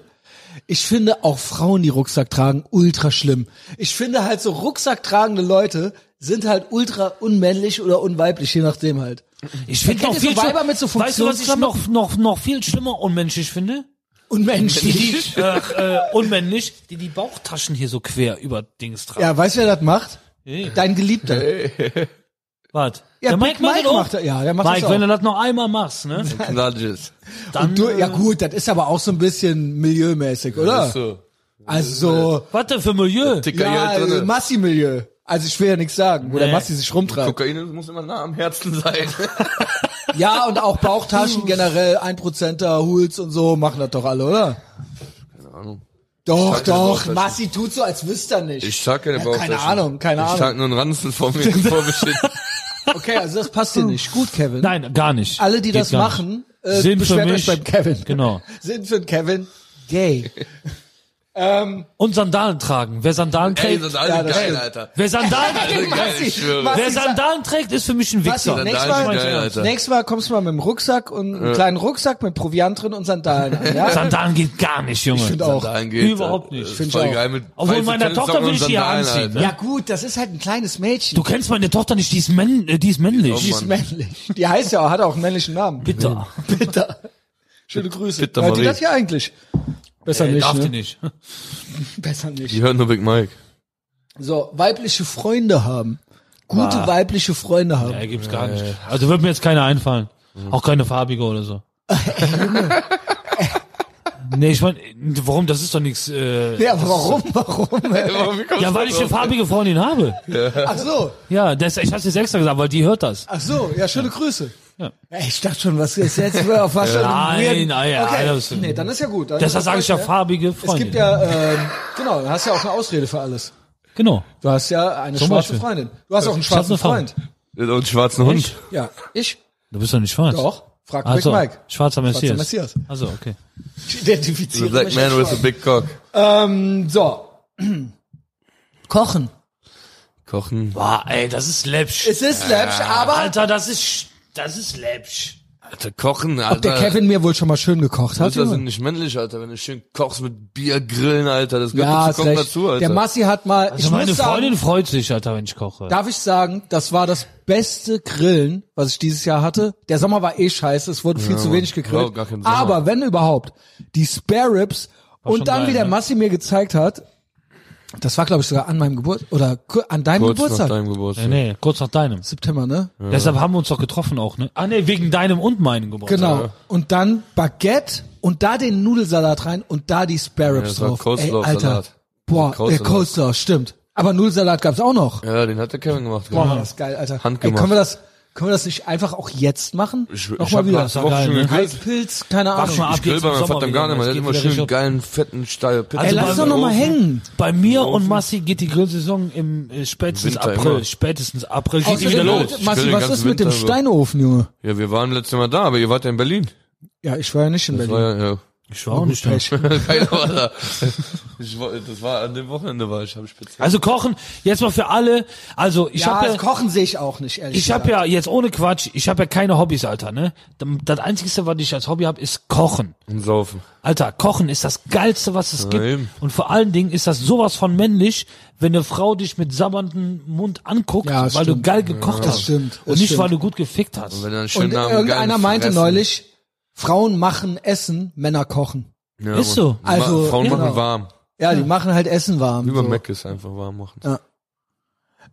Ich finde auch Frauen, die Rucksack tragen, ultra schlimm. Ich finde halt so rucksacktragende Leute sind halt ultra unmännlich oder unweiblich, je nachdem halt. Ich finde kennt noch ihr so viel Weiber schlimmer. mit so weißt du, was ich Funktionsklamotten? noch, noch, noch viel schlimmer unmenschlich finde? Unmenschlich. Die, äh, äh, unmännlich, die die Bauchtaschen hier so quer über Dings tragen. Ja, weißt du, wer das macht? Hey. Dein Geliebter. Warte. Ja, Äh, der Big Mike, macht Mike das auch. macht das- ja, der macht Mike, das auch. wenn du das noch einmal machst, ne? Nudges. Dann, Du, ja gut, das ist aber auch so ein bisschen milieumäßig, oder? So. Also so, was denn für Milieu? Dicker ja, hier also drin. Massi-Milieu. Also ich will ja nichts sagen, wo der äh, Nee. Massi sich rumtreibt. Kokain muss immer nah am Herzen sein. Ja, und auch Bauchtaschen generell, Einprozenter, Hools und so, machen das doch alle, oder? Keine Ahnung. Doch, Sag keine doch, Bauchtaschen. Massi tut so, als wüsste er nicht. Ich trag keine Ja, Bauchtaschen. keine Ahnung, keine Ich trag nur einen Ranzen vor mir, vor mir steht. Okay, also das passt dir nicht. Gut, Kevin. Nein, gar nicht. Alle, die Geht das gar machen, äh, Sind für beschwert euch mich- beim Kevin. Genau. Sind für den Kevin gay. ähm, nicht. Und Sandalen tragen. Wer Sandalen Ey, trägt, das ist alles Ja, das geil, stimmt. Alter. wer Sandalen Geil, trägt, Massi, ich schwöre. Massi, wer Sandalen trägt, ist für mich ein Massi, Wichser. nächstes Sandalen Mal, sind geil, Alter. nächstes Mal kommst du mal mit dem Rucksack und einem kleinen Rucksack mit Proviant drin und Sandalen an, ja? Sandalen geht gar nicht, Junge. find auch. Sandalen geht, äh, Überhaupt Alter. nicht. Ist Find ich voll auch. geil mit Obwohl, weißen meiner Tochter Tennissocken will ich und die ja Sandalen, anziehen, Alter. ne? Ja gut, das ist halt ein kleines Mädchen. Du kennst meine Tochter nicht, die ist, männ, äh, die ist männlich. Die Oh ist Mann. männlich. Die heißt ja auch, hat auch einen männlichen Namen. Bitter. Bitter. Schöne Grüße. Bitter Hört die Marie. das hier eigentlich? Besser Äh, nicht, darf ne? die nicht. Besser nicht. Die hören nur Big Mike. So, weibliche Freunde haben. Gute Ah. weibliche Freunde haben. Ja, Äh, gibt's Äh. gar nicht. Also wird mir jetzt keiner einfallen. Auch keine farbige oder so. nee, ich meine, warum? Das ist doch nichts. Äh, Ja, warum, warum? ey? ja, weil ich eine farbige Freundin habe. Ach so, Ja, das, ich hab's jetzt extra gesagt, weil die hört das. ach so, ja, schöne Grüße. Ja. Ja, ich dachte schon, was ist jetzt auf was für Nein, einen weirden- nein, ja, okay. das- Nee, dann ist ja gut. Dann Deshalb sage ich ja ne? farbige Es Freundin. gibt ja, ähm, genau, du hast ja auch eine Ausrede für alles. genau. Du hast ja eine schwarze Beispiel. Freundin. Du hast auch einen Ich hab schwarzen eine Farbe. Freund. Und einen schwarzen Hund. Ich? Ja, ich? Du bist doch nicht schwarz. Doch. Frag Ach Big so, Mike. Also, Schwarzer Messias. Messias. Also okay. Ich The identifiziere black mich man als with a schwarz. big cock. Ähm, so. Kochen. Kochen. Boah, ey, das ist läppsch. Es ist läppisch, aber Alter, das ist das ist läppsch. Alter, kochen, Alter. der Kevin mir wohl schon mal schön gekocht hat. Mütter sind Junge. nicht männlich, Alter. Wenn du schön kochst mit Bier, Grillen, Alter. Das gehört Ja, ja, ist zum Kochen recht. dazu, Alter. der Massi hat mal, Also ich meine muss Freundin sagen, freut sich, Alter, wenn ich koche. darf ich sagen, das war das beste Grillen, was ich dieses Jahr hatte. Der Sommer war eh scheiße, es wurde viel zu wenig gegrillt. überhaupt gar kein Sommer. Aber wenn überhaupt, die Spare Ribs schon und dann, geil, wie der ne? Massi mir gezeigt hat, das war glaube ich sogar an meinem Geburtstag, oder ku- an deinem Kurz Geburtstag. nach deinem Geburtstag. nee, nee, kurz nach deinem. September, ne? Deshalb haben wir uns doch getroffen auch, ne? Ah ne, wegen deinem und meinem Geburtstag. Genau. Und dann Baguette und da den Nudelsalat rein und da die Spare Ribs das war drauf. Coleslaw-Salat. Ey, Alter. Boah, Coleslaw. der Coleslaw, stimmt. Aber Nudelsalat gab's auch noch. Ja, den hat der Kevin gemacht. Boah, ja. war das geil, Alter. Handgemacht. Ey, können wir das, können wir das nicht einfach auch jetzt machen? Ich, ich Nochmal hab wieder. letzte Woche geil, schon ne? gegrillt. Pilz, keine Mach Ahnung. mal ab Ich jetzt grill bei im meinem Sommer Vater gar wieder, nicht mehr. Der das hat geht immer wieder schön richtig ab. geilen, fetten, steil Pizza. Ey, Also lass beim doch noch mal hängen. Bei mir und Massi geht die Grillsaison im äh, spätestens Winter April. immer. Spätestens April geht die Außerdem, wieder los. los. Ich Massi, grill was den ist mit ganzen dem Winter so. Steinofen, Junge? Ja, wir waren letztes Mal da, aber ihr wart ja in Berlin. Ja, ich war ja nicht in Das Berlin. war ja, ja. Ich war auch nicht da. Pech. Keine Ahnung. Ich war- Das war an dem Wochenende war ich, habe ich speziell. Also kochen, jetzt mal für alle. Also ich ja, habe das Kochen sehe ich auch nicht, ehrlich Ich habe ja jetzt ohne Quatsch, ich habe ja keine Hobbys, Alter, ne? Das einzige, was ich als Hobby habe, ist Kochen. Und saufen. Alter, Kochen ist das geilste, was es gibt. eben. Und vor allen Dingen ist das sowas von männlich, wenn eine Frau dich mit sabberndem Mund anguckt, Ja, weil das du stimmt. geil gekocht Das hast stimmt, das und nicht, stimmt. weil du gut gefickt hast. Wenn dann schön Und nach einem irgendeiner geilen meinte Fressen. neulich, Frauen machen Essen, Männer kochen. Ja, Ist Mann. so. Ma- Also, Frauen genau. machen warm. Ja, die machen halt Essen warm. Über so. Mac ist einfach warm machen.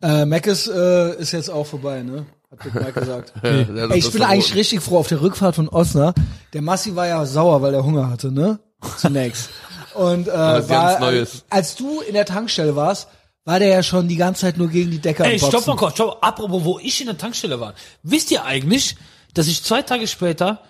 Äh, Mac ist, äh, ist jetzt auch vorbei, ne? Hat Big Mike gesagt. Ja, der hat Ey, ich das bin verboten. eigentlich richtig froh auf der Rückfahrt von Osna. Der Massi war ja sauer, weil er Hunger hatte, ne? Zunächst. Und äh, Was war, ganz Neues. als du in der Tankstelle warst, war der ja schon die ganze Zeit nur gegen die Decke am Ey, stopp Boxen. mal kurz, stopp. Apropos, wo ich in der Tankstelle war. Wisst ihr eigentlich, dass ich zwei Tage später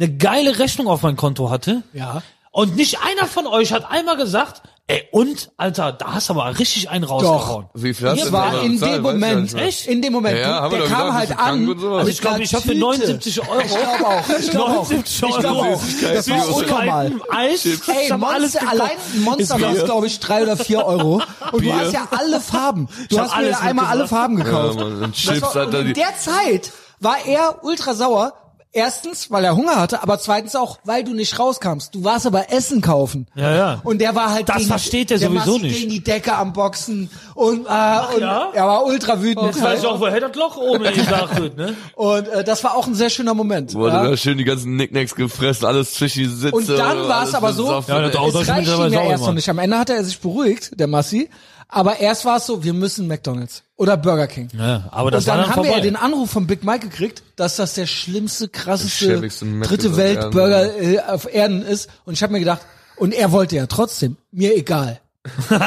eine geile Rechnung auf mein Konto hatte? Ja. Und nicht einer von euch hat einmal gesagt, ey, und, Alter, da hast du aber richtig einen rausgehauen. Wie viel hast Das du war denn in bezahlt? dem Weiß ich ja nicht Moment, mehr. echt? In dem Moment, Ja, haben wir der doch kam gesagt, halt bist du krank an. und sowas. mit Also Ich glaube, einer ich habe für Tüte. 79 Euro. Ich glaube auch. Ich glaube auch. 79 Ich glaube Euro. auch. Das war Süßigkeiten. unnormal. Eis, das Ey, haben alles Monster, gekauft. allein Monster Ist kostet, Bier. glaube ich, drei oder vier Euro. Und du hast ja alle Farben. Du Ich hab hast mir alles einmal alle mitgebracht. Farben Ja, gekauft. Mann, und Das Chips war, hat und er in die. der Zeit war er ultra sauer, Erstens, weil er Hunger hatte, aber zweitens auch, weil du nicht rauskamst. Du warst aber Essen kaufen. Ja, ja. Und der war halt Das gegen, versteht der war sowieso nicht. gegen die Decke am Boxen und, äh, und ja? er war ultra wütend. Jetzt weiß ich auch, woher das Loch oben gesagt wird, ne? Und äh, das war auch ein sehr schöner Moment. Wurde ja. da schön die ganzen Nicknacks gefressen, alles zwischen die Sitze. Und dann war es alles aber so, besoffen. Ja, das Auto es reicht ist ihm mittlerweile ja sauer erst noch geworden. nicht. Am Ende hat er sich beruhigt, der Massi. Aber erst war es so, wir müssen McDonalds oder Burger King. Ja, aber das Und dann, war dann haben wir ja vorbei. den Anruf von Big Mike gekriegt, dass das der schlimmste, krasseste schäbigste Mac dritte auf Welt Erden. Burger äh, auf Erden ist. Und ich habe mir gedacht, und er wollte ja trotzdem, mir egal.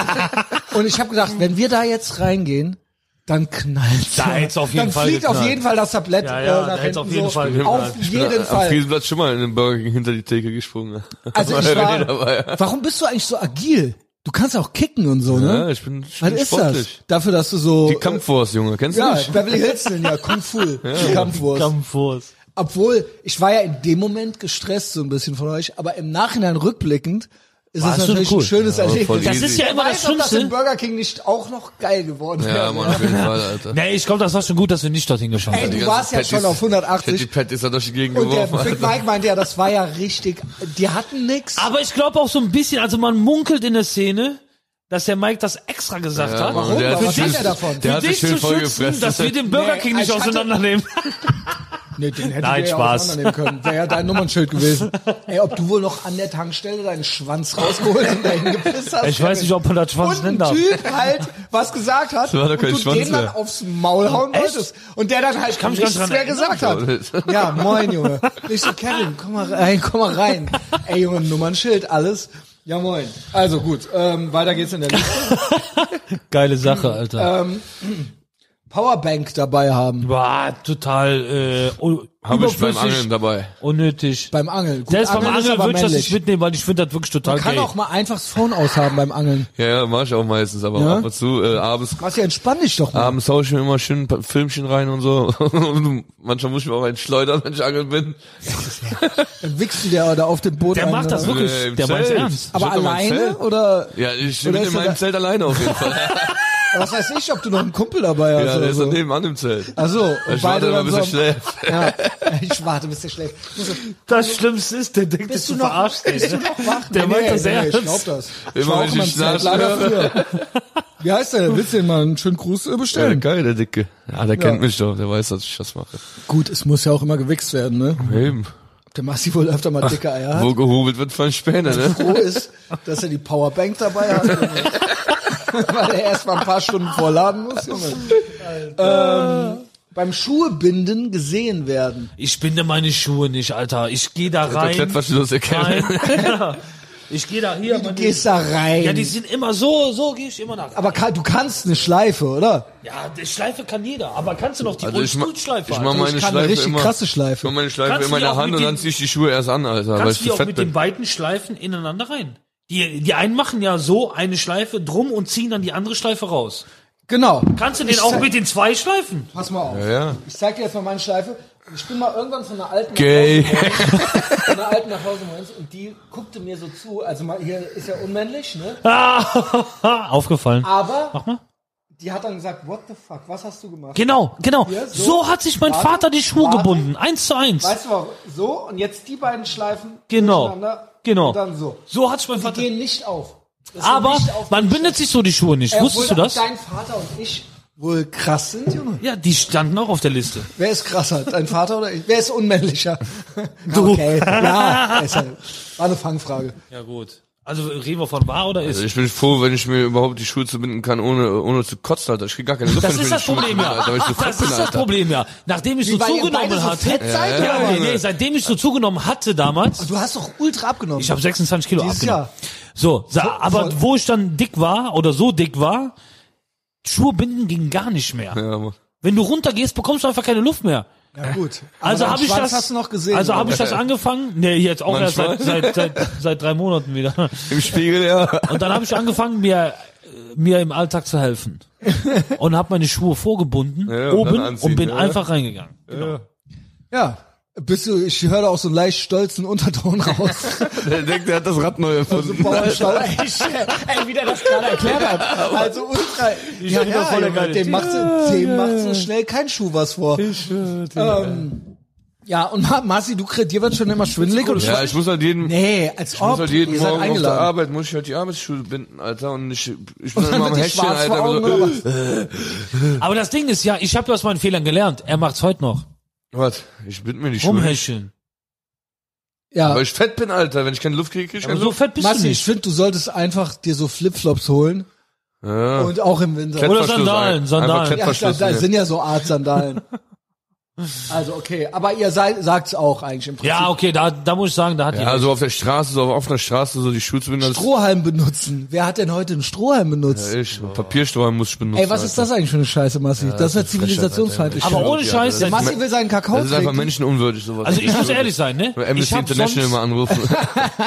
und ich habe gedacht, wenn wir da jetzt reingehen, dann knallt's. Da hätt's auf jeden dann Fall fliegt auf geknallt. jeden Fall das Tablett Ja, ja, äh, da nach hätt's hinten auf jeden so. Fall auf geknallt. jeden Auf Fall. jeden Fall Äh, schon mal in den Burger King hinter die Theke gesprungen. Also ich Weil war- wir dabei- Warum bist du eigentlich so agil? Du kannst auch kicken und so, ne? Ja, ich bin, ich Was bin ist sportlich. das? Dafür, dass du so Die Kampfwurst, Junge, kennst du ja, nicht? Beverly Hills sind ja Kung Fu, die Kampfwurst. Kampfwurst. Obwohl, ich war ja in dem Moment gestresst so ein bisschen von euch, aber im Nachhinein rückblickend ist War es es schon natürlich cool. ein schönes voll Erlebnis. easy. Das ist ja Wer immer das weiß, ob das im Schlimmste. Burger King nicht auch noch geil geworden Ja, wäre. Mann, auf jeden Fall, Alter. Nee, ich glaube, das war schon gut, dass wir nicht dorthin geschaut Ey, haben. Die du ganzen warst ja schon Patties- auf 180. Patty Pat ist da durch die Gegend Und der geworfen. Big Mike meinte ja, das war ja richtig, die hatten nix. Aber ich glaube auch so ein bisschen, also man munkelt in der Szene, dass der Mike das extra gesagt Ja, hat. Mann, Warum? Der hat Was sich hat schön- er davon? Der für hat sich dich zu schön schützen, dass wir vollgefressen. den Burger Nee, King nicht ich hatte- auseinandernehmen. Nee, den hätte Nein, der ja Spaß. auseinandernehmen können. Wäre ja dein Nummernschild gewesen. Ey, ob du wohl noch an der Tankstelle deinen Schwanz rausgeholt und dahin gepisst hast? Ich weiß nicht, ob man das und Schwanz ein nennen darf. Typ halt was gesagt hat war doch und kein du Schwanz den dann mehr. aufs Maul hauen Echt? wolltest. Und der dann halt mich nichts gar nicht mehr dran gesagt hat. Leute. Ja, moin, Junge. Ich so, Kevin, komm mal rein, komm mal rein. Ey, Junge, Nummernschild, alles. Ja, moin. Also gut, ähm, weiter geht's in der Liste. Geile Sache, Alter. Powerbank dabei haben. War total äh, un- Habe ich beim Angeln überflüssig, dabei. unnötig. Beim Angeln. Gut, Selbst beim Angeln ist Angeln aber würde ich das männlich. nicht mitnehmen, weil ich finde das wirklich total Man kann geil. auch mal einfach das Phone aushaben beim Angeln. Ja, ja, mach ich auch meistens, aber Ja? ab und zu, äh, abends, Marci, entspann dich doch mal. abends hau ich mir immer schön ein paar Filmchen rein und so. Und Manchmal muss ich mir auch einen schleudern, wenn ich angeln bin. Dann wichst du dir da auf dem Boot der ein, macht das oder? wirklich, Nee, Äh, im der meint's Zelt. ernst. Aber Ich hab doch mein alleine Zelt. oder Ja, ich Oder bin ist er in meinem da- Zelt alleine auf jeden Fall. was weiß ich, ob du noch einen Kumpel dabei hast Ja, der oder ist dann Also so. nebenan im Zelt. Also, und Ich warte beide immer, dann bis so. er am- schläft. Ja, ich warte, bis der schläft. Muss so, Das Schlimmste ist, der denkt, Bist dass du du noch- verarscht bist du bist. noch wach? Der meint das ernst. Ich glaub das. Ich Immer war wenn auch ich mal im die Zelt, Schnauze leider früher. Wie heißt der? Willst du den mal einen schönen Gruß äh, Ja, bestellen? geil, der Dicke. Ja, der kennt mich doch, der weiß, dass ich das mache. Äh, Gut, es muss ja auch immer gewichst werden, ne? Eben. Der Massi wohl öfter mal dicke Eier hat. Wo gehobelt wird, fallen Späne, ne? Froh ist, dass er die Powerbank dabei hat. Weil er erst mal ein paar Stunden vorladen muss, Junge. Ähm, beim Schuhebinden gesehen werden. Ich binde meine Schuhe nicht, Alter. Ich gehe da Der rein. Klettverschluss erkennen. rein. ich gehe da hier. Du meine- gehst da rein. Ja, die sind immer so, so gehe ich immer nach. aber ka- du kannst eine Schleife, oder? Ja, die Schleife kann jeder, aber kannst du noch die Also ich, ma Rollstuhlschleife? ich mach Alter? meine Ich kann eine Schleife richtig immer, krasse Ich Schleife. mach meine Schleife Kannst immer in du die der auch Hand mit und dann den- zieh ich die Schuhe erst an, Alter, weil ich Kannst du die zu auch fett mit den bin. beiden Schleifen ineinander rein? Die, die einen machen ja so eine Schleife drum und ziehen dann die andere Schleife raus. Genau. Kannst du den Ich auch zeig- mit den zwei Schleifen? Pass mal auf. Ja, ja. Ich zeig dir jetzt mal meine Schleife. Ich bin mal irgendwann von einer alten Gay. nach Hause gerannt. von einer alten nach Hause gerannt und die guckte mir so zu. Also mal, hier ist ja unmännlich, ne? Ah, aufgefallen. Aber Mach mal. die hat dann gesagt, what the fuck, was hast du gemacht? Genau, genau. Hier, so. so. hat sich mein Warte, Vater die Schuhe warte. gebunden. Eins zu eins. Weißt du warum? So und jetzt die beiden Schleifen genau. durcheinander Genau. und dann so. So hat sich mein Die Vater. gehen nicht auf. Das ist Aber nicht auf- man bindet sich so die Schuhe nicht. Äh, Wusstest du obwohl das? Dein Vater und ich wohl krass sind, Junge. Ja, die standen auch auf der Liste. Wer ist krasser, dein Vater oder ich? Wer ist unmännlicher? Du. Okay. Ja, ist halt- war eine Fangfrage. Ja, gut. Also reden wir von wahr oder ist? Also ich bin froh, wenn ich mir überhaupt die Schuhe zubinden kann, ohne, ohne zu kotzen, Alter. Ich krieg gar keine Luft, Das wenn ich ist mir das die Schuhe Problem, zubinde, ja. Alter, weil ich zu fett Das bin, ist das Alter. Problem, ja. Nachdem ich so Wie, weil ihr beide zugenommen so hatte. fett seid, ja, oder nee, nee, was? seitdem ich so zugenommen hatte damals. Du hast doch ultra abgenommen. Ich habe 26 Kilo Dieses abgenommen. Jahr. So, sa- aber voll. wo ich dann dick war oder so dick war, Schuhe binden ging gar nicht mehr. Ja, Mann. Wenn du runtergehst, bekommst du einfach keine Luft mehr. ja gut. Äh. Aber Also deinen habe ich Schwanz das hast du noch gesehen. Also habe ich oder? das angefangen. Nee, jetzt auch erst seit, Manchmal. seit, seit, seit drei Monaten wieder. Im Spiegel, ja. Und dann habe ich angefangen, mir, äh, mir im Alltag zu helfen. Und habe meine Schuhe vorgebunden, Ja, und oben, dann anziehen, und bin ja. einfach reingegangen. ja. Bist du, ich höre da auch so einen leicht stolzen Unterton raus. Der denkt, der hat das Rad neu erfunden. Bauernstau. Ey, ey, wie der das gerade erklärt hat. Also ultra. Ja, bin doch ja, voll der Junge, geile dem Typ. macht so, dem macht so schnell kein Schuh was vor. Ich, äh, Ähm, Ja, und Ma- Marci, du kre- dir wird schon immer schwindelig und Ja, ich muss halt jeden, Nee, als Ich muss ob. halt jeden ihr seid Morgen auf der eingeladen. Arbeit, muss ich halt die Arbeitsschule binden, Alter. Und ich, ich bin Und dann dann immer am wird die Hechtchen, schwarz vor Alter. Augen, immer oder so, äh, Aber das Ding ist ja, ich habe aus meinen Fehlern gelernt. Er macht's heute noch. was? Ich binde mir die Schule. nicht, Rumhäscheln. Ja, Weil ich fett bin, Alter. Wenn ich keine Luft kriege, krieg ich keine Aber so Luft. fett bist Marci, du ich nicht. finde, du solltest einfach dir so Flipflops holen Ja. und auch im Winter. Klettverschluss Sandalen, ein- Sandalen. Einfach Ja, da, Klettverschluss. da nehmen. sind ja so Art Sandalen. also okay, aber ihr seid, sagt's auch eigentlich im Prinzip. Ja, okay, da, da muss ich sagen, da hat ja, die. so auf der Straße, so auf offener Straße, so die Schuhe zu binden. Das Strohhalm benutzen. Wer hat denn heute einen Strohhalm benutzt? ich, Papiersträumen muss ich benutzen. Ey, was ist das eigentlich für eine Scheiße, Massi? das ist ja zivilisationsfeindlich. Alter. Aber ohne Scheiß, Ja, Der das Massi ist, will seinen Kakao das ist einfach trinken. menschenunwürdig, sowas. Also ich muss ehrlich sein, ne? Ich Amnesty hab International sonst- mal anrufen.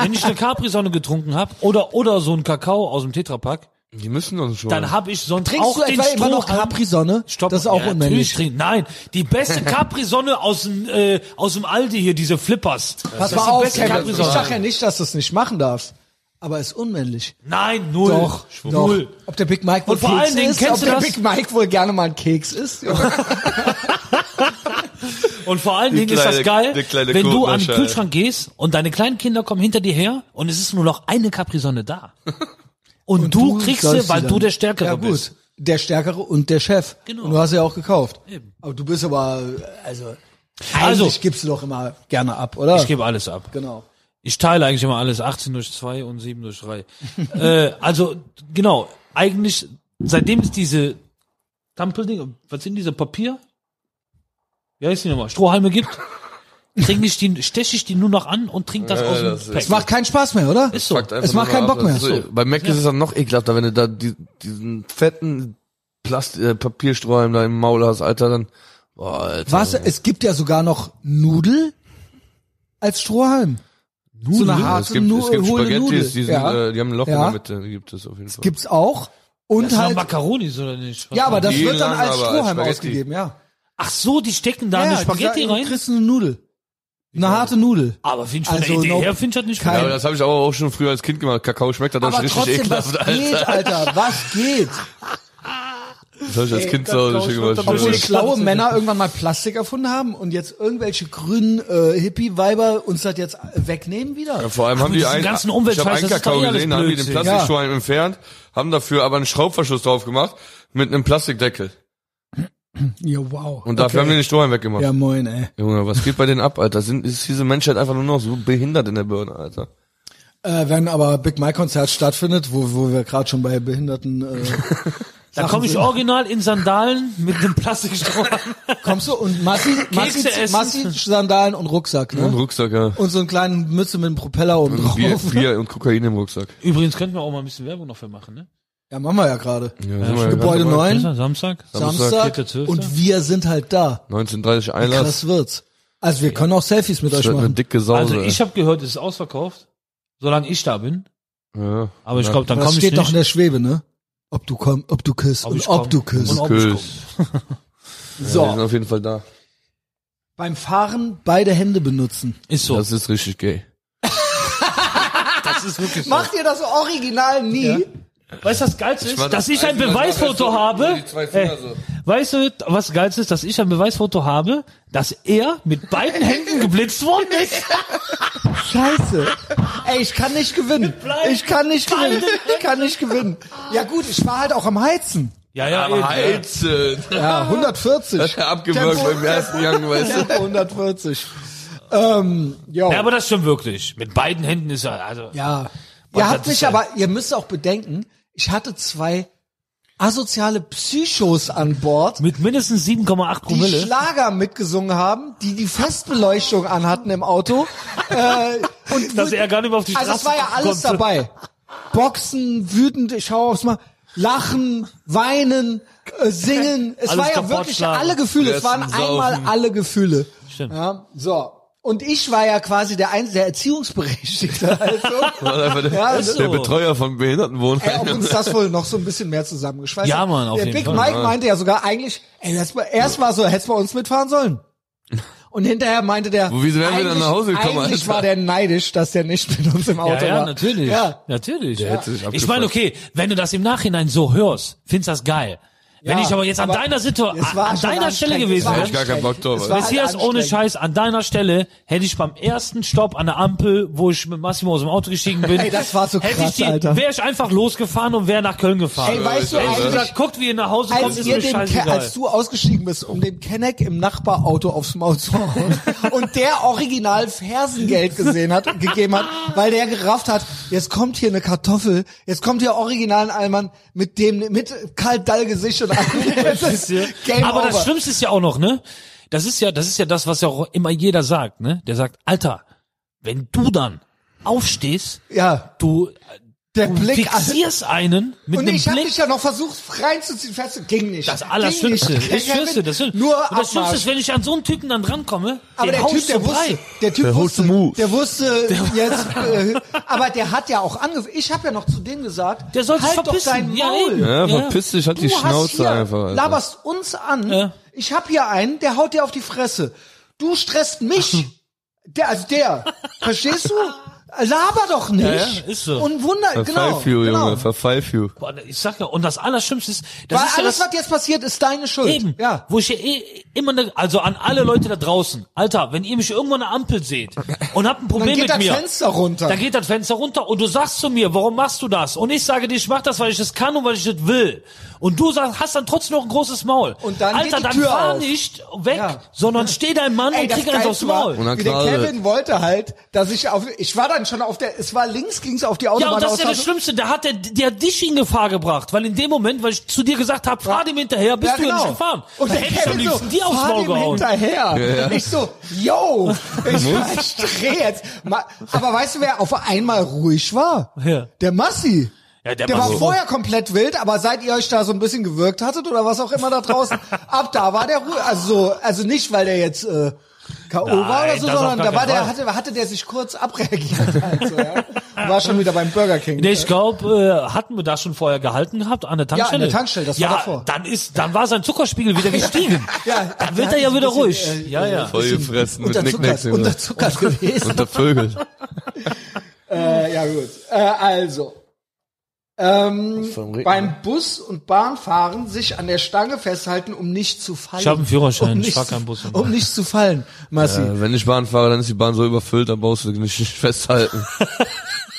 Wenn ich eine Capri-Sonne getrunken habe oder, oder so einen Kakao aus dem Tetrapack, Die müssen uns schon. dann habe ich sonst Trinkst auch du den etwa immer noch Strohhalm- Capri-Sonne? Stopp. Das ist auch ja, unmännlich. natürlich trinken. Nein, die beste Capri-Sonne aus, dem, äh, aus dem Aldi hier, diese Flippers. Pass Das mal ist die auf, beste Kevin, ich Capri-Sonne. sag ja nicht, dass du es nicht machen darfst. Aber ist unmännlich. Nein, null. Doch, null. doch. Ob der Big Mike wohl Und vor Keks allen Dingen, ist, kennst ob du der das? Big Mike wohl gerne mal einen Keks isst. Ja. Und vor allen Dingen ist kleine- das geil, die kleine wenn du an den Kotlasche, Kühlschrank gehst und deine kleinen Kinder kommen hinter dir her und es ist nur noch eine Capri-Sonne da. Und, du, kriegst sie, sollst weil dann- du der Stärkere ja, gut. bist. Der Stärkere und der Chef. Genau. Und du hast ja auch gekauft. Eben. Aber du bist aber, äh, also, Also. eigentlich gibst du doch immer gerne ab, oder? Ich gebe alles ab. genau. Ich teile eigentlich immer alles, 18 durch 2 und 7 durch 3. äh, also, genau, eigentlich, seitdem es diese Tampeldinge, was sind diese Papier? Wie heißt die nochmal? Strohhalme gibt, trinke ich die, steche ich die nur noch an und trinke das Ja, aus dem das ist- Pack. Es macht keinen Spaß mehr, oder? Ist so. Fuckt einfach Es macht nur keinen ab. Bock mehr. Das ist So, bei Mac ist es dann noch ekelhafter, wenn du da die, diesen fetten Plast äh, Papiersträumen da im Maul hast, Alter, dann. Boah, Alter. Was? Es gibt ja sogar noch Nudel als Strohhalm. So eine Ja, es harte gibt, Nu- es gibt hohle Nudel. Spaghettis, die, sind, ja. äh, die haben ein Loch in Ja. der Mitte, die gibt es auf jeden Fall. Gibt's auch. Und Das sind doch halt. Macaronis oder nicht? Was Ja, aber das Die wird dann lang, als aber als Strohhalm Spaghetti. ausgegeben, ja. Ach so, die stecken da ja, eine Spaghetti dieser- rein. kriegst du eine Nudel. Eine harte Nudel. Aber finde ich von Also der Idee noch her, finde ich das nicht kein- ja, aber geil. das habe ich aber auch schon früher als Kind gemacht. Kakao schmeckt da doch Aber richtig trotzdem, was ekelhaft, Alter. geht, Alter? Was geht? Das habe ich als Kind zu Hause schon gemacht. Obwohl Alter. schlaue Männer irgendwann mal Plastik erfunden haben und jetzt irgendwelche grünen äh, Hippie-Weiber uns das jetzt wegnehmen wieder. Vor allem Ach, haben mit die diesem einen, ganzen ich habe Umweltscheiß, einen das ist doch Kakao eh alles gesehen, haben die den Blödsinn. Plastikstrohhalm entfernt, haben dafür aber einen Schraubverschluss drauf gemacht mit einem Plastikdeckel. Ja, wow. Und dafür haben die den Strohhalm weggemacht. Ja, moin, ey. Junge, was geht bei denen ab, Alter? Sind, ist diese Menschheit einfach nur noch so behindert in der Birne, Alter? Äh, wenn aber Big Mike Konzert stattfindet, wo, wo wir gerade schon bei Behinderten äh, Da komme ich original in Sandalen mit einem Plastikstreifen. kommst du und Massi, Massi, Kekse essen. Massi Sandalen und Rucksack, Und ne? Rucksack, ja. Und so einen kleinen Mütze mit einem Propeller oben drauf. Bier, Bier und Kokain im Rucksack. Übrigens könnten wir auch mal ein bisschen Werbung noch für machen, ne? Ja, machen wir ja gerade. Ja, sind wir ja Gebäude gerade dabei. 9, Samstag? Samstag? Samstag Vierter, zwölfter. und wir sind halt da. 19.30 Einlass. Das wird's. Also wir können auch Selfies mit Das euch wird eine machen. dicke Sause. Also ich habe gehört, es ist ausverkauft, solange ich da bin. ja. Aber ich glaube, dann Aber Das komme ich steht nicht. doch in der Schwebe, ne? Ob du kommst, ob du küsst und ich komm. ob du küsst. Und ob ich komm. Küss. Ja, Wir sind So, auf jeden Fall da. beim Fahren beide Hände benutzen. Ist so. Das ist richtig gay. Das ist wirklich so. Macht ihr das original nie? Weißt du, was geil ist? mach Dass das ich ein einzige, was ich Beweisfoto mache, ist so habe. die zwei Finger Äh, so. Weißt du, was geil ist? Dass ich ein Beweisfoto habe, dass er mit beiden Händen geblitzt worden ist. Scheiße. Ey, ich kann nicht gewinnen. Bleib- Ich kann nicht gewinnen. Ich kann nicht gewinnen. Ja gut, ich war halt auch am Heizen. Ja, ja, Aber eben, ja. heizen. Ja, 140. Das hat er abgewürgt Tempo- beim ersten Young, weißt du. Tempo 140. Ähm, jo. Ja, aber das stimmt wirklich. Mit beiden Händen ist er, also. Ja. ihr Boah, das habt ist mich ja- aber, ihr müsst auch bedenken, ich hatte zwei asoziale Psychos an Bord, Mit mindestens 7,8 die Promille. Schlager mitgesungen haben, die die Festbeleuchtung anhatten im Auto. äh, und Dass wü- er gar nicht mehr auf die also es Straße war ja alles konnte. dabei. Boxen, wütend, ich schau aufs Mal, lachen, weinen, äh, singen. Es Alles war ja kaputt wirklich schlagen. alle Gefühle. Es waren Fressen, einmal saufen. alle Gefühle. Stimmt. Ja, so. Und ich war ja quasi der ein, der Erziehungsberechtigte. Also. Das war einfach der, Ja, ist der so. Betreuer vom Ey, Behindertenwohnheim. ob uns das wohl noch so ein bisschen mehr zusammengeschweißt Ja, hat. Mann, auf Der jeden Big Fall. Mike meinte ja sogar eigentlich, ey, das war, erst war so, hätt's bei uns mitfahren sollen. Und hinterher meinte der, Wo- wieso wären wir dann eigentlich- nach Hause gekommen, Eigentlich Alter? war der neidisch, dass der nicht mit uns im Auto Ja, ja, war. natürlich. Ja. Natürlich. hätte sich Ich meine, abgefasst. okay, wenn du das im Nachhinein so hörst, findest das geil. Wenn ich aber jetzt an aber deiner Situation, es war an schon deiner Stelle anstrengend, es gewesen war Hätte wäre, ich gar keinen Bock drauf. Es Alter. war Messias, halt ohne anstrengend. Scheiß, an deiner Stelle hätte ich beim ersten Stopp an der Ampel, wo ich mit Massimo aus dem Auto gestiegen bin, Ey, das war so hätte krass, ich Alter. wäre ich einfach losgefahren und wäre nach Köln gefahren. Ey, weißt du Hätte ich eigentlich, gesagt, guckt, wie ihr nach Hause kommt, als, ist ihr mir den Ke scheißegal. als du ausgestiegen bist, um dem Kenneck im Nachbarauto aufs Maul zu hauen und der original Fersengeld gesehen hat und gegeben hat, weil der gerafft hat, jetzt kommt hier eine Kartoffel, jetzt kommt hier original ein Allmann mit dem, mit kalt dall Gesicht und allem. Das ist Game aber over. das Schlimmste ist ja auch noch, ne? Das ist ja, das ist ja das, was ja auch immer jeder sagt, ne? Der sagt, Alter, wenn du dann aufstehst, ja, du, der du Blick an- fixierst einen mit Und einem ich habe Blick. dich ja noch versucht reinzuziehen, fest, ging nicht. Das Allerschlimmste. Ging nicht. Ich schwörste, das, Schlimmste- Nur und das Schlimmste Abmarsch. ist, wenn ich an so einen Typen dann drankomme, aber den der haust Typ, der du brei. wusste, der Typ Der holst wusste, du Move. der wusste jetzt, äh, aber der hat ja auch angefangen. Ich habe ja noch zu dem gesagt, Der soll sich halt doch verpissen. dein Ja, Maul. eben. Ja, verpiss dich, halt die du hast Schnauze hier, einfach. Alter. laberst uns an. Ja. Ich habe hier einen, der haut dir auf die Fresse. Du stresst mich. der, also der, verstehst du? Laber doch nicht. ja, ist so. Und wunder, genau. Verpfeift you, genau. Junge, verpfeift you. Boah, ne, Ich sag ja, und das Allerschlimmste ist, das Weil ist ja alles, das was jetzt passiert, ist deine Schuld. eben, Ja. wo ich ja eh immer, ne, also an alle Leute da draußen, Alter, wenn ihr mich irgendwo an der Ampel seht und habt Dann ein Problem geht mit das mir, Fenster runter. Dann geht das Fenster runter und du sagst zu mir, warum machst du das? Und ich sage dir, ich mach das, weil ich das kann und weil ich das will. Und du sagst, hast dann trotzdem noch ein großes Maul. Und dann Alter, geht die dann Tür fahr auf. nicht weg, Ja. sondern steh dein Mann und das krieg eins Geilste aufs war, Maul. Und dann Wie der knallt. Kevin wollte halt, dass ich auf, ich war dann schon auf der, es war links, ging's auf die Autobahn Ja, und das ist ja Ausfahrt. das Schlimmste. Da hat der, der hat dich in Gefahr gebracht, weil in dem Moment, weil ich zu dir gesagt habe, fahr dem hinterher, bist ja, du ja genau. nicht gefahren. Und da der hätte ich am Kevin so, liebsten dir aufs fahr Maul dem gehauen. hinterher. ja. Ich so, yo, ich drehe jetzt. Ma- Aber weißt du, wer auf einmal ruhig war? Ja. Der Massi. Ja, der der war Massi. vorher komplett wild, aber seit ihr euch da so ein bisschen gewirkt hattet oder was auch immer da draußen, ab da war der ruhig. Also, so- also nicht, weil der jetzt äh, K.O. war oder Nein, so, das auf sondern gar da war keinen der, Fall. hatte, hatte der sich kurz abreagiert. Also, ja. Und War schon wieder beim Burger King. Nee, ich glaube, äh, hatten wir da schon vorher gehalten gehabt an der Tankstelle? an der Tankstelle, das war ja, davor. Dann ist, dann war sein Zuckerspiegel wieder gestiegen. Ja, dann wird er ja wieder ruhig. äh, ja, ja. Voll gefressen mit Nicknacks. Unterzuckert, Junge. unterzuckert gewesen. Unter Vögel. Äh, ja, gut. Äh, also. Ähm, beim Bus- und Bahnfahren sich an der Stange festhalten, um nicht zu fallen. Ich hab einen Führerschein, ich nicht fahr zu- keinen Bus und Bahn. Um nicht zu fallen, Massi. Äh, Wenn ich Bahn fahre, dann ist die Bahn so überfüllt, dann brauchst du dich nicht festhalten.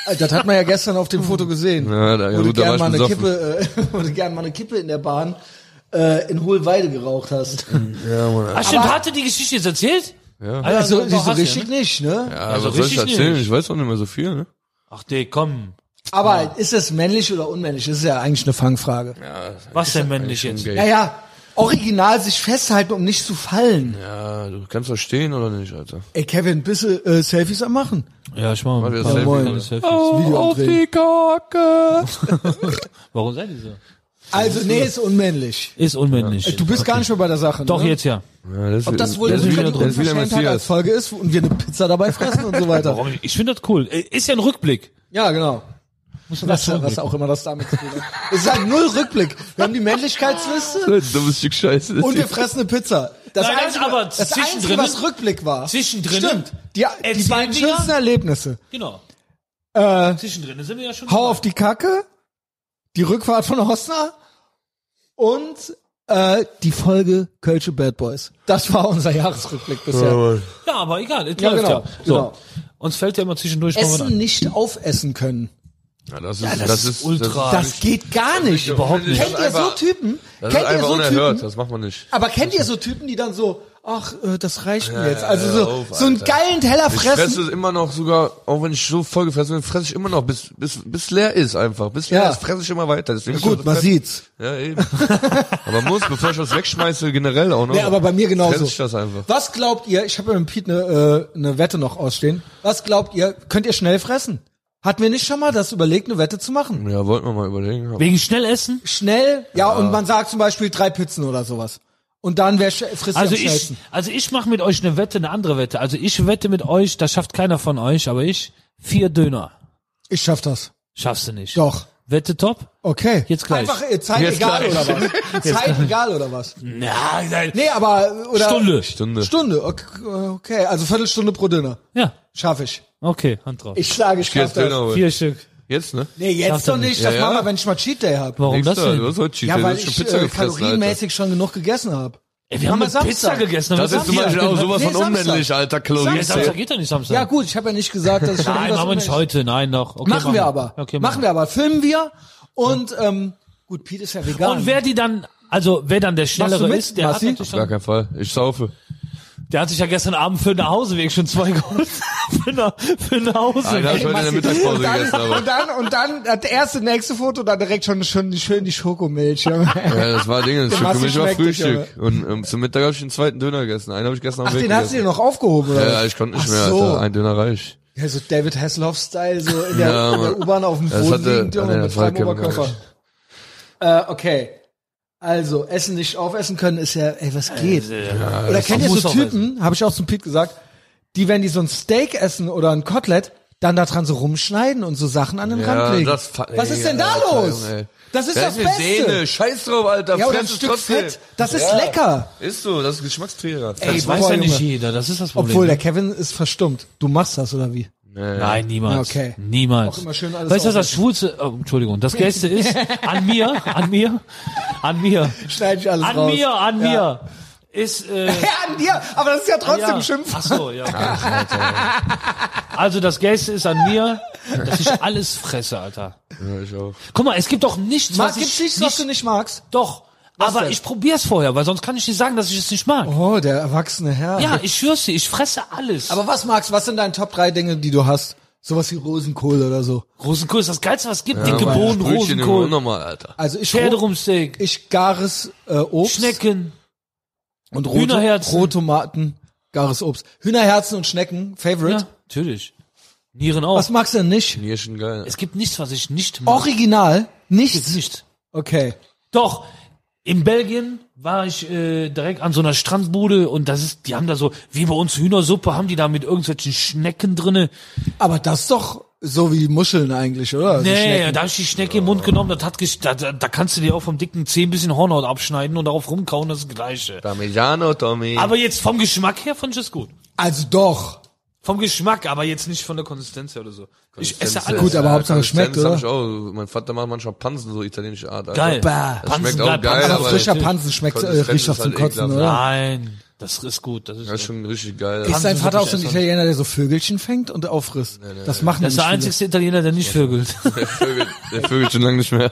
Äh, Das hat man ja gestern auf dem Foto gesehen. Ja, da- ja, wo du gut, da war gern ich mal eine besoffen. Kippe, äh, wo du gern mal eine Kippe in der Bahn äh, in Hohlweide geraucht hast. Ach stimmt, hatte die Geschichte jetzt erzählt? Ja. Also, so richtig nicht, ne? Ja, Also was soll ich richtig erzählen? nicht. Ich weiß auch nicht mehr so viel, ne? Ach nee, komm. Aber ist das männlich oder unmännlich? Das ist ja eigentlich eine Fangfrage. Was denn männlich jetzt? Gay. Naja, original sich festhalten, um nicht zu fallen. Ja, du kannst verstehen oder nicht, Alter? Ey, Kevin, bist du äh, Selfies am Machen? Ja, ich mach mal ein wir paar Selfie kleine machen. Selfies. auf die Kacke! Warum seid ihr so? Also, nee, ist unmännlich. Ist unmännlich. Du bist gar nicht mehr bei der Sache. Doch, ne? jetzt ja. Ja, das Ob das wohl das das ist wieder, wieder, das ist wieder Unverschämtheit als Messias. Folge ist und wir eine Pizza dabei fressen und so weiter. Warum? Ich finde das cool. Äh, Ist ja ein Rückblick. Ja, genau. Muss man Was, das was auch immer das damit zu tun hat. Es ist halt null Rückblick. Wir haben die Männlichkeitsliste Ein dummes Stück Scheiße. und wir fressen eine Pizza. Das Nein, nein, Einzige, aber das Einzige, zwischendrin- was Rückblick war. Zwischendrin Stimmt. Die, die erzählen beiden wir- schönsten Erlebnisse. Genau. Äh, Zwischendrin sind wir ja schon. Hau auf die Kacke, die Rückfahrt von Hosna und äh, die Folge Kölsche Bad Boys. Das war unser Jahresrückblick bisher. Oh. Ja, aber egal. Es Ja, läuft genau, ja. So. genau. Uns fällt ja immer zwischendurch mal was Essen an. nicht aufessen können. Ja, das ist, das, das ist ist ultra. Das, Das geht gar nicht. Überhaupt nicht. Kennt ihr so Typen? das ist kennt ihr einfach so unerhört. Typen? Das macht man nicht. Aber kennt ihr so Typen, die dann so, ach, äh, das reicht mir jetzt. ja, Also ja, so, auf, so einen Alter. geilen Teller Ich fressen. fresse es immer noch sogar, auch wenn ich so voll gefressen bin, fresse ich immer noch, bis, bis, bis leer ist einfach. Bis leer Ja. ist, fresse ich immer weiter. Deswegen Gut, man sieht's. Ja, eben. aber muss, bevor ich was wegschmeiße, generell auch noch. Nee, aber bei mir genauso. Fresse ich Oh. das einfach. Was glaubt ihr, ich habe mit dem Pete eine, äh, eine Wette noch ausstehen. Was glaubt ihr, könnt ihr schnell fressen? Hatten wir nicht schon mal das überlegt, eine Wette zu machen? Ja, wollten wir mal überlegen. Wegen Schnellessen? Schnell, ja, und man sagt zum Beispiel drei Pizzen oder sowas. Und dann wer sch- frisst Also am ich, schnellsten. also ich mache mit euch eine Wette, eine andere Wette. Also ich wette mit euch, das schafft keiner von euch, aber ich, vier Döner. Ich schaff das. Schaffst du nicht. Doch. Wette top? Okay. Jetzt gleich. Einfach äh, Zeit Jetzt egal gleich. oder was? Zeit egal oder was? Na, nein. Nee, aber äh, oder Stunde. Stunde. Stunde. Okay, okay, also Viertelstunde pro Döner. Ja, Schaff ich. okay, Hand drauf. Ich schlage, ich Vier schaff das. Döner holen. Vier Stück. Jetzt, ne? Nee, jetzt doch nicht. Das Ja, machen ja. wir, wenn ich mal Cheat Day hab. Warum Nächster, das denn? Du hast heute Cheat Ja, Day, du weil hast schon ich Pizza äh, gefressen, Alter. kalorienmäßig schon genug gegessen hab. Ey, wir haben Samstag. eine Pizza gegessen. aber Das wir ist zum haben- Beispiel auch sowas Nee, von Samstag. unmännlich, Alter, Kalorien. Ja, Samstag geht ja nicht Samstag. Ja gut, ich habe ja nicht gesagt, dass ich schon nein, irgendwas machen wir nicht unrecht- heute. Nein, noch. Okay, Machen wir aber. Okay, machen wir aber. Filmen wir und ähm, gut, Pete ist ja vegan. Und wer die dann, also wer dann der Machst du Schnellere mit, ist, der Massi? hat natürlich Gar dann, kein Fall. Ich saufe. der hat sich ja gestern Abend für den Nachhauseweg schon zwei geholt. für den für den Nein, hab Nachhauseweg. ich heute in der Mittagspause und dann, gegessen, aber. und dann, und dann, das erste, nächste Foto, dann direkt schon, schon schön die Schokomilch. Junge. Ja, das war Ding. Das Stück für Massi mich war schmeckt nicht, Frühstück. Und ähm, zum Mittag habe ich den zweiten Döner gegessen. Einen habe ich gestern am Ach, Weg den hast du dir gegessen. noch aufgehoben, oder? Ja, ich konnte nicht Ach mehr, so. Alter. Ein Döner reicht. Ja, so David Hasselhoff-Style, so in der, Ja, in der Mann. U-Bahn auf dem Das Boden hatte- liegend, Junge, nee, mit das war freiem Kevin Oberkörper. Äh, okay. Also, Essen nicht aufessen können ist ja, ey, was geht? oder kennt ihr muss so auch Typen, habe ich auch zum Pete gesagt, die, wenn die so ein Steak essen oder ein Kotelett, dann da dran so rumschneiden und so Sachen an den Rand legen. das fa- was ey, ist denn da Alter, los? Junge, ey. Das ist das eine Beste. Sehne. Scheiß drauf, Alter. Ja, oder ein Fress es Stück trotzdem. Fett. Das ist lecker. Ist so, das ist Geschmacksträger. Das boah, weiß ja nicht Junge. jeder, das ist das Problem. Obwohl, der Kevin ist verstummt. Du machst das, oder wie? Nein, niemals. Ja, okay. Niemals. Auch immer schön alles weißt du, was das Schwulste, oh, Entschuldigung, das Gäste ist, an mir, an mir, an mir, Schneide ich alles an raus. mir, an mir, ist, äh, Ja, an dir. Aber das ist ja trotzdem ja. Schimpf. Ach so, ja. Also das Gäste ist an mir, dass ich alles fresse, Alter. Ja, ich auch. Guck mal, es gibt doch nichts, Mag, was gibt's ich nichts, was du nicht magst? doch, aber denn? ich probier's vorher, weil sonst kann ich nicht sagen, dass ich es nicht mag. Oh, der erwachsene Herr. Ja, ich schwör's dir, ich fresse alles. Aber was magst, was sind deine Top 3 Dinge, die du hast? Sowas wie Rosenkohl oder so. Rosenkohl ist das Geilste, was es gibt. Dicke Ja, Bohnen, Brötchen im Grunde Rosenkohl, nochmal, Alter. Also ich Pferderumsteak, ich gares äh, Obst Schnecken. und rote, Hühnerherzen. Rohtomaten, gares Obst. Hühnerherzen und Schnecken, Favorite. Ja, natürlich. Nieren auch. Was magst du denn nicht? Hier ist schon geil. es gibt nichts, was ich nicht mag. Original? Gibt's Nichts? nicht. Okay. Doch, in Belgien war ich äh, direkt an so einer Strandbude und das ist, die haben da so, wie bei uns Hühnersuppe, haben die da mit irgendwelchen Schnecken drinne. Aber das ist doch so wie Muscheln eigentlich, oder? Also Nee, Schnecken. da hab ich die Schnecke im Mund genommen, das hat gesch da, da, da kannst du dir auch vom dicken Zeh ein bisschen Hornhaut abschneiden und darauf rumkauen, das ist das Gleiche. Parmigiano, Tommy. Aber jetzt vom Geschmack her fand ich es gut. Also doch. Vom Geschmack, aber jetzt nicht von der Konsistenz her oder so. Ich esse alles. Gut, aber Hauptsache schmeckt, Das oder? hab ich auch. Mein Vater macht manchmal Pansen, so italienische Art. Alter. Geil. Bah. Das schmeckt Pansen, auch geil, geil, Pansen. Aber aber frischer das- Pansen schmeckt äh, Konsistenz riecht doch ist zum halt Kotzen, ekelhaft. oder? Nein, das ist gut. Das ist, Das ist schon richtig geil. Ist dein Pansen Vater auch sind so ein nicht Italiener, der so Vögelchen fängt und auffrisst? Das machen das ist der nicht viele. einzigste Italiener, der nicht vögelt. Der Vögel, der Vögel schon lange nicht mehr.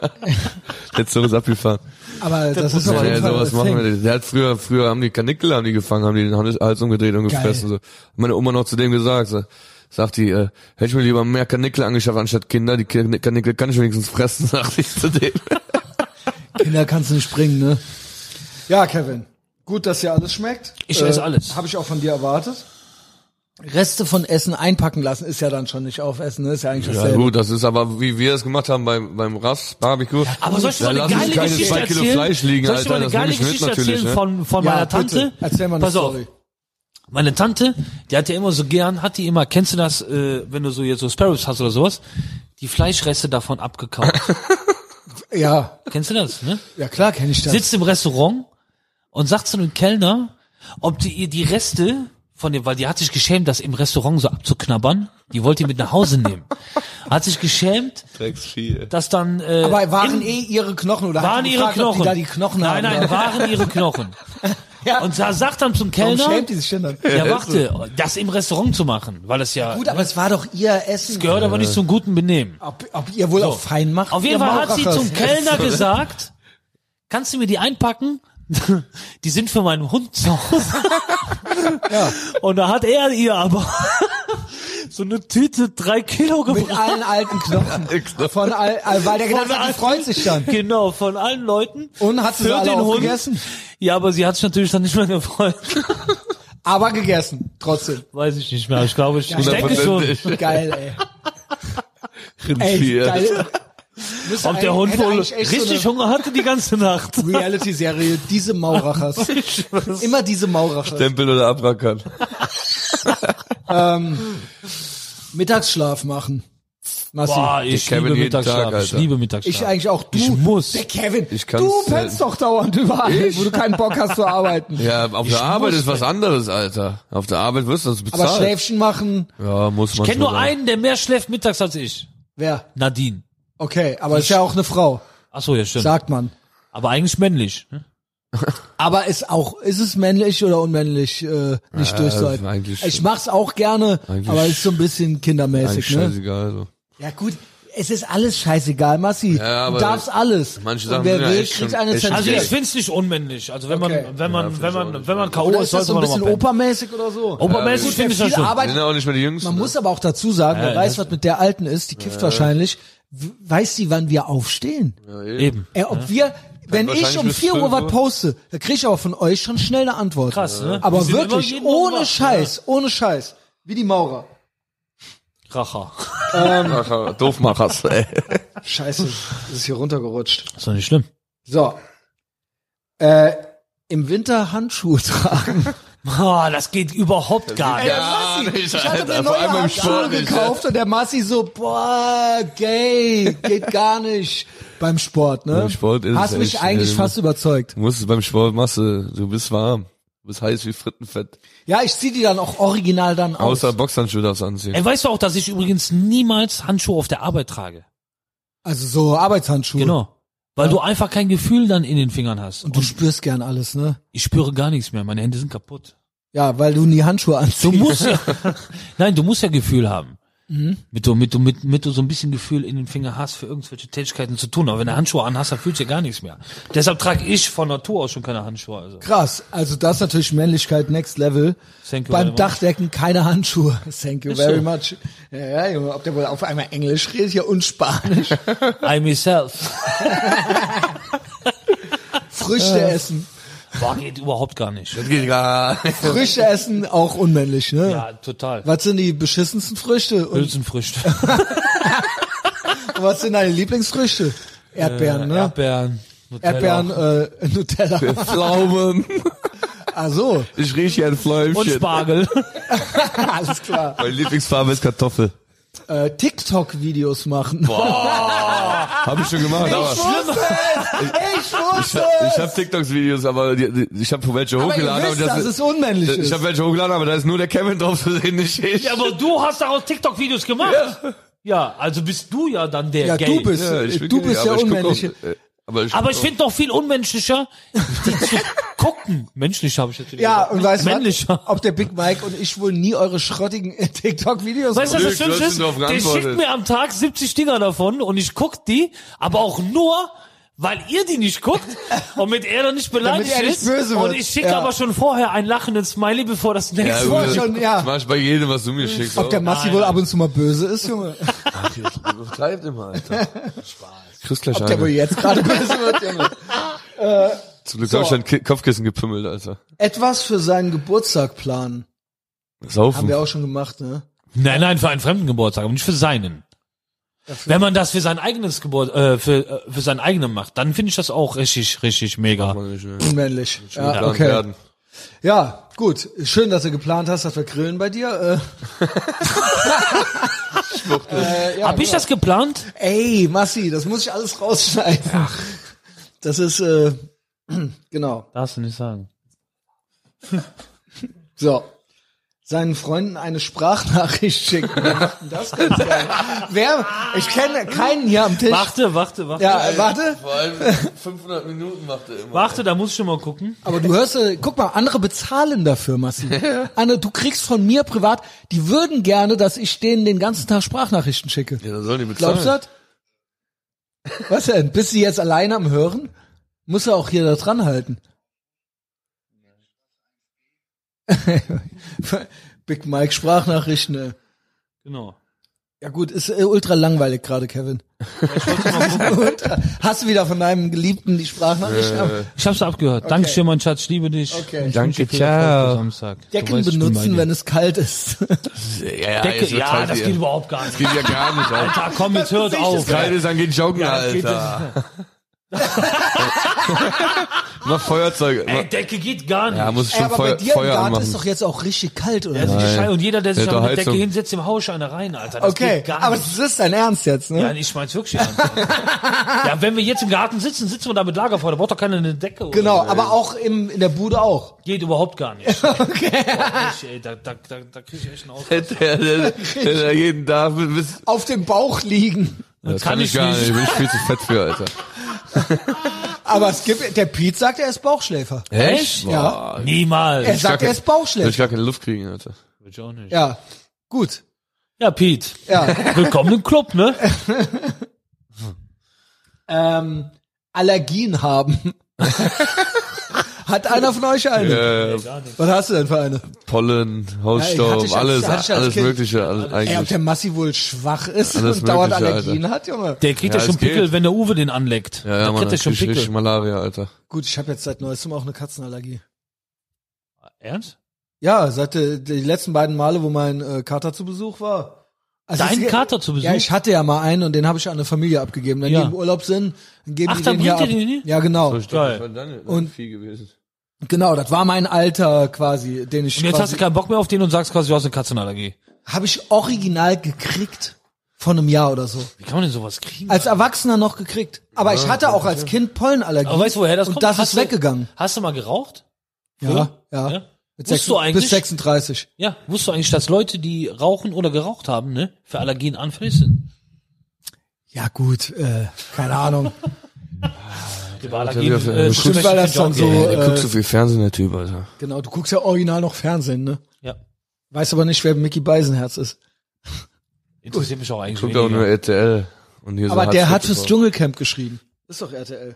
Der Zug ist abgefahren. Aber das ist Ja, auf ja, jeden Fall sowas ein machen Thing. wir nicht. Der hat früher, früher haben die Kanickel, haben die gefangen, haben die den Hals Hals umgedreht und Geil. gefressen. So. Hat Meine Oma noch zu dem gesagt, so, sagt die, äh, hätte ich mir lieber mehr Kanickel angeschafft anstatt Kinder, die Kan- Kanickel kann ich wenigstens fressen, sagt ich zu dem. Kinder kannst du nicht springen, ne? Ja, Kevin. Gut, dass dir alles schmeckt. Ich esse alles. Habe ich auch von dir erwartet. Reste von Essen einpacken lassen ist ja dann schon nicht aufessen, ne? Ist ja eigentlich Ja dasselbe. gut, das ist aber, wie wir es gemacht haben beim, beim Rass, Barbecue. Aber soll ich dir Da mal eine lass geile uns keine Geschichte zwei Kilo erzählen? Fleisch liegen, soll ich dir Alter, mal eine das nehme geile ich mit Geschichte natürlich. erzählen Ne? von, von Ja, meiner Tante? bitte. Erzähl mal eine Pass auf. Story. Meine Tante, die hat ja immer so gern, hat die immer, kennst du das, äh, wenn du so jetzt so Sparrows hast oder sowas, die Fleischreste davon abgekaut. Ja, kennst du das, ne? ja klar kenne ich das. Sitzt im Restaurant und sagt zu einem Kellner, ob die ihr die Reste von dem, weil die hat sich geschämt, das im Restaurant so abzuknabbern, die wollte die mit nach Hause nehmen. Hat sich geschämt, dass dann äh, Aber waren im- eh ihre Knochen oder hat waren die ihre gefragt, ob Knochen. Die da die Knochen nein, haben, nein, oder? waren ihre Knochen. Ja. Und da sagt dann zum Warum Kellner, schämt die sich denn dann? ja warte, das im Restaurant zu machen, weil das ja, Gut, aber es war doch ihr Essen. gehört aber nicht zum guten Benehmen. Ob, ob ihr wohl auch fein macht? Auf jeden ihr Fall hat sie Maulrachers. zum Kellner gesagt, kannst du mir die einpacken? Die sind für meinen Hund zu Hause. Und da hat er ihr aber so eine Tüte drei Kilo Mit gebracht. allen alten Knochen. Von all, all, weil der gedacht Von hat, die allen- freuen sich dann. Genau, von allen Leuten. Und hat sie sie für alle den Hund. aufgegessen? Ja, aber sie hat sich natürlich dann nicht mehr gefreut. Aber gegessen, trotzdem. Weiß ich nicht mehr. Ich glaube, ich, ich denke schon. Hundertprozentig. Geil, ey. Ey, Rindvieh, ja. geil. Müsste Ob eigentlich- der Hund hätte wohl eigentlich echt richtig so Hunger hatte die ganze Nacht. eine Reality-Serie, diese Maurachers. Immer diese Maurachers. Tempel oder Abrakan. Mittagsschlaf machen. Massi. Boah, ich Kevin liebe jeden Mittagsschlaf. Tag, ich Alter. liebe Mittagsschlaf. ich eigentlich auch. Du, Ich muss. Der Kevin. Ich kann's du pennst selten. doch dauernd überall, wo du keinen Bock hast zu arbeiten. Ja, auf der Arbeit ist was anderes, Alter. Auf der Arbeit wirst du das bezahlt. Aber Schläfchen machen. Ja, muss man Ich kenne schon nur sagen. einen, der mehr schläft mittags als ich. Wer? Nadine. Okay, aber ist ja auch eine Frau, Ach so, ja, stimmt. sagt man. Aber eigentlich männlich. Hm? ne? Aber ist auch, ist es männlich oder unmännlich, äh, nicht durchzuhalten? eigentlich- ich mach's auch gerne, Eigentlich- aber ist so ein bisschen Eigentlich kindermäßig, ne? scheißegal. So. Ja gut, es ist alles scheißegal, Massi. Ja, du aber darfst alles. manche Und Sachen wer sind ja will, echt kriegt schon- eine echt schon Also Okay. ich Zensur. find's nicht unmännlich. Also wenn Okay. man, wenn man, wenn Ja, find's auch man, nicht. wenn man K.O. Oder ist, ist das sollte so ein man bisschen nochmal pennen. opermäßig oder so? Obermäßig finde ich das Viel schon. Arbeit Die sind ja auch nicht mehr die Jüngsten. Man ne? muss aber auch dazu sagen, wer ja, weiß, das- was mit der Alten ist, die kifft wahrscheinlich, w- weiß die, wann wir aufstehen. Eben. Ey, Äh, ob wir, wenn ich wahrscheinlich um bis 4 Uhr fünf was Uhr. poste, da krieg ich aber von euch schon schnell eine Antwort. Krass, ne? Die Aber sind immer wirklich, jeden Morgen ohne wach, Scheiß, ohne Scheiß. Wie die Maurer. Racher. Ach, Doofmachers, ey. Scheiße, das ist hier runtergerutscht. Ist doch nicht schlimm. So. Äh, im Winter Handschuhe tragen. Ah, das geht überhaupt gar nicht. Ja, nicht, Ich hatte mir Alter, vor neue allem im Handschuhe Sport nicht. gekauft und der Massi so, boah, gay, geht gar nicht. Beim Sport, ne? Beim Sport ist Hast es mich echt, eigentlich ne? fast überzeugt. Du musst es beim Sport machst du, du bist warm. Du bist heiß wie Frittenfett. Ja, ich zieh die dann auch original dann aus. Außer Boxhandschuhe darfst du anziehen. Ey, weißt du auch, dass ich übrigens niemals Handschuhe auf der Arbeit trage? Also so Arbeitshandschuhe. Genau. Weil du einfach kein Gefühl dann in den Fingern hast. Und Und du spürst gern alles, ne? ich spüre gar nichts mehr. Meine Hände sind kaputt. Ja, weil du nie Handschuhe anziehst. Du musst ja, nein, du musst ja Gefühl haben. Mhm. Mit du, mit du, mit, mit du so ein bisschen Gefühl in den Finger hast, für irgendwelche Tätigkeiten zu tun. Aber wenn du Handschuhe anhast, dann fühlst du ja gar nichts mehr. Deshalb trage ich von Natur aus schon keine Handschuhe. Also. Krass, also das ist natürlich Männlichkeit next level. Thank you very Beim much. Dachdecken keine Handschuhe. Thank you Ist very so. much. Ja, ja, Junge, ob der wohl auf einmal Englisch redet ja und Spanisch. I myself. Früchte essen. Boah, geht überhaupt gar nicht. Das geht gar Früchte essen auch unmännlich, ne? Ja, total. Was sind die beschissensten Früchte? Und Hülsenfrüchte, was sind deine Lieblingsfrüchte? Erdbeeren, ne? Erdbeeren, Nutella. Erdbeeren, äh, Nutella. Pflaumen. Ah, so. Ich rieche hier ein und Fläumchen. Spargel. Alles klar. Meine Lieblingsfarbe ist Kartoffel. Äh, TikTok-Videos machen. Habe ich schon gemacht. Aber Ich wusste! ich habe TikToks-Videos, aber die, die, ich habe welche Aber ihr hochgeladen. wisst, aber dass es unmännlich ich ist. habe welche hochgeladen, aber da ist nur der Kevin drauf zu sehen, nicht ich. Ja, aber du hast daraus TikTok-Videos gemacht. Ja. also bist du ja dann der Ja, Gay. du bist, Ja, ich bin du gay, bist ja aber ich guck auch- unmännlich. äh, Aber ich, Aber ich finde noch viel unmenschlicher, die zu gucken. Menschlich habe ich natürlich. Ja, gesagt. und weißt du, Männlicher. was? ob der Big Mike und ich wohl nie eure schrottigen äh, TikTok-Videos Weißt du, gucken. was das Glück, du Schlimmste hast ist? ihn drauf Der geantwortet. schickt mir am Tag 70 Dinger davon und ich guck die, aber auch nur, weil ihr die nicht guckt und mit er dann nicht beleidigt er nicht ist. böse und wird. ich schicke Ja. aber schon vorher ein lachendes Smiley, bevor das ja, nächste gut. Mal. war schon, schon, ja. ja. Das mach ich bei jedem, was du mir schickst. Ob der Mann Massi wohl ab und zu mal böse ist, Junge. übertreibt immer, Alter. Spaß. Kriegst gleich Der wohl einen. jetzt gerade böse wird, Junge. Zum Glück hab ich dein Ki- Kopfkissen gepimmelt, Alter. Etwas für seinen Geburtstag planen. Haben Saufen. wir auch schon gemacht, ne? Nein, nein, für einen fremden Geburtstag, aber nicht für seinen. Wenn man das für sein eigenes Geburt, äh, für, äh, für seinen eigenen macht, dann finde ich das auch richtig, richtig mega. Unmännlich. Ja, Plan okay. werden. Ja, gut. Schön, dass du geplant hast, dass wir grillen bei dir. Äh, äh, ja, Hab ich das geplant? Äh, Ey, Massi, das muss ich alles rausschneiden. Das ist, äh, genau. Darfst du nicht sagen. So. Seinen Freunden eine Sprachnachricht schicken. Wer macht denn das denn? Wer? Ich kenne keinen hier am Tisch. Warte, warte, warte. Ja, äh, warte. Vor allem 500 Minuten macht er immer. Warte, da muss ich schon mal gucken. Aber du hörst, äh, guck mal, andere bezahlen dafür, Massi. Anne, du kriegst von mir privat, die würden gerne, dass ich denen den ganzen Tag Sprachnachrichten schicke. Ja, dann sollen die bezahlen. Glaubst du das? Was denn? Bist du jetzt alleine am Hören? Muss er auch hier da dran halten. Big Mike Sprachnachrichten. äh. ey. Genau. Ja gut, ist äh, ultra langweilig gerade, Kevin. ultra. Hast du wieder von deinem Geliebten die Sprachnachrichten? ab? Ich hab's abgehört. Danke dir, mein Schatz. Ich liebe dich. Okay. Ich wünsche dir viel Erfolg ciao. am Samstag. Decken benutzen, wenn es kalt ist. Ja, ja, Decke, jetzt halt ja, übertreibt das ihr. geht überhaupt gar nicht. Geht ja gar nicht, Alter. Alter, komm, jetzt hört auf. Geil ist, dann geht joggen, Ja, geht Alter. Mach Feuerzeug. Ey, Decke geht gar nicht. ja, muss schon aber bei Feuer, dir im Feuer Garten anmachen. ist doch jetzt auch richtig kalt, oder? Also Geschrei und jeder, der sich Der an der Decke Heizung. hinsetzt, dem hau ich eine rein, Alter. Das okay, geht gar aber nicht. das ist dein Ernst jetzt, ne? Ja, ich mein's wirklich ernst. ja, wenn wir jetzt im Garten sitzen, sitzen wir da mit Lagerfeuer, da braucht doch keiner eine Decke. oder genau, so. aber auch im, in der Bude auch. Geht überhaupt gar nicht. Okay. Nicht, ey, da, da, da, da krieg ich echt einen Ausfall. der, der, der, der da jeden Tag mit- bis, Auf dem Bauch liegen. das kann ich nicht. bin ich viel zu fett für, Alter. Aber es gibt, der Pete sagt, er ist Bauchschläfer. Echt? Ja. Boah, Niemals. Er sagt, kacke. er ist Will ich Bauchschläfer. gar keine Luft kriegen, Alter. Will ich auch nicht. Ja, Ja, gut. Pete. Ja. Willkommen im Club, ne? ähm, Allergien haben. Hat einer von euch eine? Äh, Was hast du denn für eine? Pollen, Ja, hatte Hausstaub, ich als- alles, hatte ich als alles Kind. mögliche, alles Ey, ob eigentlich. der Massi wohl schwach ist Alles und dauernd Mögliche, Allergien hat, Junge. Der kriegt Ja, ja, schon es geht. Pickel, wenn der Uwe den anleckt. Ja, ja, da Mann, kriegt er das schon ist richtig Pickel. Malaria, Alter. Gut, ich habe jetzt seit neuestem auch eine Katzenallergie. Ernst? Ja, seit äh, die letzten beiden Male, wo mein äh, Kater zu Besuch war. Also Dein es- Kater zu Besuch? Ja, ich hatte ja mal einen und den habe ich an eine Familie abgegeben. Wenn Ja. die im Urlaub sind, dann geben Ach, die dann den hier bringt ab. ihr den hier? Ja, genau. Geil. Und Vieh gewesen. Genau, das war mein Alter quasi, den ich Und jetzt hast quasi, du keinen Bock mehr auf den und sagst quasi, du hast eine Katzenallergie. habe ich original gekriegt von einem Jahr oder so. Wie kann man denn sowas kriegen? Als Erwachsener noch gekriegt. Aber ich hatte auch als Kind Pollenallergie. Aber weißt du, woher das und kommt? das Hast ist du- weggegangen. Hast du mal geraucht? Ja, ja. Ja. Mit Wusstest du eigentlich- bis 36. Ja, wusstest du eigentlich, dass Leute, die rauchen oder geraucht haben, ne, für Allergien anfällig sind? Ja gut, äh, keine Ahnung. Über ja, Allergien. für- äh, bestimmt, besprechen weil das sich auch dann so- gerne. Ey, der äh, guckt so viel Fernsehen, der Typ, Alter. genau, du guckst ja original noch Fernsehen, ne? Ja. Weiß aber nicht, wer Mickey Beisenherz ist. Interessiert mich auch eigentlich Guckt auch nur weniger. RTL. Und hier so Aber der hat Hartz fürs Dschungelcamp geschrieben. Ist doch RTL.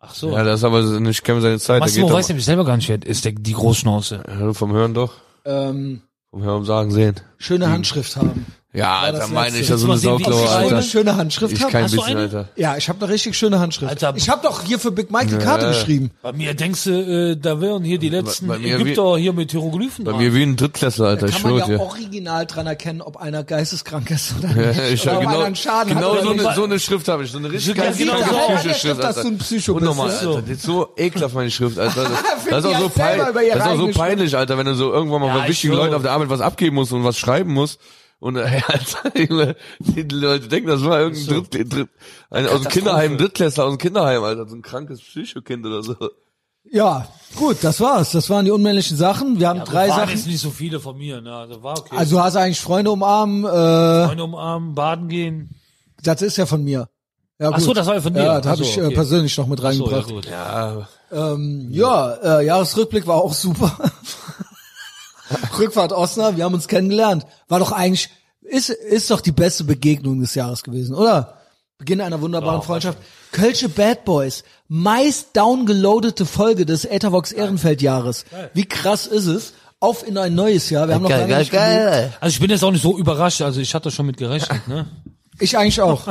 Ach so. Ja, das ist aber nicht, kennen seine Zeit. Der Massimo geht weiß doch, nämlich selber gar nicht, wer ist der, die Großschnauze. Ja, vom Hören doch. Ähm, Vom Hören, sagen, sehen. schöne Handschrift haben. Ja, das Alter, meine Letzte. ich, das ist Mal eine sehen, wie Sauklaue, ich schreibe. Hm. Alter. Eine schöne Handschrift Ich haben. kein Hast du bisschen, eine? Alter. Ja, ich habe eine richtig schöne Handschrift. Alter, ich habe doch hier für Big Mike die Karte Ja. geschrieben. Bei mir denkst du, äh, da wären hier die letzten bei mir Ägypter hier mit Hieroglyphen Bei dran. mir wie ein Drittklässler, Alter, ich Kann man schwöre ja dir. original dran erkennen, ob einer geisteskrank ist oder nicht. Ja, ich Oder hab ob einer genau einen Schaden hat genau oder so, nicht. eine, so eine Schrift habe ich, so eine richtig Ja, geile genau genau so. so. Ja, der Schrift, Schrift, dass Alter. du ein Psycho bist, Unnormal, ne? Alter. Das ist so ekelhaft, meine Schrift, Alter. Das, Finden das ist die auch so halt selber über peinlich. ihre Das ist auch so eigene peinlich, Alter, wenn du so irgendwann mal Ja, bei ich wichtigen schwöre. Leuten auf der Arbeit was abgeben musst und was schreiben musst. Und äh, Alter, die Leute, die Leute denken, das war irgendein Dritt, Dritt, ein, aus dem Kinderheim, ein Drittklässler aus dem Kinderheim, Alter, halt so ein krankes Psychokind oder so. Ja, gut, das war's. Das waren die unmännlichen Sachen. Wir haben Also drei waren Sachen. jetzt nicht so viele von mir, ne? Also war okay. Also du hast eigentlich Freunde umarmen. Äh, Freunde umarmen, baden gehen. das ist ja von mir. Ja, Ach so, das war ja von dir. Ja, da habe Ach so, ich äh, okay. persönlich noch mit So, ja, reingebracht. gut. Ja, ähm, ja, äh, Jahresrückblick war auch super. Rückfahrt Osnabrück, wir haben uns kennengelernt. War doch eigentlich, ist, ist doch die beste Begegnung des Jahres gewesen, oder? Beginn einer wunderbaren Freundschaft. Kölsche Bad Boys, meist downgeloadete Folge des Ethervox Ehrenfeld-Jahres. Wie krass ist es? Auf in ein neues Jahr. Wir haben noch Geil, lange geil, nicht gelobt. geil. Also ich bin jetzt auch nicht so überrascht, also ich hatte schon mit gerechnet, ne? Ich eigentlich auch.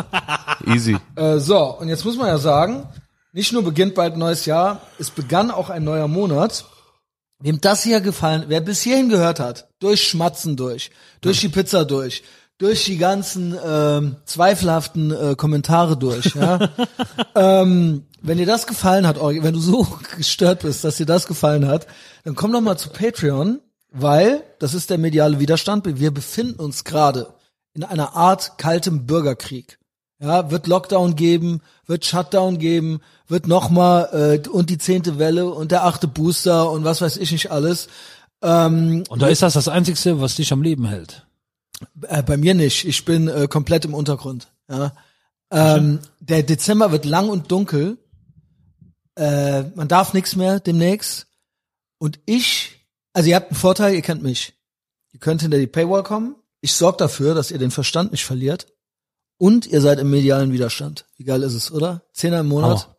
Easy. Äh, so, und jetzt muss man ja sagen, nicht nur beginnt bald ein neues Jahr, es begann auch ein neuer Monat. Wem das hier gefallen, wer bis hierhin gehört hat, durch Schmatzen durch, durch die Pizza durch, durch die ganzen ähm, zweifelhaften äh, Kommentare durch, ja. ähm, wenn dir das gefallen hat, Orgi, wenn du so gestört bist, dass dir das gefallen hat, dann komm doch mal zu Patreon, weil das ist der mediale Widerstand. Wir befinden uns gerade in einer Art kaltem Bürgerkrieg. Ja, wird Lockdown geben, wird Shutdown geben, wird nochmal äh, und die zehnte Welle und der achte Booster und was weiß ich nicht alles. Und da ist das das Einzigste, was dich am Leben hält. Äh, bei mir nicht. Ich bin äh, komplett im Untergrund. Ja. Ähm, der Dezember wird lang und dunkel. Äh, man darf nichts mehr demnächst. Und ich, also ihr habt einen Vorteil, ihr kennt mich. Ihr könnt hinter die Paywall kommen. Ich sorge dafür, dass ihr den Verstand nicht verliert. Und ihr seid im medialen Widerstand. Wie geil ist es, oder? Zehner im Monat. Hammer.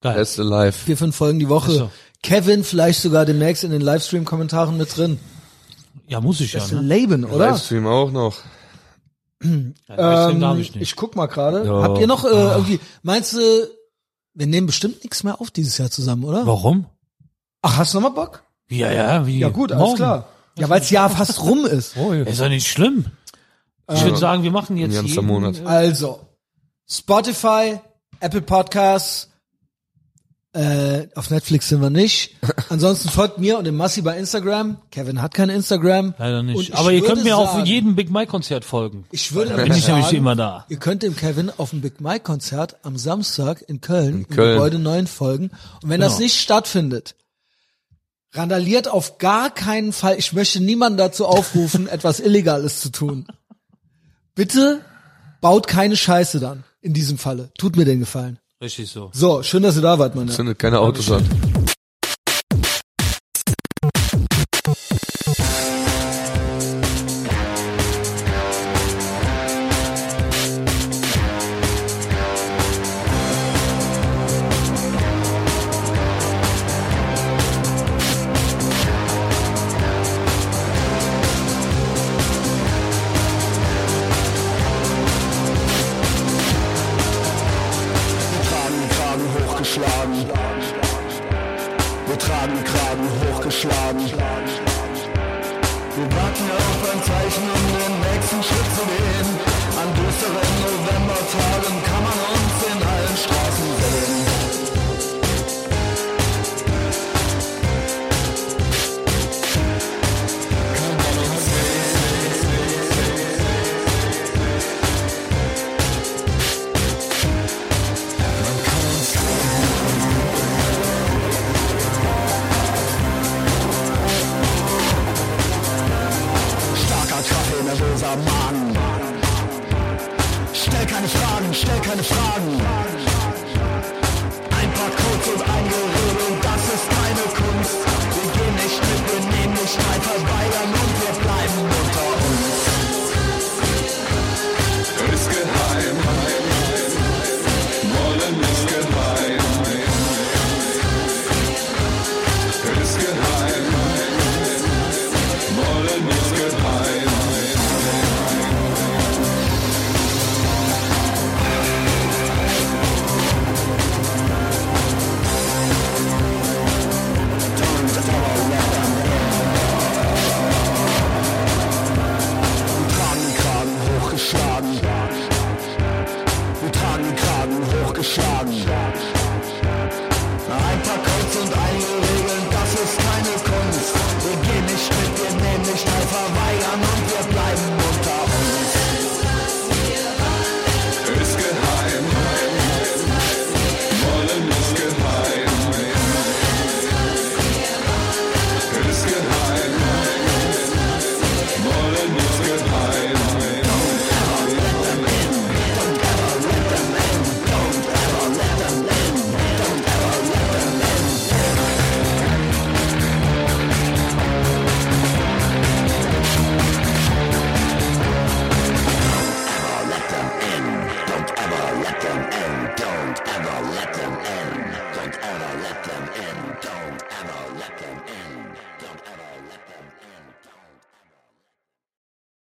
Geil. Best alive. vier, fünf Folgen die Woche. Ach so. Kevin vielleicht sogar demnächst in den Livestream-Kommentaren mit drin. Ja, muss ich ja, Das ne? Leben, oder? Livestream auch noch. Ja, das stimmt, darf ich ich, nicht. guck mal gerade. Ja. Habt ihr noch äh, Ah. irgendwie, meinst du, wir nehmen bestimmt nichts mehr auf dieses Jahr zusammen, oder? Warum? Ach, hast du nochmal Bock? Ja, ja, wie? Ja gut, alles Morgen. klar. Ja, weil's Jahr fast rum ist. Ist doch nicht schlimm. Ich Ähm, würde sagen, wir machen jetzt ganzer jeden, Monat. äh, Also, Spotify, Apple Podcasts, Äh, auf Netflix sind wir nicht. Ansonsten folgt mir und dem Massi bei Instagram. Kevin hat kein Instagram. Leider Und ich nicht. Aber ihr würde könnt mir auch sagen- auf jedem Big Mike Konzert folgen. Ich würde Bin ich nämlich sagen, immer da. Ihr könnt dem Kevin auf dem Big Mike Konzert am Samstag in Köln, in Köln. im Gebäude 9 folgen. Und wenn das Genau. nicht stattfindet, randaliert auf gar keinen Fall. Ich möchte niemanden dazu aufrufen, etwas Illegales zu tun. Bitte baut keine Scheiße dann. In diesem Falle. Tut mir den Gefallen. Richtig so. So, schön, dass ihr da wart, meine. Zündet keine Autos an. Wir tragen Kragen hochgeschlagen. Wir tragen Kragen hochgeschlagen. Wir warten auf ein Zeichen, um den nächsten Schritt zu gehen. An düsteren Novembertagen kann man uns in allen Straßen sehen. Starker Kaffee, nervöser Magen. Stell keine Fragen, stell keine Fragen. Ein paar Codes und ein